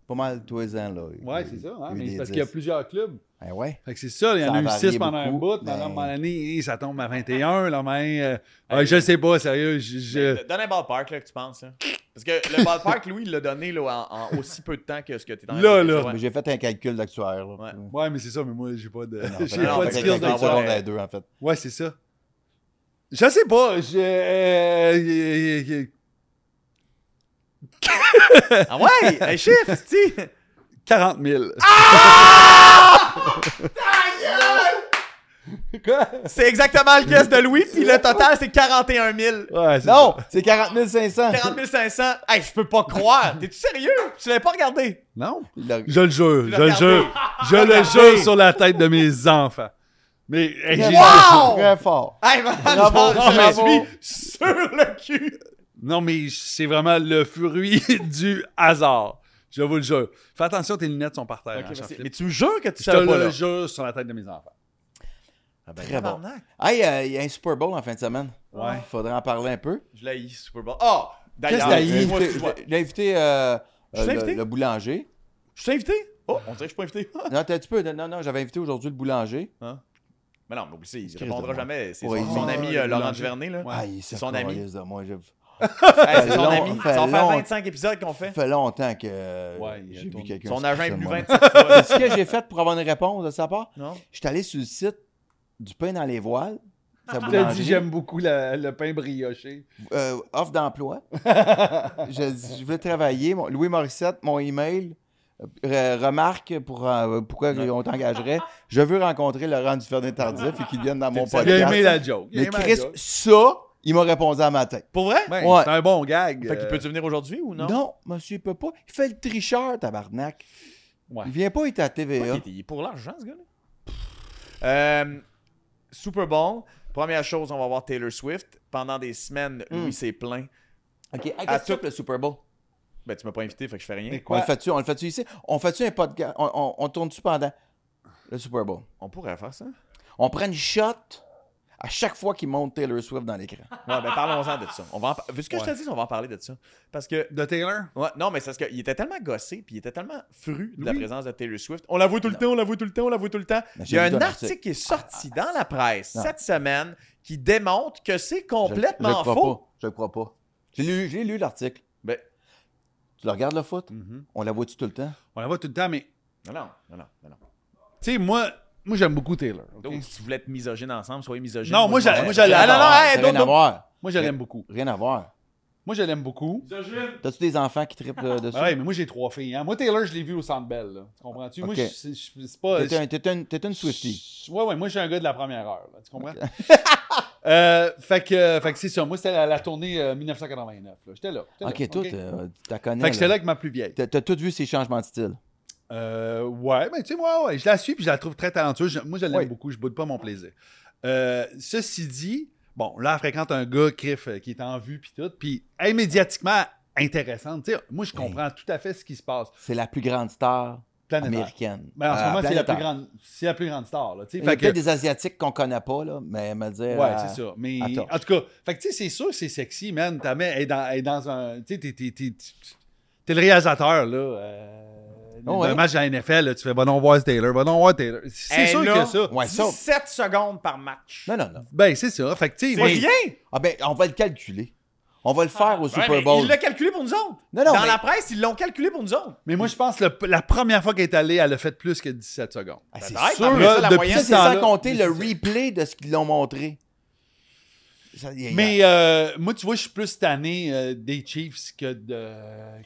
E: Pas mal tous les ans, là.
C: Ouais, c'est ça.
E: Il y a
C: hein,
E: eu
C: mais
E: des
C: c'est parce
E: 10.
C: qu'il y a plusieurs clubs.
E: Eh ouais.
C: Fait que c'est ça, il y en
E: Ça
C: a
E: a
C: eu
E: varié
C: 6 pendant un
E: beaucoup,
C: bout. Pendant un
E: mais-
C: moment donné, ça tombe à 21. Là, mais, euh, ouais, je sais pas, sérieux. Je, je-
E: Ben,
D: Mais Donne un ballpark là, que tu penses. là. Parce que le ballpark, Louis, il l'a donné là, en, en aussi peu de temps que ce que tu es en train
C: Là,
D: de
C: là.
D: Ouais.
E: Mais j'ai fait un calcul d'actuaire, là.
D: Ouais.
C: Ouais, mais c'est ça, mais moi, j'ai pas de. [laughs]
E: Non,
C: J'ai
E: non,
D: pas
E: on
C: pas
D: de
C: de
E: fait un
D: skills
C: skills
E: calcul
D: d'avoir-
C: d'acteur.
E: secondaire à deux, en fait.
C: Ouais, c'est ça. Je sais pas. Je. euh, y- y- y-
D: Ah ouais, un chiffre, tu
C: 40 000. Ah! [laughs]
D: C'est exactement le guess de Louis, puis le total, c'est 41 000.
C: Ouais, c'est
E: Non,
C: ça.
E: c'est 40 500.
D: 40 500. Hey, je peux pas croire. T'es-tu sérieux? Tu l'avais pas regardé.
C: Non.
E: Il l'a-
C: Je le jure, je
D: Tu l'as
C: le
D: regardé.
C: jure. Je le jure sur la tête de mes enfants. Mais hey, j'ai-
D: Wow!
E: Très fort.
D: Hey, man,
E: Bravo,
D: je- je
E: bravo.
D: suis sur le cul.
C: non mais c'est vraiment le fruit [laughs] du hasard. Je vous le jure. Fais attention, tes lunettes sont par terre. hein, Jean-Philippe.
D: mais tu me jures que tu
C: je te
D: savais pas là. Ah, ben,
C: le jure sur la tête de mes enfants.
E: Très bon. Hey, euh, il y a un Super Bowl en fin de semaine.
C: Ouais.
E: Il faudrait en parler un peu.
D: Je l'ai Super Bowl. Ah!
E: Qu'est-ce
D: D'ailleurs,
E: que t'as
D: excuse-moi,
E: invité?
D: excuse-moi.
E: J'ai invité euh,
D: Je t'ai
E: euh,
D: invité?
E: le, le boulanger.
D: Je suis invité? Oh, on dirait que je suis pas invité. [laughs]
E: Non, attends un petit peu. Non, non, j'avais invité aujourd'hui le boulanger.
D: Mais non, mais oublie ça, il
E: Christ de
D: répondra
E: moi.
D: jamais. C'est
E: Ouais,
D: son,
E: il-
D: son
E: Ah,
D: ami
C: il
D: euh,
C: est
D: Laurent
C: boulanger.
D: Duvernay, là.
E: Ah, il
D: C'est son ami.
E: s'accroyait de moi. Je-
D: Hey, c'est son
E: Long-
D: ami.
E: fait
D: Ça va faire
E: long.
D: 25 épisodes qu'on
E: Ça
D: fait.
E: fait longtemps que euh,
C: Ouais, il a
E: j'ai vu
C: tourné.
E: quelqu'un.
D: Son
E: se
D: agent
E: crisser
D: est
E: de
D: venu
E: moi. [laughs]
D: 25 fois.
E: Ce que j'ai fait pour avoir une réponse de sa part,
D: Non?
E: je suis allé sur le site du pain dans les voiles. Sa
C: Je te
E: boulangerie,
C: dis, j'aime beaucoup la- le pain brioché.
E: euh, offre [laughs] d'emploi. je, dis, je veux travailler. Mon- Louis Morissette, mon email. euh, remarque pour euh, pourquoi on t'engagerait. Je veux rencontrer Laurent Dufernay Tardif et qu'il vienne dans mon
C: Il a
E: podcast.
C: aimé la joke. Il a
E: Mais
C: aimé la
E: Chris,
C: joke.
E: ça, Il m'a répondu à matin.
D: Pour vrai?
C: Ouais,
E: Ouais.
C: C'est un bon gag.
D: Fait qu'il
C: euh,
D: peut-tu venir aujourd'hui ou non?
E: Non. monsieur, il peut pas. Il fait le tricheur, tabarnak.
D: Ouais.
E: Il vient pas, il était à TVA.
D: Ouais, il est- il est pour l'argent, ce gars-là. Euh, Super Bowl. Première chose, on va voir Taylor Swift. Pendant des semaines,
E: Mm.
D: Louis s'est plaint.
E: OK, à
D: À tout-
E: le Super Bowl?
D: Ben, tu m'as pas invité, fait que je fais rien.
E: On
C: Mais
E: le
C: quoi?
E: fait-tu on le fait-tu ici? On fait-tu un podcast? On, on- on tourne-tu pendant le Super Bowl?
D: On pourrait faire ça. Ouais,
E: On prend une shot à chaque fois qu'il monte Taylor Swift dans l'écran.
C: Ah,
D: ben, parlons-en de ça. On va en... par- Vu ce que je
C: Ouais.
D: te dis, on va en parler de ça. Parce que.
C: De Taylor?
D: Ouais, non, mais c'est parce qu'il était tellement gossé, puis il était tellement fru de la
C: Oui.
D: présence de Taylor Swift. On la voit tout le temps, on la voit tout le temps, on la voit tout le temps.
E: Mais
D: Il
E: j'ai
D: y a
E: lu
D: un
E: ton
D: article
E: article.
D: qui est sorti dans la presse
E: Non.
D: cette semaine qui démontre que c'est
E: Je- je le
D: complètement
E: crois
D: faux.
E: Pas. Je le crois pas. J'ai lu, j'ai lu l'article.
D: Ben-
E: Tu le regardes le foot?
C: Mhm.
E: On la voit-tu tout le temps?
C: On la voit tout le temps, mais
D: Non, non, non, non, non, non.
C: tu sais, moi, moi j'aime beaucoup Taylor. ok?
D: Donc, si vous voulez être misogyne ensemble, soyez misogyne.
C: Non, moi,
D: j'allais
C: j'a- moi, j'allais-
D: Ah, non, non,
E: Ça
D: hey,
E: n'a
D: don't-
E: rien à
D: don't-
E: voir.
C: Moi, je l'aime beaucoup.
E: Rien à voir.
C: Moi, je l'aime beaucoup.
E: T'as-tu des enfants qui trippent euh, dessus?
C: Ah ouais, mais moi, j'ai trois filles. hein. Moi, Taylor, je l'ai vu au Centre Bell. là. Tu comprends-tu? Moi,
E: Ok.
C: je- c'est- je- c'est pas...
E: T'es un, t'es un- t'es une Swiftie.
C: je- Ouais, ouais, moi, je suis un gars de la première heure. là. Tu comprends? [laughs] Euh, fait que, fait que c'est ça. Moi, c'était la, la tournée euh, 1989. là. J'étais là. j'étais là,
E: Ok, toi, t'as- t'as connais.
C: Fait que j'étais là avec ma plus vieille.
E: T'as t'as tout vu ces changements de style.
C: Euh, ouais, mais tu sais, moi, ouais, je la suis puis je la trouve très talentueuse. Je- moi, je l'aime
E: Ouais.
C: beaucoup, je boude pas mon plaisir. Euh, ceci dit, bon, là, elle fréquente un gars, Criff, euh, qui est en vue puis tout, puis elle est médiatiquement intéressante. Tu sais, moi, je comprends tout à fait ce qui se passe.
E: C'est la plus grande star
C: Planétaire.
E: américaine.
C: Ben, en ce
E: Euh,
C: moment, c'est la, plus
E: planétaire.
C: grande, c'est la plus grande star. Là, tu sais,
E: Il y a
C: fait que,
E: peut-être des Asiatiques qu'on connaît pas, là, mais elle m'a dit.
C: ouais, c'est ça. Mais
E: Euh, à torche.
C: en tout cas, fait que, tu sais, c'est sûr que c'est sexy, man. Ta mère elle est dans, elle est dans un. Tu sais, t'es, t'es- t'es- t'es le réalisateur, là. Euh,
E: Oh, ouais.
C: d'un match à la NFL, là, tu fais, bon, on voit Taylor, bon, on voit Taylor. C'est
D: Elle
C: sûr
D: a-
C: que ça.
E: Ouais, ça.
D: 17 secondes par match.
E: Non, non, non.
C: Ben, c'est ça. Fait que, tu sais,
D: C'est
C: mais-
D: rien!
E: Ah ben, on va le calculer. On va le
C: Ah,
E: faire au
D: Ouais, mais
E: Super Bowl.
D: Il l'a calculé pour nous autres.
E: Non, non,
D: Dans
E: mais-
D: la presse, ils l'ont calculé pour nous autres.
C: mais moi, je pense que le- la première fois qu'elle est allée, elle a fait plus que 17 secondes.
E: Ah, c'est
D: Peut-être,
E: sûr.
D: après
C: là,
D: ça, la
C: depuis
E: Puis ça,
D: moyenne,
C: hein, ce
E: c'est sans
C: temps-là,
E: compter
C: mais
E: le
C: c'est ça.
E: replay de ce qu'ils l'ont montré. Ça, y a-
C: Mais euh, moi, tu vois, je suis plus tanné euh, des Chiefs que de,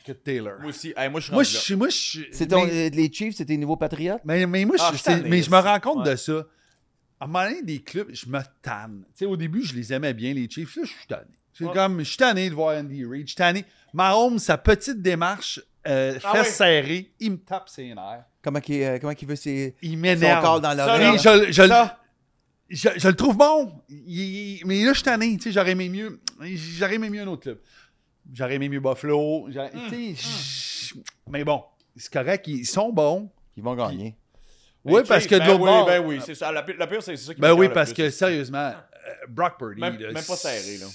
C: que de Taylor.
D: Moi aussi. Hey, moi, je suis
C: Moi,
D: rendu
C: je
D: là.
C: suis. Moi, je suis-
E: C'est ton-
C: mais,
E: euh, les Chiefs, c'est tes nouveaux patriotes?
C: mais, mais moi, je,
D: Ah,
C: suis-
D: je suis
C: c'est- mais je me
D: tanné,
C: rends compte
D: ouais.
C: de ça. À un moment donné, des clubs, je me tanne. Tu sais, au début, je les aimais bien, les Chiefs. Là, je suis tanné. C'est
D: Ouais.
C: comme, je suis tanné de voir Andy Reid. Je suis tanné. Mahomes, sa petite démarche, euh,
D: Ah
C: fesses
D: ouais.
C: serrées, il me tape ses nerfs.
E: Comment qu'il euh, comment qu'il veut ses.
C: Il
E: Son corps
C: m'énerve.
E: dans
D: Ça,
C: Mais
E: l'oreille.
D: là.
C: je, je,
D: Ça.
C: je, je le trouve bon. Il- il- mais là, je suis tanné. Tu sais, j'aurais aimé mieux. J'aurais aimé mieux un autre club. J'aurais aimé mieux Buffalo. j'aurais-
D: Mm.
C: tu sais, je- Mais bon, c'est correct. Ils sont bons.
E: Ils vont gagner.
D: Hey,
C: oui, parce
D: Chief,
C: que de
D: ben
C: l'autre
D: oui,
C: bord-
D: Ben oui, c'est ça. La, pi- la pire, c'est ça qui
C: Ben
D: me
C: oui,
D: cœur le
C: parce
D: plus.
C: que sérieusement, euh, Brock Purdy.
D: Même-
C: là,
D: même pas serré, là.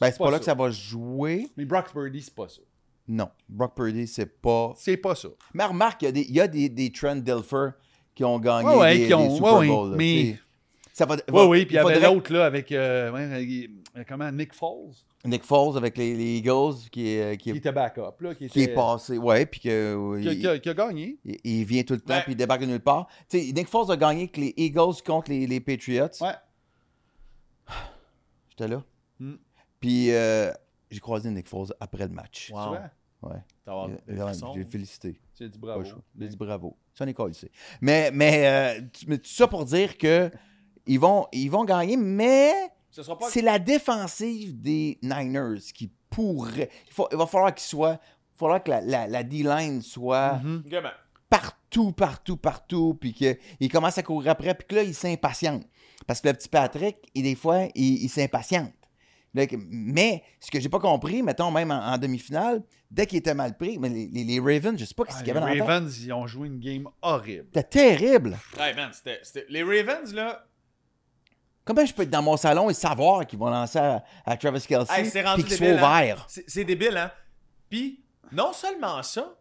E: Ben, c'est
C: pas
E: pas là
C: ça.
E: que ça va jouer.
C: Mais Brock Purdy, c'est pas ça.
E: Non. Brock Purdy, c'est pas.
C: C'est pas ça.
E: Mais remarque, il y a des, il y a des, des Trent Dilfer qui ont gagné
C: Ouais, ouais,
E: des,
C: qui ont-
E: des
C: ouais,
E: Super
C: ouais,
E: Bowls. là,
C: mais-
E: tu sais. Ça va,
C: Oui,
E: va-
C: oui. Puis il y avait
E: faudrait-
C: l'autre, là, avec. euh, ouais, il- comment Nick Foles,
E: Nick Foles avec les, les Eagles qui est, euh, qui
C: qui
E: est,
C: était backup, là. Qui,
E: qui est
C: était-
E: passé. Ouais, puis que. oui,
C: qui a- qui a- qui a gagné.
E: Il, il vient tout le temps,
D: Ouais.
E: puis il débarque de nulle part. Tu sais, Nick Foles a gagné avec les Eagles contre les, les Patriots.
C: Ouais.
E: J'étais là.
C: Mm.
E: Puis euh, j'ai croisé Nick Foles après le match. Euh,
D: Wow.
C: Tu vois?
E: Ouais.
D: T'as avoir
E: Il-
D: des
E: vraiment,
D: frissons.
E: J'ai félicité.
C: Tu as dit
E: Pas
C: bravo.
E: chaud. J'ai dit bravo. Ça, Nick Foles, c'est. Mais, mais, euh, tu- mais tout ça pour dire que ils vont, ils vont gagner, mais
D: Ce sera pas.
E: c'est la défensive des Niners qui pourrait. Il, faut- il va falloir qu'ils soient. Il va falloir que la, la, la D-line soit
C: Mhm.
D: Gamin.
E: partout, partout, partout, puis qu'il commence à courir après, puis que là, il s'impatiente. Parce que le petit Patrick, il, des fois, il, il s'impatiente. Là, que- Mais ce que j'ai pas compris, mettons, même en, en demi-finale, dès qu'il était mal pris, mais les, les- les Ravens, je sais pas ce
C: Ah,
E: qu'il y
C: les
E: avait dans la tête.
C: Ravens, ils ont joué une game horrible.
E: C'était terrible.
D: Hey, man, c'était- c'était- Les Ravens, là.
E: Comment je peux être dans mon salon et savoir qu'ils vont lancer à, à Travis Kelsey
D: Hey, c'est rendu
E: puis qu'il soit
D: débile, hein.
E: ouvert?
D: C'est c'est débile, hein? Puis, non seulement ça,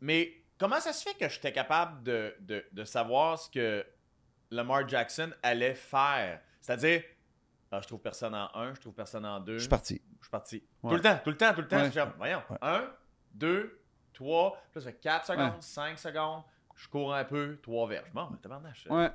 D: mais comment ça se fait que j'étais capable de, de- de savoir ce que Lamar Jackson allait faire? C'est-à-dire, ah, je trouve personne en 1, je trouve personne en
E: Je
D: 2, je
E: suis
D: suis
E: parti.
D: parti.
C: Ouais.
D: Tout le temps, tout le temps, tout le temps.
C: Ouais.
D: je suis comme, voyons,
E: Ouais.
D: 1, 2, 3, plus 4 secondes, 5 secondes, je cours un peu, 3 verges. Bon, ben, tabarnache.
C: Ouais.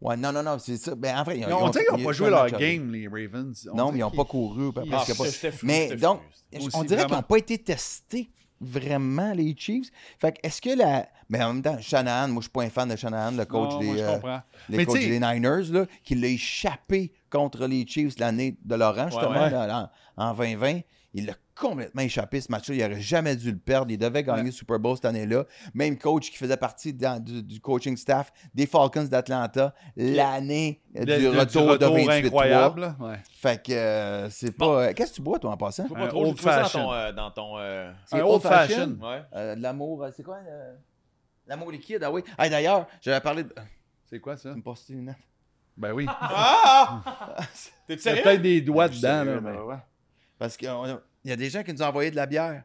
E: Ouais, non, non, non, c'est ça. Ben, en vrai, ils ont-
C: Ils ont-
E: ils
C: on
E: ont-
C: dirait qu'ils
E: ils
C: n'ont
E: ont
C: pas joué
E: fait un
C: leur
E: match à deux.
C: game, les Ravens. On
E: Non,
C: dirait
E: mais ils n'ont
C: qu'ils-
E: pas couru. puis après,
D: Ah,
E: je sais pas.
D: j'étais fou,
E: Mais
D: j'étais fou.
E: donc,
C: Moi aussi,
E: on dirait qu'ils
C: vraiment.
E: n'ont pas été testés vraiment, les Chiefs. Fait que est-ce que la. Mais en même temps, Shanahan, moi, je suis pas un fan de Shanahan, le coach
C: Non,
E: des,
C: moi, je
E: euh,
C: comprends.
E: les
C: Mais
E: coachs
C: tu sais-
E: des Niners, là, qui l'a échappé contre les Chiefs l'année de l'Orange,
D: Ouais,
E: justement,
D: ouais.
E: là, en, en 2020. Il l'a complètement échappé ce match-là. Il n'aurait jamais dû le perdre. Il devait gagner le Super Bowl cette année-là. Même coach qui faisait partie dans- du, du coaching staff des Falcons d'Atlanta l'année
C: Le-
E: du,
C: le-
E: retour de 28
C: incroyable. là, Ouais.
E: Fait que euh, c'est pas. euh, Qu'est-ce que tu bois, toi, en passant?
D: Faut
C: Un
D: pas trop
C: old
D: je trouve ça dans
C: fashion.
D: ton. euh, dans ton euh,
E: C'est
C: Un
E: old
C: old
E: fashion.
C: fashion.
D: ouais.
E: Euh, de l'amour. euh, C'est quoi? euh, L'amour liquide, ah oui. Ah, D'ailleurs, j'avais parlé de.
C: C'est quoi ça?
E: Tu me passes tes lunettes?
C: Ben
E: [laughs]
C: oui. [laughs] Il y a
D: T'es Ah! sérieux?
C: peut-être des doigts
E: Je suis
C: dedans.
E: sérieux,
C: Là,
E: ben
C: mais-
E: ouais. Parce qu'il y a des gens qui nous ont envoyé de la bière.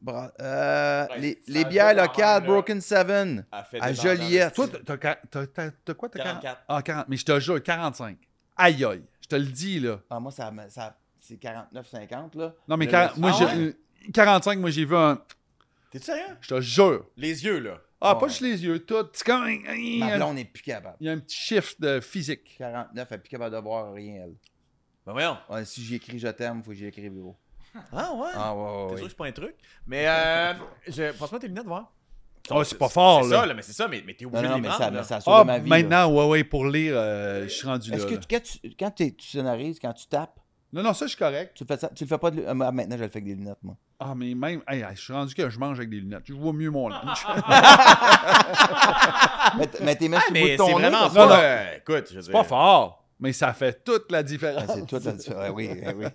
E: Bra- euh,
D: Ouais,
E: les,
D: Ben, c'est
E: les
D: un
E: bières
D: peu quand
E: locales,
D: même, là.
E: Broken Seven,
D: Elle fait
E: à
D: des tendances.
E: Joliette.
C: Toi, t'as- t'as qua- t'as t'as- t'as quoi? T'as
D: 44.
C: 40? Ah, 40. Mais je te jure, 45. Aïe aïe. Je te le dis, là.
E: Ah, moi, ça, me- ça- c'est 49,50, là.
C: Non, mais
E: Le-
C: quar- moi,
D: Ah
C: j'ai-
D: ouais?
C: euh, 45, moi, j'ai vu un...
D: T'es sérieux?
C: Je te jure.
D: Les yeux, là.
C: Ah,
E: Ouais.
C: pas juste les yeux, tout. C'est comme... Il y
E: Ma
C: a un-
E: blonde n'est plus capable.
C: il y a un petit shift de physique.
E: 49, elle n'est plus capable de voir rien, elle.
D: Ben voyons.
E: Ah, si j'y écris je t'aime, il faut que j'y écris bureau.
D: Ah ouais?
E: Ah, ouais,
D: T'es
E: ouais,
D: sûr
E: ouais.
D: que c'est pas un truc? Mais euh, je... passe-moi tes lunettes, voir.
C: Ah, c'est pas fort,
D: C'est
C: là.
D: ça, là, mais c'est ça, mais, mais t'es
E: Non,
D: obligé
E: non,
D: de
E: mais
D: les prendre,
E: ça,
D: là.
E: mais ça sauve
C: Ah,
E: ma vie. là.
C: maintenant, ouais, ouais, pour lire, euh, je suis rendu là.
E: Est-ce que
C: là.
E: tu- quand, tu, quand t'es- tu scénarises, quand tu tapes,
C: Non, non, ça, je suis correct.
E: tu le fais, ça, tu le fais pas de. lu- Ah, maintenant, je le fais avec des lunettes, moi.
C: Ah, mais même... hey, je suis rendu que je mange avec des lunettes. Je vois mieux
E: [laughs]
C: mon linge.
E: mais, t- mais t'es mis
D: Ah,
E: sur le bout de
D: mais
E: ton
D: c'est
E: nez,
D: vraiment
E: parce que-
D: pas...
C: Non, non.
D: euh, écoute, je veux
C: C'est pas
D: dire...
C: fort, mais ça fait toute la
E: Ah,
C: différence.
E: c'est tout la différence. Ah, oui, ah, oui.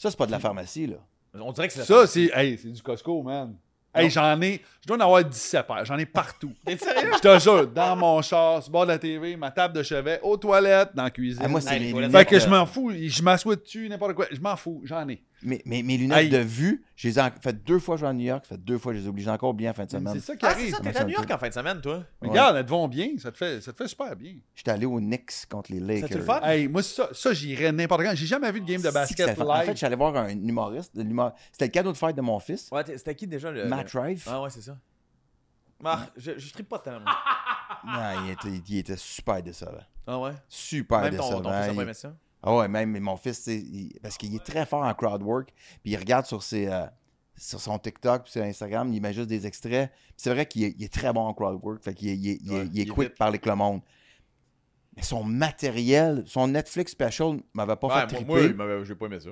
E: Ça, c'est pas de la pharmacie,
C: [laughs]
E: là.
D: On dirait que c'est...
C: Ça, c'est hey, c'est du Costco, man.
E: Non.
C: Hey, j'en ai, je dois en avoir 17 paires. J'en ai partout.
D: T'es sérieux?
C: Je te jure, dans mon char, sur le bord de la TV, ma table de chevet, aux toilettes, dans la cuisine.
E: Ah, moi, c'est
D: Hey,
E: mes
D: les
E: lunettes.
C: fait que
E: euh,
C: je m'en fous, je m'assois dessus, n'importe quoi. Je m'en fous, j'en ai.
E: mes, mes- mes lunettes
C: Hey.
E: de vue, je les ai en- fait deux fois que je vais à New York, fait deux fois que je les oblige encore bien en fin de
C: C'est
E: semaine.
C: ça qui
D: Ah, c'est
C: arrive.
D: ça, t'es à New York en fin de semaine, toi.
C: Mais
E: Ouais.
C: regarde, elles te vont bien, ça te fait, ça te fait super bien.
E: J'étais allé au Knicks contre les Lakers.
D: Ça, tu le fun?
C: Hey, moi, ça, ça j'irais n'importe quand. J'ai jamais vu de game de
E: Si Ah, que
C: basket
E: ça fait- En fait,
C: live.
E: j'allais voir un humoriste. de l'humor- C'était le cadeau de fête de mon fils,
D: Ouais, t'es- c'était qui déjà, le...
E: Matt Rife.
D: Ah ouais, c'est ça. Marc, je, je tripe pas tellement.
E: Non, il, était, il était super décevant.
D: Ah ouais?
E: Super
D: Même
E: décevant.
D: ton, ton fils a
E: Il-
D: pas aimé ça?
E: Ah ouais, même mon fils, tu sais, il- parce qu'il est très fort en crowd work, puis il regarde sur ses, euh, sur son TikTok, puis sur Instagram, il met juste des extraits. Puis c'est vrai qu'il est, il est très bon en crowd work, fait qu'il est, il est- il est-
C: Ouais,
E: il est
C: il est
E: quick de
C: vite.
E: parler avec le monde. Mais son matériel, son Netflix special m'avait pas fait
D: Ouais,
E: triper.
D: moi, moi, il m'a- j'ai pas aimé ça.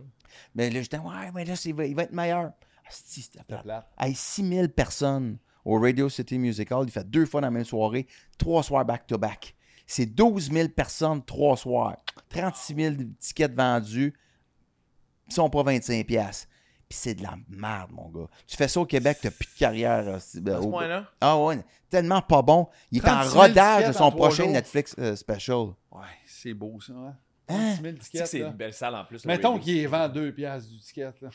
E: Mais là, j'étais, ouais, mais là, c'est- il va, il va être meilleur. Ah, si, c'était plate.
C: plate.
E: Hey, 6000 personnes au Radio City Music Hall. Il fait deux fois dans la même soirée, trois soirs back-to-back. C'est 12 000 personnes, trois soirs. 36 000 tickets vendus. Ils sont pas 25 piastres. Puis c'est de la merde, mon gars. Tu fais ça au Québec, t'as plus de carrière. hostie, ben,
D: À ce
E: au-
D: point-là?
E: Ah ouais, tellement pas bon. Il est en
C: 36 000
E: rodage de
C: tickets
E: son
C: en trois
E: prochain
C: jours.
E: Netflix euh, special.
C: Ouais, c'est beau, ça. Hein?
E: Hein?
C: 10 000
D: C'est que
C: tickets,
D: c'est
C: là.
D: une belle salle en plus. le
C: Mettons
D: Radio.
C: qu'il est vend 2 piastres du ticket. là.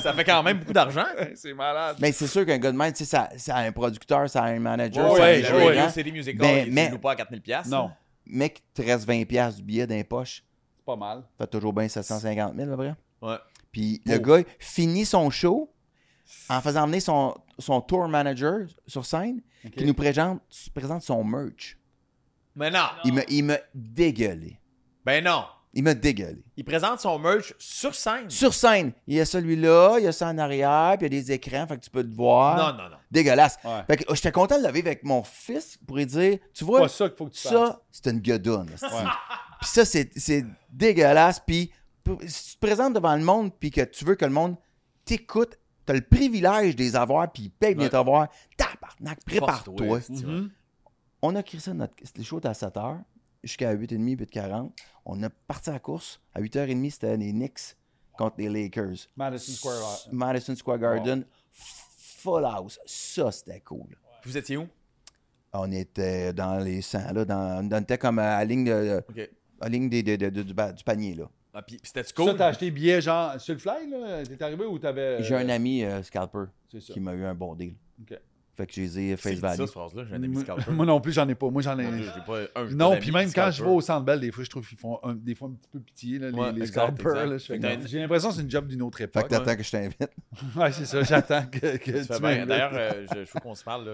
D: Ça fait quand même beaucoup [laughs] d'argent.
C: c'est malade.
E: Mais c'est sûr qu'un gars de même, tu sais, ça, ça a un producteur, ça a un manager,
C: Ouais,
E: ça a
C: ouais,
E: des
C: ouais,
E: gérants.
C: ouais.
D: C'est des musicals,
E: Ben,
D: tu
E: mais-
D: le loues pas à 4000 pièces.
C: Non,
E: mec, il te reste 20$ piastres du billet dans les poches,
C: c'est pas mal.
E: fait toujours bien 750 000 à peu près.
D: Ouais.
E: Puis
C: Oh.
E: le gars finit son show en faisant emmener son, son tour manager sur scène
C: Ok.
E: qui nous présente, présente son merch.
D: Mais non.
C: Ah.
E: Il m'a, il m'a dégueulé.
D: Ben non.
E: Il m'a dégueulé.
D: Il présente son merch sur scène.
E: Sur scène, il y a celui-là, il y a ça en arrière, puis il y a des écrans, fait que tu peux le
C: Ah.
E: voir.
D: Non, non, non.
E: Dégueulasse.
C: Ouais.
E: Fait que oh, j'étais content de le vivre avec mon fils pour lui dire, tu vois,
C: pas ça qu'il faut que tu fasses.
E: Ça, c'est une
C: [laughs]
E: guedoune. esti. Puis ça, c'est c'est dégueulasse. Puis pour- si tu te présentes devant le monde puis que tu veux que le monde t'écoute, t'as le privilège de les avoir puis ils payent bien
D: Ouais.
E: t'avoir. Tabarnak, prépare-toi.
D: Force-toi,
E: esti.
D: esti.
C: Mhm.
E: On a créé ça, notre... c'était chaud à 7h jusqu'à 8h30, 8h40. On a parti à la course. À 8h30, c'était les Knicks contre les Lakers.
C: Madison Square
E: S- Madison Square Garden, full house. Ça, c'était cool.
D: Vous étiez où?
E: On était dans les 100, là, dans, on était comme à la ligne de,
D: OK.
E: à la ligne des- des- des- du, ba- du panier. là.
D: Ah, puis puis c'était-tu
C: Ça,
D: cool?
C: t'as acheté billet genre sur le fly, là? T'es arrivé ou t'avais.
E: J'ai un ami euh, scalper
C: C'est ça.
E: qui m'a eu un bon deal.
C: Ok.
E: Fait que je les ai
D: C'est
E: face
D: ça,
E: value.
D: cette phrase-là. J'ai un ami
C: Moi,
D: scalper.
C: moi non plus, j'en ai pas. Moi, j'en ai.
D: Mon Dieu, j'ai pas un- j'ai pas
C: non,
D: d'amis
C: puis même quand je vais
D: scalper.
C: au centre belle, des fois, je trouve qu'ils font un- des fois un petit peu pitié, là, les,
D: Ouais,
C: les
D: exact,
C: scalpers,
D: exact.
C: là. Je fais
D: Fait que
C: comme-
D: t'as-
C: J'ai l'impression que c'est une job d'une autre
E: Fait que
C: époque.
E: t'attends que je t'invite.
C: [laughs] ouais, c'est ça. J'attends que, que
D: Tu fais
C: tu
D: bien.
C: m'invites.
D: D'ailleurs, euh, je je trouve qu'on se parle. là.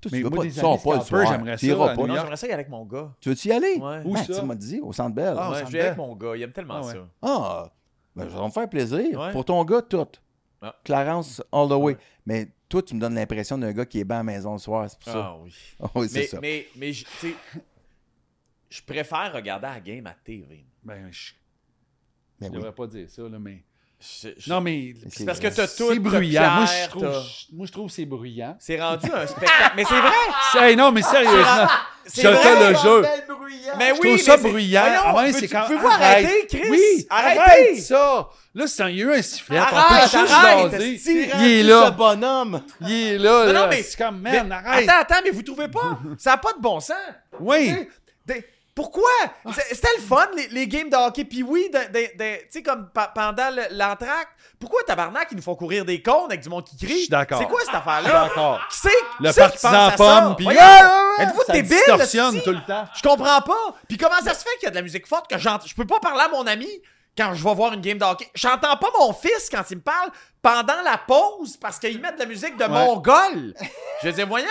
E: Toi,
C: Mais
E: tu veux
C: moi,
E: pas,
C: des
E: tu sors
C: amis
E: pas le
C: scalpers,
E: soir.
C: j'aimerais
E: Tu
C: ça,
E: iras
C: à
E: pas.
C: New
D: Non,
C: York.
D: j'aimerais ça y aller avec mon gars.
E: Tu veux-tu y aller?
D: Ouais.
C: Où
E: Ben,
C: ça?
E: Tu m'as dit, au centre belle.
C: Ah,
E: Ah,
D: Ouais,
C: ça
D: je
C: me
D: vais y aller avec
C: plaît.
D: mon gars. Il aime tellement
C: Ah ouais.
D: ça.
E: ben, ça va me faire plaisir.
D: Ouais.
E: Pour ton gars, tout.
D: Ah.
E: Clarence, all the way.
D: Ouais.
E: Mais toi, tu me donnes l'impression d'un gars qui est bien à la maison le soir. C'est pour ça.
D: Ah oui.
E: Ah [laughs] oui, c'est
D: mais,
E: ça.
D: mais, mais, je- tu sais, je préfère regarder la game à TV.
C: Ben, je
E: Mais
C: ne
E: oui.
C: devrais pas dire ça, là, mais.
D: Je- je-
C: Non, mais.
E: C'est
D: parce que
E: vrai.
D: t'as tout.
C: C'est bruyant. Moi, je trouve,
D: trouve.
C: je- moi, je trouve que c'est bruyant.
D: C'est rendu un spectacle. Mais c'est vrai!
C: Hey, non, mais sérieusement.
D: C'est
C: Je
D: vrai!
C: te le jure.
D: Mais oui,
C: Je trouve ça
D: mais c'est-
C: bruyant.
D: Voyons,
C: Ah ouais,
D: peux-tu-
C: c'est quand-
D: Peux-vous
C: Arrête.
D: arrêter, Chris?
C: Oui,
D: arrêtez!
C: arrête ça! Là, c'est- il y a eu un sifflet. on
D: Arrête,
C: peut juste
D: arrête,
C: jaser.
D: esti.
C: Il est là.
E: Ce bonhomme.
C: Il est là.
D: Non, non,
C: là.
D: mais-
C: C'est comme,
D: Mais-
C: man, arrête.
D: Attends, attends, mais vous trouvez pas?
C: [laughs]
D: Ça n'a pas de bon sens.
C: oui.
D: T'sais, des- Pourquoi? C'est- C'était le fun, les, les games de hockey puis oui, tu sais, comme pa- pendant le- l'entracte. Pourquoi, tabarnak, ils nous font courir des cons avec du monde qui crie?
C: Je suis d'accord.
D: C'est quoi cette
C: Je suis
D: affaire-là?
C: d'accord.
D: Qui c'est
C: Le
D: qui c'est qui pense
C: partisan
D: à ça?
C: pomme, puis.
D: Voyons, Êtes-vous
C: Ça
D: débile?
C: distorsionne
D: esti?
C: tout le temps.
D: Je comprends pas. Puis comment ça se fait qu'il y a de la musique forte que j'entends Je peux pas parler à mon ami quand je vais voir une game de hockey. J'entends pas mon fils quand il me parle pendant la pause parce qu'il met de la musique de mongol. Je dis voyons,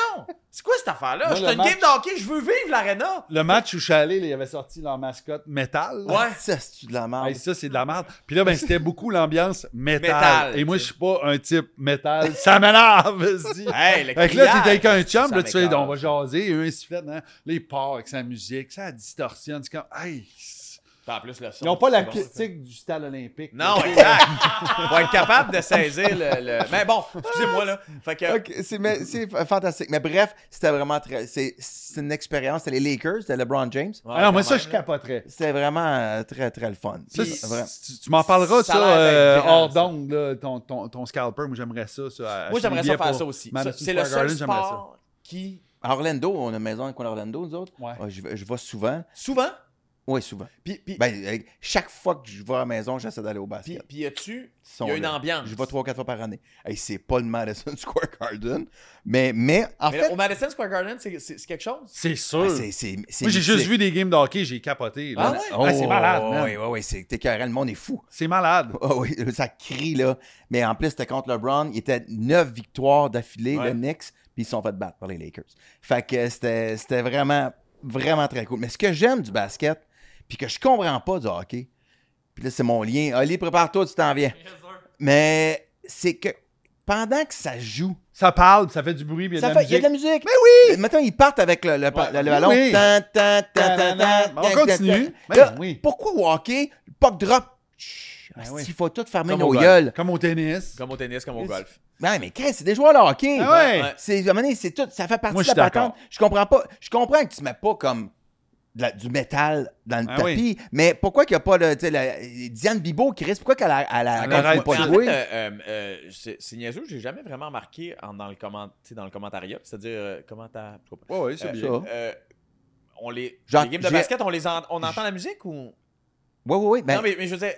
D: c'est quoi cette affaire là
C: Moi,
D: Je
C: le
D: une
C: match-
D: game de hockey, je veux vivre l'arena.
C: Le match où je suis allé, là, il avait sorti leur mascotte métal. là.
D: Ouais.
E: Ah, Ça, c'est de la merde.
C: Hey, ça, c'est de la merde. Puis là, ben, c'était beaucoup l'ambiance métal.
D: Métal,
C: Et moi,
D: tu
C: je suis pas un type métal. Ça m'énerve, [laughs] vas-y.
D: Hey,
C: Fait
D: le
C: que là,
D: criage,
C: t'es avec un chum,
D: ça
C: là, tu fais,
D: m'écoeure.
C: on va jaser, il y a eu un sifflet, hein. là, il part avec sa musique, ça distorsionne, c'est comme, hey! c'est-
D: En plus le
C: Ils
D: son,
C: n'ont pas la
D: c'est bon.
C: critique du stade olympique.
D: Non, exact. Faut être capable de saisir le, le- Mais bon, excusez-moi là. Fait que
E: Ok, c'est mais- c'est fa- fantastique. Mais bref, c'était vraiment très. C'est c'est une expérience. C'était les Lakers, c'était LeBron James.
D: Ouais,
C: Ah non, moi,
D: quand
C: ça,
D: même,
C: je
D: là.
C: capoterais.
E: C'était vraiment euh, très, très le fun.
C: Ça,
E: Puis,
C: c'est-
E: vraiment.
C: tu tu m'en parleras, ça,
D: Ça a l'air
C: euh,
D: d'être grand,
C: hors
D: ça.
C: d'onde, là, ton, ton, ton scalper. Moi, j'aimerais ça. ça à-
D: Moi, j'aimerais
C: acheter des billets
D: ça faire
C: pour
D: ça aussi. Ça,
C: Madison
D: C'est le
C: Square
D: seul
C: Garden, j'aimerais ça.
D: sport qui
E: À Orlando, on a une maison à Orlando, nous autres.
C: Ouais.
E: je, vais- je vais souvent.
D: souvent
E: Oui, souvent.
D: puis puis-
E: Ben, euh, chaque fois que je vais à la maison, j'essaie d'aller au
D: Puis,
E: basket.
D: puis y a-tu
E: Ils sont
D: y a une
E: là.
D: ambiance?
E: Je vais trois, quatre fois par année. Hey, c'est pas le Madison [laughs] Square Garden. Mais, mais en
D: Mais là,
E: fait,
D: au Madison Square Garden, c'est- c'est c'est quelque chose?
C: C'est sûr.
E: ah, c'est- c'est. c'est
C: moi, j'ai
E: mythique.
C: juste vu des games de hockey, j'ai capoté. là.
D: Ah ouais?
E: Oh,
C: c'est malade, man.
E: Oui, oui, oui, c'est t'es écœurant, le monde est fou.
C: C'est malade.
E: Ah oui, ça crie, là. Mais en plus, c'était contre LeBron. Il était neuf victoires d'affilée,
D: Ouais.
E: le Knicks, puis ils se sont fait battre par les Lakers. Fait que c'était c'était vraiment, vraiment très cool. Mais ce que j'aime du basket, puis que je comprends pas du hockey, puis là, c'est mon lien. Ali, prépare-toi, tu t'en viens. Mais c'est que pendant que ça joue,
C: Ça parle, ça fait du bruit, puis il y a
E: ça
C: de la
E: fait- il y a de
C: musique. Ben
E: la musique. Mais oui! Maintenant, ils partent avec le, le, pa- le-
D: Ouais.
E: le ballon.
C: Oui.
E: Tan, tan, tan, tan, tan,
C: On
E: tan,
C: continue.
E: tan, tan.
C: Ben
E: Là,
C: oui.
E: Pourquoi walker? Le puck drop. Chut,
C: Ben
E: asti,
C: oui.
E: Il faut tout fermer
D: Comme
E: nos
D: au golf.
E: gueules.
C: Comme au tennis.
D: Comme au tennis, comme au golf.
E: Ouais, mais Chris, c'est des joueurs de hockey.
C: Ah ouais.
D: Ben Ouais.
E: C'est, à un moment donné, c'est tout, ça fait partie
C: Moi,
E: de
C: je
E: la
C: suis
E: patente.
C: d'accord.
E: Je comprends pas. Je comprends que tu mets pas comme de la- du métal dans le
D: Ben
C: Ah
E: tapis, mais pourquoi qu'il n'y a pas le, tu sais, la- Diane Bibo, Chris, pourquoi qu'elle a, elle a-
C: Elle
E: elle continue
C: arrête.
E: pas
D: Mais
E: de
D: en
E: jouer?
D: fait, euh, euh, euh, c'est c'est niaiseux, j'ai jamais vraiment marqué en- dans, le comment, tu sais, dans le commentariat, c'est-à-dire euh, commenta- je sais pas.
C: Ouais, ouais, c'est
D: Euh,
C: bien.
E: ça.
D: euh, on les,
E: Genre,
D: les games de
E: j'ai-
D: basket, on les en- on entend la musique ou
E: Oui, oui, oui. ben,
D: Non mais, mais je veux dire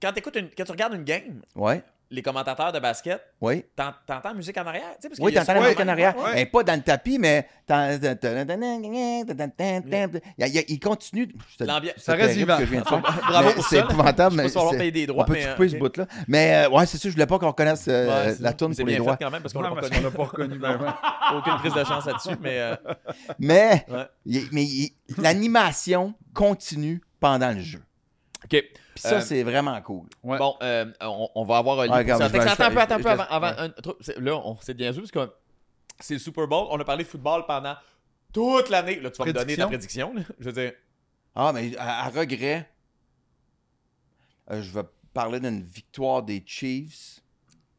D: quand, t'écoutes une- quand tu regardes une game,
E: ouais,
D: les commentateurs de basket,
E: ouais.
D: t'en- t'entends la musique en arrière, tu sais parce
E: Oui,
D: qu'il y a
E: t'entends la
D: ça-
E: musique en
D: Ouais,
E: arrière.
D: ouais, ouais.
E: Mais pas dans le tapis, mais. t'en- t'en- t'en- t'en- t'en- t'en- t'en- Il y a- il continue. C'est-
D: L'ambiance.
E: c'est
C: Ça reste
E: terrible
C: vivant.
E: ce que je viens de faire.
D: [laughs] Bravo
E: Mais
D: pour
E: C'est
D: ça, là.
E: épouvantable,
D: Je
E: mais.
D: sais pas si on va
E: c'est-
D: payer des droits,
E: On peut
D: mais,
E: couper
D: euh,
E: ce
D: ok.
E: bout-là. Mais euh, ouais, c'est sûr, je voulais pas qu'on reconnaisse euh,
D: Ouais, c'est-
E: la tourne
D: c'est
E: pour les
D: bien
E: droits.
D: fait quand même parce qu'on
C: Ouais,
D: l'a pas
C: parce
D: reconnu.
C: qu'on l'a pas reconnu. ben ouais.
D: [laughs] Aucune prise de chance là-dessus, mais euh,
E: Mais,
D: Ouais.
E: il- mais il- l'animation continue pendant le jeu.
D: OK.
E: Puis ça,
D: Euh,
E: c'est vraiment cool.
C: Ouais.
D: Bon, euh, on, on va avoir
E: Ah,
D: Oli.
E: regarde,
D: Ça,
E: je
D: fait que
E: vais-
D: ça, attends un peu,
E: je-
D: attends un
E: je-
D: peu
E: je-
D: avant. avant un truc. C'est- là, on s'est bien joué parce que c'est le Super Bowl. On a parlé de football pendant toute l'année. Là, tu vas me donner ta prédiction. là. Je veux dire,
E: Ah, mais à, à regret, euh, je vais parler d'une victoire des Chiefs.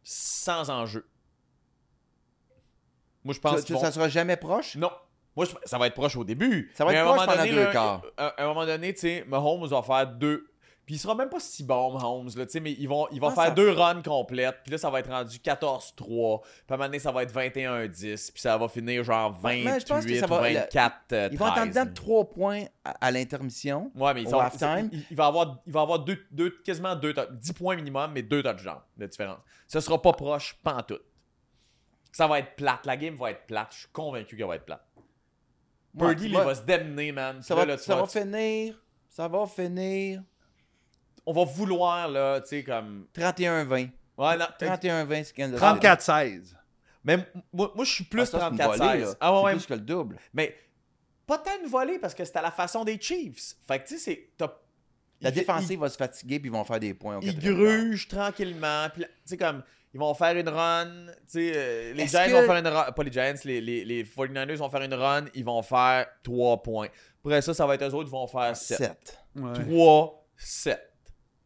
D: sans enjeu. Moi, je
E: Ça,
D: pense
E: ça-
D: qu'ils vont-
E: ça sera jamais proche?
D: Non. Moi, je- ça va être proche au début.
E: Ça va
D: Mais
E: être
D: à un
E: proche
D: moment
E: pendant
D: donné,
E: deux
D: là,
E: quarts.
D: À à un moment donné, tu sais, Mahomes va faire deux. Puis il sera même pas si bon, Mahomes, là, tu sais, mais ils vont, il va
E: Ah,
D: faire
E: ça-
D: deux runs complètes. Puis là, ça va être rendu 14-3. Puis à un moment donné, ça va être 21-10. Puis ça va finir genre
E: Ouais, mais je pense que
D: 28
E: ça va-
D: 24 euh,
E: Ils vont être en
D: 13.
E: dedans de 3 points à, à l'intermission.
D: Ouais, mais ils
E: au
D: sont-
E: halftime.
D: il, il va avoir, il va avoir deux, deux, quasiment deux, tou- 10 points minimum, mais deux touchdowns de différence. Ce sera pas proche, pas en tout. Ça va être plate. La game va être plate. Je suis convaincu qu'elle va être plate.
E: Ouais,
D: Purdy,
E: tu
D: il
E: vois,
D: va se démener, man.
E: ça
D: Là,
E: va,
D: là, tu
E: ça
D: vas-
E: va finir. Ça va finir.
D: On va vouloir, là, tu sais, comme...
E: 31-20.
D: Ouais, non, t'as-
E: 31-20, c'est Kansas City.
C: 34-16.
D: Mais m- moi, moi, je suis
E: Ah,
D: plus
E: ça, c'est une
D: 34-16.
E: volée, là.
D: ah ouais,
E: C'est
D: ouais,
E: plus que le double.
D: mais pas tant une volée parce que c'est à la façon des Chiefs. Fait que, tu sais, c'est... t'as-
E: La
D: il-
E: défensive va se fatiguer puis ils vont faire des points. au
D: Ils, ils
E: quatrième
D: grugent tranquillement. Puis, là, tu sais, comme... Ils vont faire une run. Tu sais, euh, les
E: Est-ce
D: Giants
E: que-
D: vont faire une run. Pas les Giants, les, les, les 49ers vont faire une
E: Ah,
D: run. Ils vont faire 3 points. Après ça, ça va être eux autres, ils vont faire
E: quart.
D: 7.
E: Sept.
D: 3 7.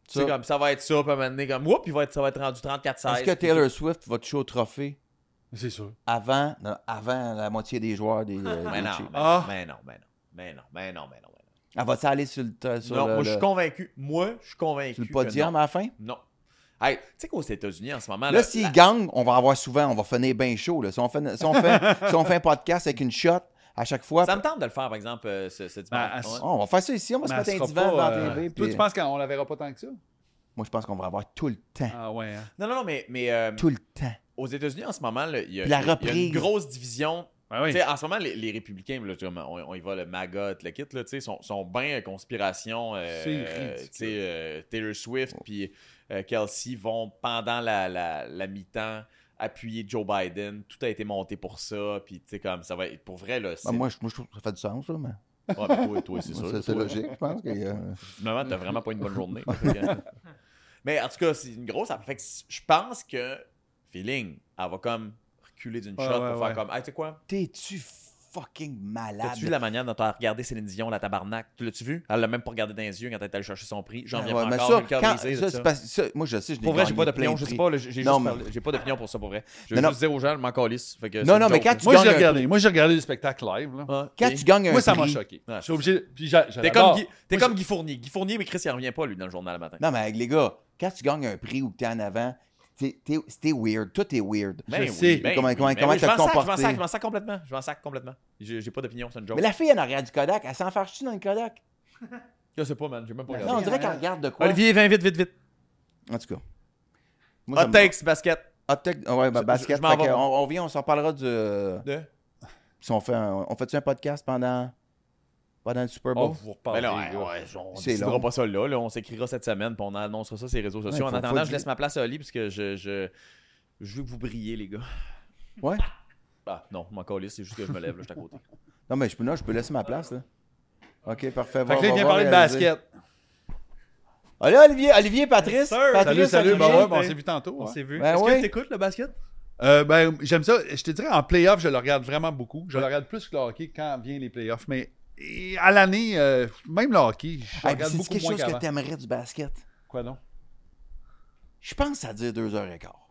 D: Tu
E: Ça.
D: sais, comme ça va être ça, puis à un moment donné, comme, oups, il va être, ça va être rendu 34-16.
E: Est-ce que Taylor Swift va toucher au trophée
C: C'est sûr.
E: avant, non, avant la moitié des joueurs des, euh, des
D: [laughs] Mais non,
E: Chiefs?
D: mais non,
C: Ah.
D: mais non, mais non, mais non, mais non, mais non. mais
E: Elle va-tu aller sur le, t- sur
D: non. Non,
E: le,
D: moi, je suis
E: le-
D: convaincu. Moi, je suis convaincu.
E: sur le
D: que
E: podium
D: non.
E: à la fin?
D: Non. Hey, tu sais qu'aux États-Unis, en ce moment,
E: Là,
D: là,
E: s'il
D: la-
E: gagne, on va avoir souvent, on va finir bien chaud. Là. Si, on fait, si, on fait, si on fait un podcast avec une shot à chaque fois, Oh,
D: ça me tente de le faire, par exemple, euh, ce, ce dimanche.
C: Ben, à-
D: Ouais.
E: on va faire ça ici, on va
C: Mais
E: se
C: elle
E: mettre un
C: sera
E: divan
C: pas,
E: dans la
C: euh,
E: TV.
C: Toi,
E: puis- euh,
C: tu penses qu'on la verra pas tant que ça?
E: Moi, je pense qu'on va avoir tout le temps.
C: Ah ouais. hein.
D: Non, non, non, mais, mais euh,
E: Tout le temps.
D: aux États-Unis, en ce moment, là, il y, a-
E: Puis la
D: il y a
E: reprise.
D: une grosse division
C: Ben oui.
D: Tu sais, en ce moment, les, les républicains, là, tu vois, on, on y va, le MAGA, le kit, là, tu sais, sont, sont bien conspiration. euh,
C: C'est
D: euh,
C: ridicule.
D: tu sais, euh, Taylor Swift puis euh, Kelsey vont, pendant la, la, la mi-temps, appuyer Joe Biden. Tout a été monté pour ça. Puis, tu sais, comme ça va être- Pour vrai, là, c'est.
E: Ben, moi, je, moi, je trouve que ça fait du sens, là, mais
D: Ouais, mais toi,
E: [laughs]
D: toi, c'est sûr.
E: c'est c'est
D: toi,
E: logique, je pense. que, euh,
D: Finalement, t'as vraiment pas une bonne journée.
E: [laughs]
D: là, fait que- Mais en tout cas, c'est une grosse. affaire. Fait que je pense que, feeling, elle va comme reculer d'une
C: Ouais,
D: shot
C: ouais,
D: pour
C: ouais.
D: faire comme, hey, tu sais quoi?
E: T'es-tu fucking malade?
D: T'as-tu vu la manière dont elle a regardé Céline Dion, la tabarnak? Tu l'as-tu vu? Elle l'a même pas regardé dans les yeux quand elle est allée chercher son prix. J'en
E: Ah,
D: viens
E: ouais,
D: pas
E: mais
D: encore,
E: ça,
D: j'ai le cœur
E: quand-
D: brisé de
E: ça,
D: ça.
E: c'est parce- ça, Moi, je sais, je n'ai
D: Pour vrai, j'ai
E: gagné
D: pas
E: plein
D: d'opinion,
E: de
D: je sais
E: prix.
D: pas, là, j'ai j'ai
E: Non,
D: juste
E: mais-
D: parlé- j'ai pas d'opinion pour ça, pour vrai. Je
E: Non,
D: veux
E: non.
D: juste dire aux gens, je m'en calisse. Fait que
E: Non,
D: c'est une
E: non, mais
D: joke,
E: quand
D: là.
E: tu
C: Moi, j'ai
E: gagnes un-
C: regardé. Moi, j'ai regardé le spectacle live. là.
D: Ah,
E: Quand
D: et-
E: tu gagnes un
C: Moi, ça m'a
E: prix-
C: choqué.
D: Ah,
C: Je suis obligé. Puis j'a-
D: T'es
C: j'adore.
D: comme, Guy, t'es
C: Moi,
D: comme Guy Fournier. Guy Fournier, mais Chris, il revient pas, lui, dans le journal le matin.
E: Non, mais les gars, quand tu gagnes un prix ou que t'es en avant, t'es t'es- c'était weird. Tout est weird.
D: Ben oui,
C: sais.
D: ben
E: Comment-
D: oui,
E: comment-
D: ben
E: comment
D: oui, je
E: t'as
D: m'en sac, Je m'en
E: comporté?
D: sac, je m'en sac complètement. Je m'en sac complètement. J'ai j'ai pas d'opinion, c'est une joke.
E: Mais la fille en arrière du Kodak, elle s'enfarge-tu dans le Kodak?
D: Je sais pas, man. J'ai même pas
E: Non, on
D: regardé.
E: dirait qu'elle
C: arrière.
E: regarde de quoi.
D: Olivier, viens vite, vite, vite.
E: En tout cas. Moi, ça
D: Hot
E: me-
D: takes, basket.
E: Hot take. ah Ouais, bah,
D: Je-
E: basket.
D: je m'en
E: fait
D: vais.
E: que on, on vient, on s'en parlera du. euh,
D: De?
E: Si on fait un, on fait un podcast pendant, pendant le Super
C: On
E: Bowl?
C: va vous
D: Ben
C: reparler.
D: là,
C: gars.
D: ouais, ouais, on
E: C'est
D: décidera
E: long.
D: pas ça là, là. On s'écrira cette semaine, puis on annoncera ça sur les réseaux sociaux.
E: Ouais,
D: en
E: faut-
D: attendant,
E: faut
D: je
E: le-
D: laisse ma place à Oli, parce que je, je, je veux que vous brilliez, les gars.
E: Ouais.
D: Ah, non, mon colis, c'est juste que je me lève, là, je suis à côté.
E: Non, mais je peux, non, je peux laisser ma place, là. OK, parfait.
C: Fait
E: va-
C: que là, il
E: va-
C: vient
E: va
C: parler de
E: réaliser.
C: basket.
E: Allez, Olivier, Olivier, Patrice.
F: Sir.
E: Patrice,
C: Salut, salut.
E: Olivier.
C: Ben ouais, ben, on
F: t'es-
C: s'est vu tantôt.
F: On
C: ouais.
F: s'est vu.
E: Ben
F: Est-ce
E: oui.
F: que t'écoutes le basket?
C: Euh, ben, j'aime ça. Je te dirais, en playoff, je le regarde vraiment beaucoup. Je le regarde plus que le hockey quand viennent les playoffs. Mais et à l'année, euh, même le hockey, je
E: Hey,
C: regarde
E: puis c'est
C: beaucoup
E: quelque
C: moins
E: chose que
C: qu'avant.
E: t'aimerais du basket?
C: Quoi donc?
E: Je pense que ça dure deux heures et quart.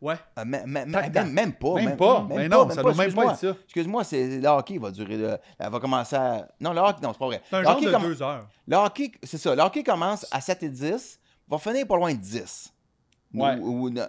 F: Ouais.
E: Ah, mais- mais- mais-
C: Tac,
E: même,
C: tac.
E: Oh, même pas.
C: Même pas. Mais non, ça doit même pas
E: excuse-moi.
C: être ça.
E: Excuse-moi, c'est le hockey va durer. le- elle va commencer à. Non, le hockey, non, c'est pas vrai.
F: C'est un
E: Le
F: genre
E: hockey
F: de
E: comm-
F: deux heures.
E: Le hockey, c'est ça. Le hockey commence à 7 et 10, va finir pas loin de 10.
C: Ouais.
E: Ou- ou- ou-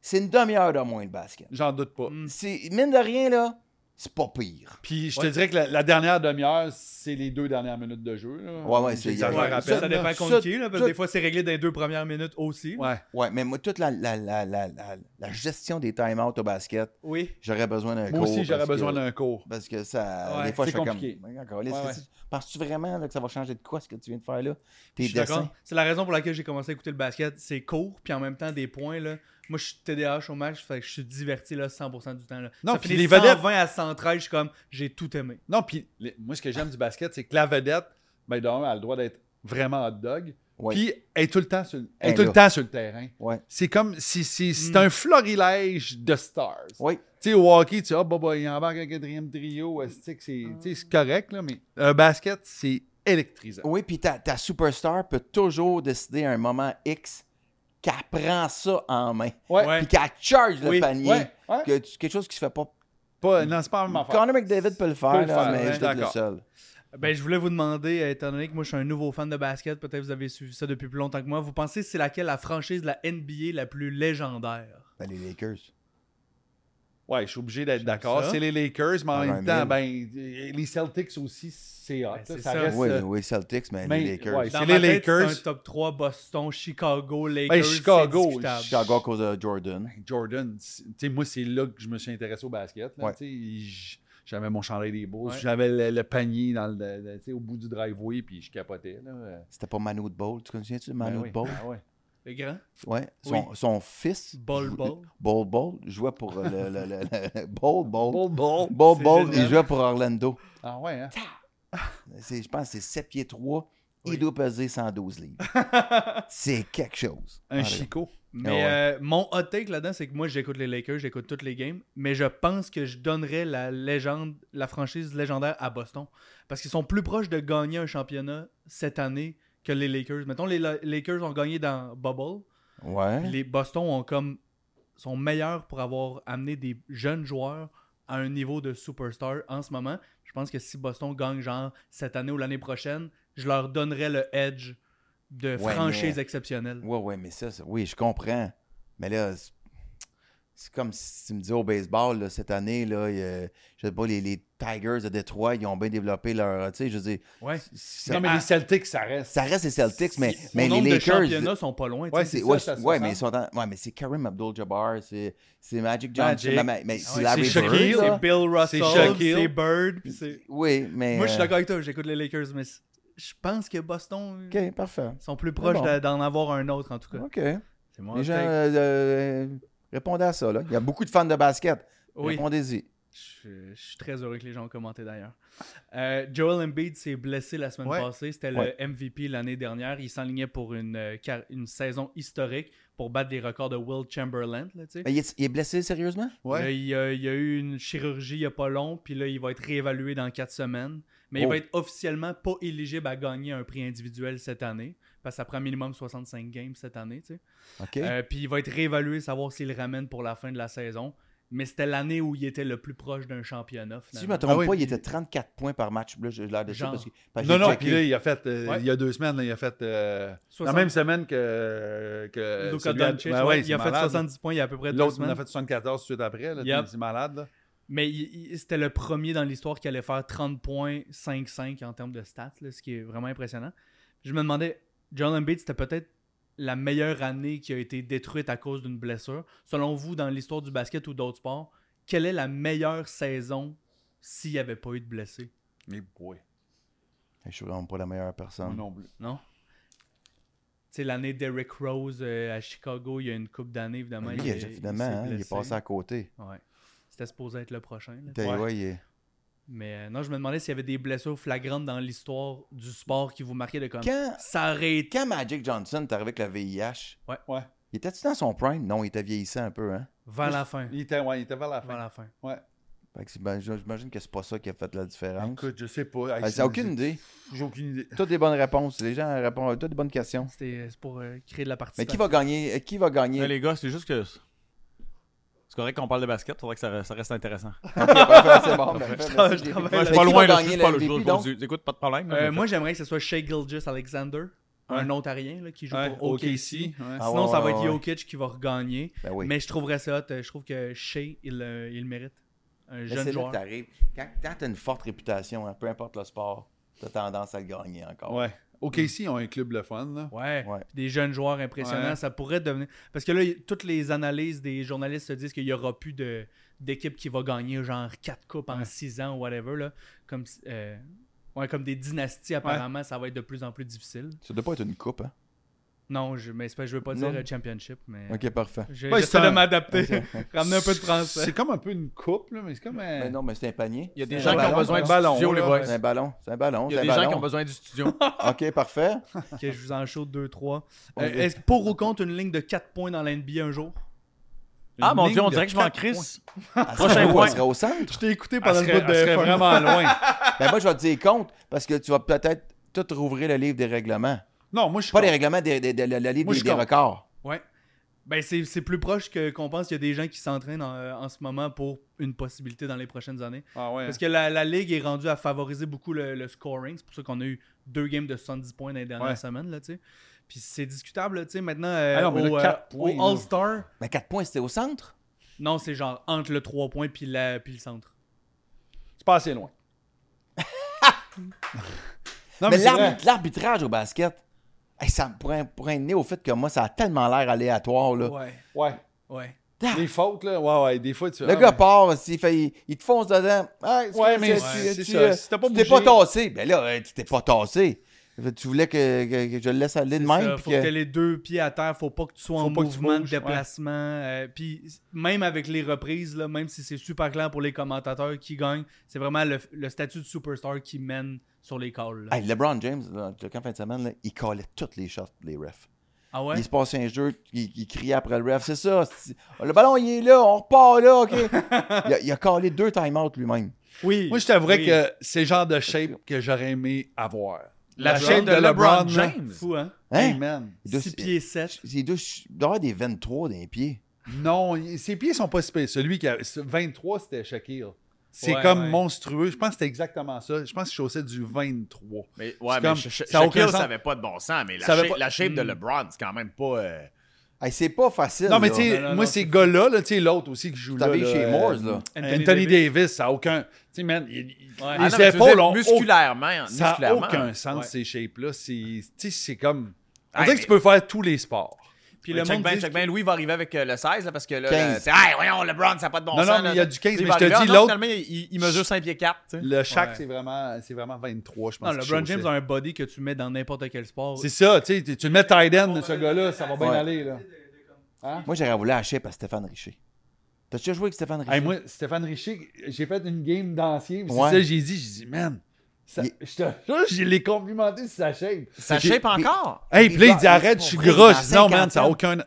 E: c'est une demi-heure de moins de basket.
C: J'en doute pas.
F: Mm.
E: C'est, mine de rien, là, c'est pas pire.
C: Puis je te
F: Ouais.
C: dirais que la, la dernière demi-heure, c'est les deux dernières minutes de jeu. là.
E: Ouais, ouais, c'est-
C: J'exagère
F: Ouais,
C: à
F: ça,
C: peine, là.
F: ça dépend
E: là.
F: contre
E: Ça,
F: qui, là, parce
E: tout-
F: que des fois, c'est réglé dans les deux premières minutes aussi. là.
C: Ouais.
E: Ouais, mais moi, toute la, la, la, la, la, la gestion des time-outs au basket,
F: Oui.
E: j'aurais besoin d'un
C: Moi
E: cours
C: aussi, j'aurais
E: parce que-
C: besoin d'un cours.
E: Parce que ça.
F: Ouais,
E: des fois, je
C: c'est
E: suis comme.
C: compliqué.
E: Ouais, encore, là,
C: Ouais,
E: est-ce que tu- Penses-tu vraiment là, que ça va changer de quoi ce que tu viens de faire là?
F: Je
E: Tes
F: suis d'accord.
E: dessins.
F: C'est la raison pour laquelle j'ai commencé à écouter le basket. C'est court, puis en même temps, des points, là. Moi, je suis TDAH au match, fait que je suis diverti, là, 100% du temps, là.
C: Non,
F: ça
C: puis
F: finit
C: les vedettes-
F: 120 à 113, je suis comme, j'ai tout aimé.
C: Non, puis les- moi, ce que j'aime du basket, c'est que la vedette, ben, d'un, elle a le droit d'être vraiment hot dog.
E: Ouais.
C: Puis elle est tout le temps sur, le- elle est
E: Elle
C: tout
E: là.
C: le temps sur le terrain.
E: Ouais.
C: C'est comme si si- c'est
F: Mm.
C: un florilège de stars.
E: Oui.
C: Tu sais, au hockey, tu dis, ah, bah, bah, il embarque un quatrième trio, euh, c'est- c'est tu sais, c'est correct, là, mais un basket, c'est électrisant.
E: Oui, puis ta, ta superstar peut toujours décider à un moment X qu'elle prend ça en main.
C: Ouais.
F: Ouais.
E: Puis qu'elle charge le
F: Oui,
E: panier.
C: Ouais, ouais.
E: Que tu- quelque chose qui se fait pas.
C: Pas, non, c'est pas la même affaire.
E: Connor McDavid peut le faire,
C: Peut le
E: là,
C: faire,
E: mais
C: ouais.
E: je doute le
C: D'accord.
E: seul.
F: Ben, je voulais vous demander, euh, étant donné que moi, je suis un nouveau fan de basket, peut-être vous avez suivi ça depuis plus longtemps que moi, vous pensez c'est laquelle la franchise de la NBA la plus légendaire?
E: Ben, les Lakers.
C: Ouais, je suis obligé d'être d'accord.
F: ça.
C: C'est les Lakers, mais en
E: Ah,
C: même
E: ben,
C: temps, ben, les Celtics aussi, c'est hot.
F: Ben,
C: là,
F: c'est
C: ça
F: ça.
C: reste.
E: Oui,
C: euh,
E: oui, Celtics, mais,
C: mais-
E: les Lakers.
C: ouais.
F: Dans
C: Ben, C'est
F: ma
C: les
F: tête, c'est
C: Lakers.
F: un top 3, Boston, Chicago, Lakers.
C: Ben, Chicago,
F: c'est discutable.
E: Chicago à cause de Jordan.
C: Jordan, c'est- tu sais, moi, c'est là que je me suis intéressé au basket. là,
E: Ouais.
C: tu sais, j- J'avais mon chandail des Bulls,
F: Ouais.
C: j'avais le, le panier dans le- le- tu sais, au bout du driveway, puis je capotais. Là. euh,
E: C'était pas Manu de Ball. Tu connais tu
C: ben
E: Manu
C: oui,
E: de Ball?
C: ben ouais.
F: Le grand?
E: Ouais. Son, son fils,
F: Ball Ball.
E: Ball Ball, jouait pour euh, le, le, le, le- [laughs] Ball Ball.
C: Bull, bull.
E: Ball
F: C'est
E: Ball, il
F: génial.
E: jouait pour Orlando.
C: Ah ouais, hein?
E: C'est- Je pense que c'est 7 pieds 3. Il doit peser 112
F: [laughs]
E: livres. c'est quelque chose.
C: Un
E: Ah,
C: Chico.
F: Mais
E: Ah ouais.
F: euh, mon hot take là-dedans, c'est que moi, j'écoute les Lakers, j'écoute toutes les games, mais je pense que je donnerais la légende, la franchise légendaire à Boston. Parce qu'ils sont plus proches de gagner un championnat cette année que les Lakers. Mettons, les La- Lakers ont gagné dans Bubble. Puis
E: Ouais.
F: les Boston ont comme sont meilleurs pour avoir amené des jeunes joueurs à un niveau de superstar en ce moment. Je pense que si Boston gagne genre cette année ou l'année prochaine, je leur donnerais le edge de
E: Ouais,
F: franchise
E: mais-
F: exceptionnelle.
E: Ouais, ouais, mais ça, ça- oui, je comprends. Mais là, c'est- c'est comme si tu me dis au baseball, là, cette année, là, il y a- je sais pas, les, les Tigers de Détroit, ils ont bien développé leur. Tu sais, je dis.
F: Ouais.
C: Non, mais
E: ça,
C: les Celtics, ça reste.
E: ça reste les Celtics, mais,
F: Son
E: mais les
F: nombre de
E: Lakers.
F: championnats sont pas loin. tu
C: Ouais, c'est
F: sais.
E: C'est,
C: ça,
E: ouais,
C: ça se
E: ouais,
C: ressemble.
E: mais ils sont en- ouais, mais c'est Karim Abdul-Jabbar, c'est, c'est Magic
C: Magic.
E: Johnson, mais- mais, mais
F: Ah
E: c'est
F: ouais,
E: Larry
C: c'est
E: Bird.
C: Shaquille,
E: là.
F: c'est Bill
C: C'est
F: Russell, c'est,
C: Shaquille.
F: Bird. puis c'est-
E: Oui, mais.
F: Moi, je suis
E: euh,
F: d'accord avec toi, j'écoute les Lakers, mais c'est- je pense que Boston euh,
E: euh, Ok, parfait.
F: sont plus proches
E: bon.
F: d'a- d'en avoir un autre, en tout cas.
E: Ok.
F: C'est moi.
E: Les gens euh, euh, répondez à ça. Là. Il y a beaucoup de fans de basket.
F: Oui.
E: Répondez-y.
F: Je, je suis très heureux que les gens ont commenté d'ailleurs. Euh, Joel Embiid s'est blessé la semaine
C: Ouais.
F: passée. C'était
E: Ouais.
F: le MVP l'année dernière. Il s'enlignait pour une, euh, car- une saison historique pour battre les records de Will Chamberlain. Là, tu sais.
E: Mais il, est, il est blessé sérieusement?
C: Ouais.
F: Là, il, a, il a eu une chirurgie il n'y a pas long, puis là, il va être réévalué dans quatre semaines. Mais il
E: Oh.
F: va être officiellement pas éligible à gagner un prix individuel cette année, parce que ça prend minimum 65 games cette année. tu sais.
E: OK.
F: Euh, puis il va être réévalué, savoir s'il le ramène pour la fin de la saison. Mais c'était l'année où il était le plus proche d'un championnat.
E: si je
F: finalement.
E: me trompe
C: Ah oui,
E: pas, il
C: puis-
E: était 34 points par match. Là, j'ai l'air de ça
F: Genre.
E: parce que- parce que
C: Non,
E: j'ai
C: non,
E: checké.
C: puis là, il a fait, euh,
F: Ouais.
C: il y a deux semaines, là, il a fait euh, la
F: 60.
C: même semaine que. que
F: Luka
C: celui à-
F: Doncic,
C: Ben
F: ouais,
C: ouais,
F: il a
C: c'est
F: fait
C: malade.
F: 70 points il y a à peu près deux
C: L'autre, il en
F: semaines.
C: a fait 74 tout de suite après. Là,
F: Yep.
C: C'est malade. Là.
F: Mais il- il- c'était le premier dans l'histoire qui allait faire 30 points 5-5 en termes de stats, là, ce qui est vraiment impressionnant. Je me demandais, Joel Embiid, c'était peut-être la meilleure année qui a été détruite à cause d'une blessure. Selon vous, dans l'histoire du basket ou d'autres sports, quelle est la meilleure saison s'il n'y avait pas eu de blessés?
C: Mais boy,
E: Je suis vraiment pas la meilleure
C: moi
E: personne.
C: non plus.
F: Non? Tu sais, l'année d'Eric Rose euh, à Chicago, il y a une coupe d'années, évidemment.
E: Lui, il a- finalement,
F: s'est
E: hein, il est
F: blessé.
E: passé à côté.
F: Ouais. C'était supposé être le prochain. là.
E: Il était-
C: Ouais.
E: ouais, il est-
F: Mais euh, non, je me demandais s'il y avait des blessures flagrantes dans l'histoire du sport qui vous marquaient de comme.
E: Quand,
F: Ça aurait été.
E: quand Magic Johnson est arrivé avec le VIH,
C: Ouais.
E: il était-tu dans son prime? Non, il était vieillissant un peu. Hein?
F: Vers la fin.
C: Il était, ouais, il était vers la fin.
F: Vers la fin.
E: Fait que c'est- ben, J'imagine que c'est pas ça qui a fait la différence.
C: Écoute, je sais pas. Hey,
E: Ah,
C: c'est-
E: J'ai aucune idée.
C: J'ai aucune idée.
E: Toutes des bonnes réponses. Les gens répondent toutes des bonnes questions.
F: C'était c'est pour euh, créer de la
E: Mais qui
F: participation.
E: va gagner? euh, Qui va gagner?
D: [laughs] les gars, c'est juste que. C'est correct qu'on parle de basket, faudrait que ça, ça reste intéressant.
E: [laughs] Ok, parfait, c'est bon, parfait, merci,
F: travaille- je
E: JP.
D: Moi,
F: travaille
D: je
E: Fait
D: suis pas
E: qui
D: loin,
E: va
D: là, je
E: gagner
D: suis pas
E: le
D: là, je
E: MVP,
D: pose-
E: donc?
D: je- Écoute, pas de problème. là,
F: Euh,
D: mais-
F: moi, j'aimerais que ce soit Shea Gilgis Alexander, un Ontarien là, qui joue
C: Ouais,
F: pour
C: OKC,
F: OKC.
C: ouais.
E: Ah,
F: Sinon,
E: ouais,
F: ça va
E: ouais,
F: être
E: ouais.
F: Jokic qui va regagner.
E: Ben oui.
F: Mais je trouverais ça hot. euh, Je trouve que Shea, il, euh, il le mérite. Un
E: Mais c'est
F: jeune
E: là que
F: joueur.
E: t'arrives. Quand, quand t'as une forte réputation, hein, peu importe le sport, t'as tendance à le gagner encore.
C: Ah, Ouais. OKC ils ont un club le fun. Là.
F: Ouais.
E: Ouais.
F: Puis Des jeunes joueurs impressionnants,
C: Ouais.
F: ça pourrait devenir. Parce que là, y- toutes les analyses des journalistes se disent qu'il n'y aura plus de d'équipe qui va gagner genre 4 coupes en 6 ans ou whatever. Là. Comme, si- euh, ouais, comme des dynasties, apparemment, ça va être de plus en plus difficile.
E: Ça doit pas être une coupe, hein?
F: Non, je ne je veux pas
E: Non.
F: dire euh, championship, mais
E: Ok,
F: [laughs]
E: parfait.
F: je,
C: Ouais, Bah, c'est
F: j'essaie de
C: un-
F: m'adapter, [laughs] ramener un peu de
C: C'est
F: français.
C: comme un peu une coupe, là, mais c'est comme un.
E: Mais non, mais c'est un panier.
G: Il y a des
E: C'est
G: gens
E: un
G: qui
E: ballon,
G: ont besoin
E: hein?
G: du
C: ballon,
G: studio,
C: là.
G: les boys.
E: C'est un ballon, c'est un ballon,
G: Il y
E: c'est
G: a
E: un
G: des gens qui
E: ballon.
G: ont besoin du studio.
E: Ok, parfait.
C: [laughs]
F: que je vous en chauffe 2-3.
E: On
F: Euh,
E: dit-
F: est-ce que pour ou contre une ligne de 4 points dans la NBA un jour
D: ah mon
C: ligne
D: dieu, on
C: de
D: dirait que je vais en
C: quatre
D: crise.
E: Prochain
D: Prochain point.
E: sera au centre.
F: Je t'ai écouté
C: Elle
F: pendant
C: serait,
F: le bout de
C: elle serait
F: fun.
C: vraiment loin.
E: Ben moi, je vais te dire compte, parce que tu vas peut-être tout rouvrir le livre des règlements.
C: [laughs] Non, moi je suis.
E: Pas les
C: contre.
E: règlements, des, des- des- le livre
C: Moi,
E: des,
C: je suis
E: des
C: contre.
E: records.
F: Ouais. Ben, c'est c'est plus proche que- qu'on pense qu'il y a des gens qui s'entraînent en, euh, en ce moment pour une possibilité dans les prochaines années.
C: Ah ouais.
F: Parce que la, la Ligue est rendue à favoriser beaucoup le, le scoring. C'est pour ça qu'on a eu deux games de 70 points dans les dernières
C: Ouais.
F: semaines. Là, tu sais. Puis c'est discutable. là, tu sais, Maintenant, euh,
C: Ah non, mais là,
F: au, euh,
C: quatre points,
F: au
C: là.
F: All-Star,
E: Mais 4 Ben, points, c'était au centre?
F: non, c'est genre entre le 3 points puis, la, puis le centre.
C: C'est pas
E: [laughs]
C: assez loin. non,
E: mais
C: c'est
E: l'arbi-
C: vrai.
E: l'arbitrage au basket, hey, ça me prend, prend né au fait que moi, ça a tellement l'air aléatoire. Là.
F: Ouais,
C: Ouais.
F: ouais.
C: Les fautes, là. Ouais, ouais. Des fois, tu.
E: Le
C: ah,
E: gars part, s'il fait- il, il te fonce dedans. Hey, excuse,
C: Ouais, mais
E: tu-
C: c'est-
E: tu-
C: c'est
E: tu- euh,
C: ça. Si t'as pas
E: tu t'es
C: bougé-
E: pas tassé. Ben là, euh, tu t'es pas tassé. Tu voulais que, que- que je le laisse aller de
F: C'est
E: même.
F: ça,
E: puis
F: faut
E: que-
F: que t'aies les deux pieds à terre, faut pas que tu sois en
C: pas que tu
F: mouvement de
C: bouges, ouais.
F: déplacement. euh, Puis même avec les reprises, là, même si c'est super clair pour les commentateurs qui gagnent, c'est vraiment le, le statut de superstar qui mène sur les calls. là.
E: Hey, LeBron James, là, le camp fin de semaine, là, il collait toutes les shots, les refs.
F: Ah ouais?
E: Il se passait un jeu, il, il criait après le ref. C'est ça. c'est- Le ballon, il est là, on repart là,
C: [laughs]
E: OK. il, a, il a collé deux timeouts lui-même.
F: Oui.
C: Moi, je t'avouerais
F: Oui.
C: que c'est le genre de shape que j'aurais aimé avoir.
H: La,
C: La
H: chaîne
C: chaîne
H: de,
C: de
H: LeBron,
C: LeBron,
H: James.
F: Fou, hein?
E: Hein?
C: Hey, man.
E: Il doit-
F: 6 pieds 7.
E: Il doit il doit avoir des 23 dans les pieds.
C: Non, il- ses pieds sont pas si pires. Celui qui a ce 23, c'était Shaquille. C'est
F: Ouais,
C: comme
F: ouais.
C: monstrueux. Je pense que c'était exactement ça. Je pense qu'il chaussait du 23.
D: Mais, ouais,
C: C'est
D: mais
C: comme-
D: Sha- Sha-
C: ça a
D: Shaquille,
C: aucun sens.
D: ça n'avait pas de bon sens, mais la,
C: Ça avait
D: shape-
C: pas-
D: la shape de
F: Hmm.
D: LeBron, c'est quand même pas. euh,
E: Hey, c'est pas facile.
C: Non, mais
E: là.
C: tu sais,
F: Non, non,
C: moi,
F: non,
C: ces
F: c'est-
C: gars-là, là, tu sais, l'autre aussi qui joue
E: Vous
C: là.
E: savez,
C: là,
E: chez
C: euh,
E: Moores, là.
C: Anthony,
F: Davis.
C: Davis. ça n'a aucun. Tu sais, man, il- il-
F: Ouais.
D: ah
C: les
D: non, mais tu veux
C: épaules
D: dire
C: ont
D: musculairement.
C: au- ça n'a
D: musculairement.
C: aucun sens,
F: Ouais.
C: ces shapes-là. C'est- Tu sais, c'est comme. On
D: Hey,
C: dirait que
D: mais-
C: tu peux faire tous les sports.
F: Puis
D: le
F: le monde dit-
D: Louis va arriver avec euh, le 16 là, parce que là,
E: 15.
D: là, c'est hey, voyons, LeBron, ça n'a pas de bon
C: Non,
D: sens.
C: non, mais
D: là.
C: il y a du 15,
D: Il
C: mais
D: va
C: je te
D: arriver,
C: dis,
D: ah non,
C: l'autre.
D: Finalement, il, il mesure 5 pieds 4. tu sais.
C: Le Shaq,
F: Ouais.
C: c'est vraiment, Ah, c'est vraiment 23, je pense.
F: Non,
C: qu'il
F: LeBron James
C: chaussait.
F: a un body que tu mets dans n'importe quel sport.
C: C'est ça, tu sais, tu tu le mets tight end, ce gars-là, ça va bien
E: Ouais.
C: aller, là. Hein?
E: Moi, j'aurais voulu acheter par Stéphane Richer. T'as déjà joué avec Stéphane Richer?
C: Hey, moi, Stéphane Richer, j'ai fait une game d'ancien. puis
E: Ouais.
C: C'est ça, j'ai dit, j'ai dit, man, ça-
E: Il-
C: je te jure, je l'ai complimenté sur sa chaîne.
D: Ça
E: C'était-
D: shape encore.
C: Hey,
E: Il
C: puis là, il
E: va-
C: dit,
E: il
C: arrête, je suis
E: va- il
C: gros.
E: va
C: Je dis, non, man, ça n'a
E: 50.
C: aucun. Tu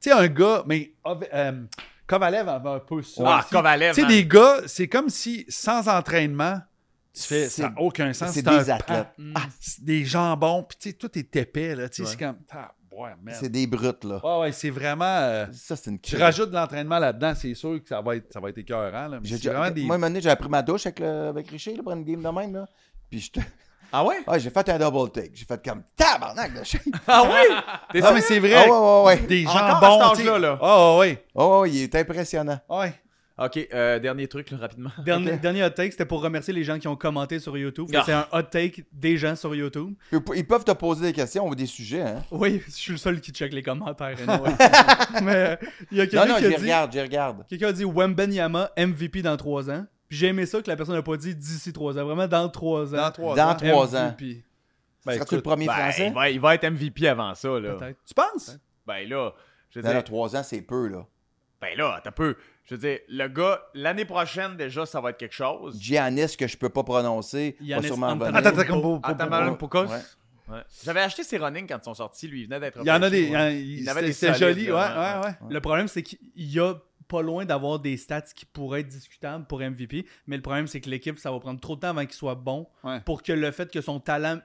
C: sais, un gars, mais Ov- euh, Kovalev avait un peu ça.
D: Ah,
C: aussi.
D: Kovalev.
C: Tu sais,
D: hein.
C: des gars, c'est comme si sans entraînement, tu fais,
E: C'est-
C: ça n'a aucun sens.
E: c'est
C: un
E: des
C: pan.
E: athlètes.
C: Ah, c'est des jambons, puis tu sais, tout est épais, là. Tu sais, c'est comme, ah, ouais, man.
E: C'est des brutes, là.
C: Ouais, ouais, c'est vraiment. euh,
E: Ça, c'est une
C: Tu
E: crise.
C: rajoutes de l'entraînement là-dedans, c'est sûr que ça va être, ça va être écœurant. Là, mais
E: J'ai
C: c'est
E: déjà-
C: vraiment des...
E: ah, Moi, un moment donné, j'avais pris ma douche avec, le... avec Richer là, pour une game de même. Là. Puis je te-
D: Ah ouais?
E: [laughs] ah, j'ai fait un double take. J'ai fait comme tabarnak de
C: [laughs]
E: chien.
D: Ah oui? T'es
C: Non, mais c'est
E: Ah
C: vrai.
E: ouais, ouais, ouais.
C: Des
D: Encore à
C: gens
D: cet
C: bons.
D: âge-là, là.
C: Ah ouais,
E: Oh, ouais, il est impressionnant.
C: ouais.
D: Ok, euh, dernier truc là,
C: [laughs]
D: rapidement.
F: Dernier, dernier hot take, c'était pour remercier les gens qui ont commenté sur YouTube.
D: Ah.
F: C'est un hot take des gens sur YouTube.
E: Ils pe- Ils peuvent te poser des questions ou des sujets. Hein.
F: Oui, je suis le seul qui check les commentaires. anyway. Mais euh, il y a
E: Non,
F: quelqu'un
E: non,
F: qui
E: j'y
F: a dit Ben,
E: regarde, j'y regarde.
F: Quelqu'un a dit Wembenyama MVP dans 3 ans. Puis j'ai aimé ça que la personne n'a pas dit d'ici 3 ans. Vraiment dans 3 ans.
C: Dans trois
E: Dans
C: ans.
E: trois- ans.
F: MVP,
C: Ben,
E: Seras-tu le
C: écoute,
E: premier
D: Ben,
E: français?
D: il, va, il va être MVP avant ça. Là.
F: peut-être.
C: Tu penses?
D: Ben là, je veux
E: Non, non,
D: dire,
E: trois ans, c'est peu, là.
D: ben là, t'as peu. Je veux dire, le gars, l'année prochaine, déjà, ça va être quelque chose.
E: Giannis, que je peux pas prononcer, va
F: Giannis
E: sûrement
F: Antetokounmpo.
E: venir.
C: Attends, attends, comme
D: Attends,
E: Malone Poukos.
D: Ouais. Ouais. J'avais acheté ses running quand ils sont sortis. Lui, il venait d'être.
C: Il y en a
D: repêché,
C: des.
D: ouais.
C: il y
D: Il
C: en-
D: avait des
C: C'était
D: solides,
C: joli, ouais,
D: là, hein.
C: ouais, ouais. [laughs]
F: Le problème, c'est qu'il y a pas loin d'avoir des stats qui pourraient être discutables pour MVP, mais le problème, c'est que l'équipe, ça va prendre trop de temps avant qu'il soit bon
C: Ouais.
F: pour que le fait que son talent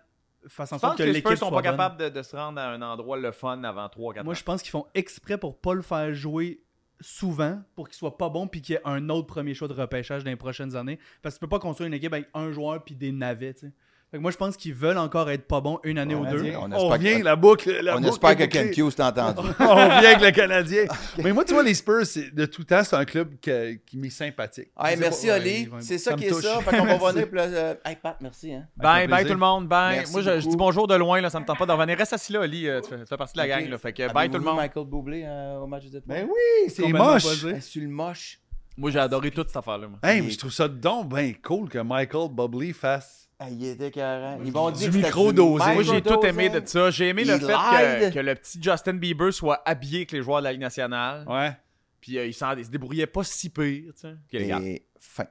F: fasse en
D: Je pense
F: sorte
D: que
F: que
D: les
F: l'équipe
D: Spurs
F: soit
D: sont pas
F: bonne.
D: capables de, de se rendre à un endroit le fun avant 3-4 ans.
F: Moi, je pense qu'ils font exprès pour pas le faire jouer souvent pour qu'il soit pas bon puis qu'il y ait un autre premier choix de repêchage dans les prochaines années parce que tu peux pas construire une équipe avec un joueur puis des navets, tu sais. Fait que moi, je pense qu'ils veulent encore être pas bons une année ou deux.
C: Canadien.
E: on espère
C: On revient,
E: que-
C: la boucle. la
E: On
C: boucle
E: espère que
C: est bouclée.
E: Ken Hughes t'a entendu.
C: On revient avec le Canadien. Mais moi, tu vois, les Spurs, c'est- de tout temps, c'est un club que- qui m'est sympathique.
E: Hey,
C: Je sais
E: merci,
C: pas,
E: Oli.
C: ouais,
E: C'est ça
C: me
E: qui est
C: touche.
E: ça. Fait qu'on va revenir. puis là, euh, Hey, Pat, merci. Hein.
D: Bye,
C: plaisir.
D: bye tout le monde, bye.
E: Merci
D: Moi, je, je
E: beaucoup.
D: dis bonjour de loin, là, ça me tente pas d'en revenir. Reste assis là, Oli, euh, tu, fais, tu fais partie de la
E: Ok.
D: gang, là. Fait que
E: Avez-vous
D: Eh, bye tout le
E: vu
D: monde.
E: Michael Boublé euh, au match des
C: Ben
E: étoiles.
C: oui, c'est
F: Complètement
C: moche.
F: buzzé.
E: Ben, sur le moche.
D: Moi, j'ai adoré toute cette affaire-là, moi.
C: Hey, mais je trouve ça donc ben cool que Michael Bubbly fasse
E: Ah, il était carré. Ils vont
C: Du
E: dire que c'était
C: micro-dosé.
E: du
D: Moi, j'ai tout aimé de
E: micro-dosé.
D: ça. J'ai aimé le
E: Il
D: fait
E: lied.
D: que, que le petit Justin Bieber soit habillé avec les joueurs de la Ligue nationale.
C: Ouais.
D: Puis euh, il, s'en- il se débrouillait pas si pire, tu sais. Ok, les gars.
E: Et fin.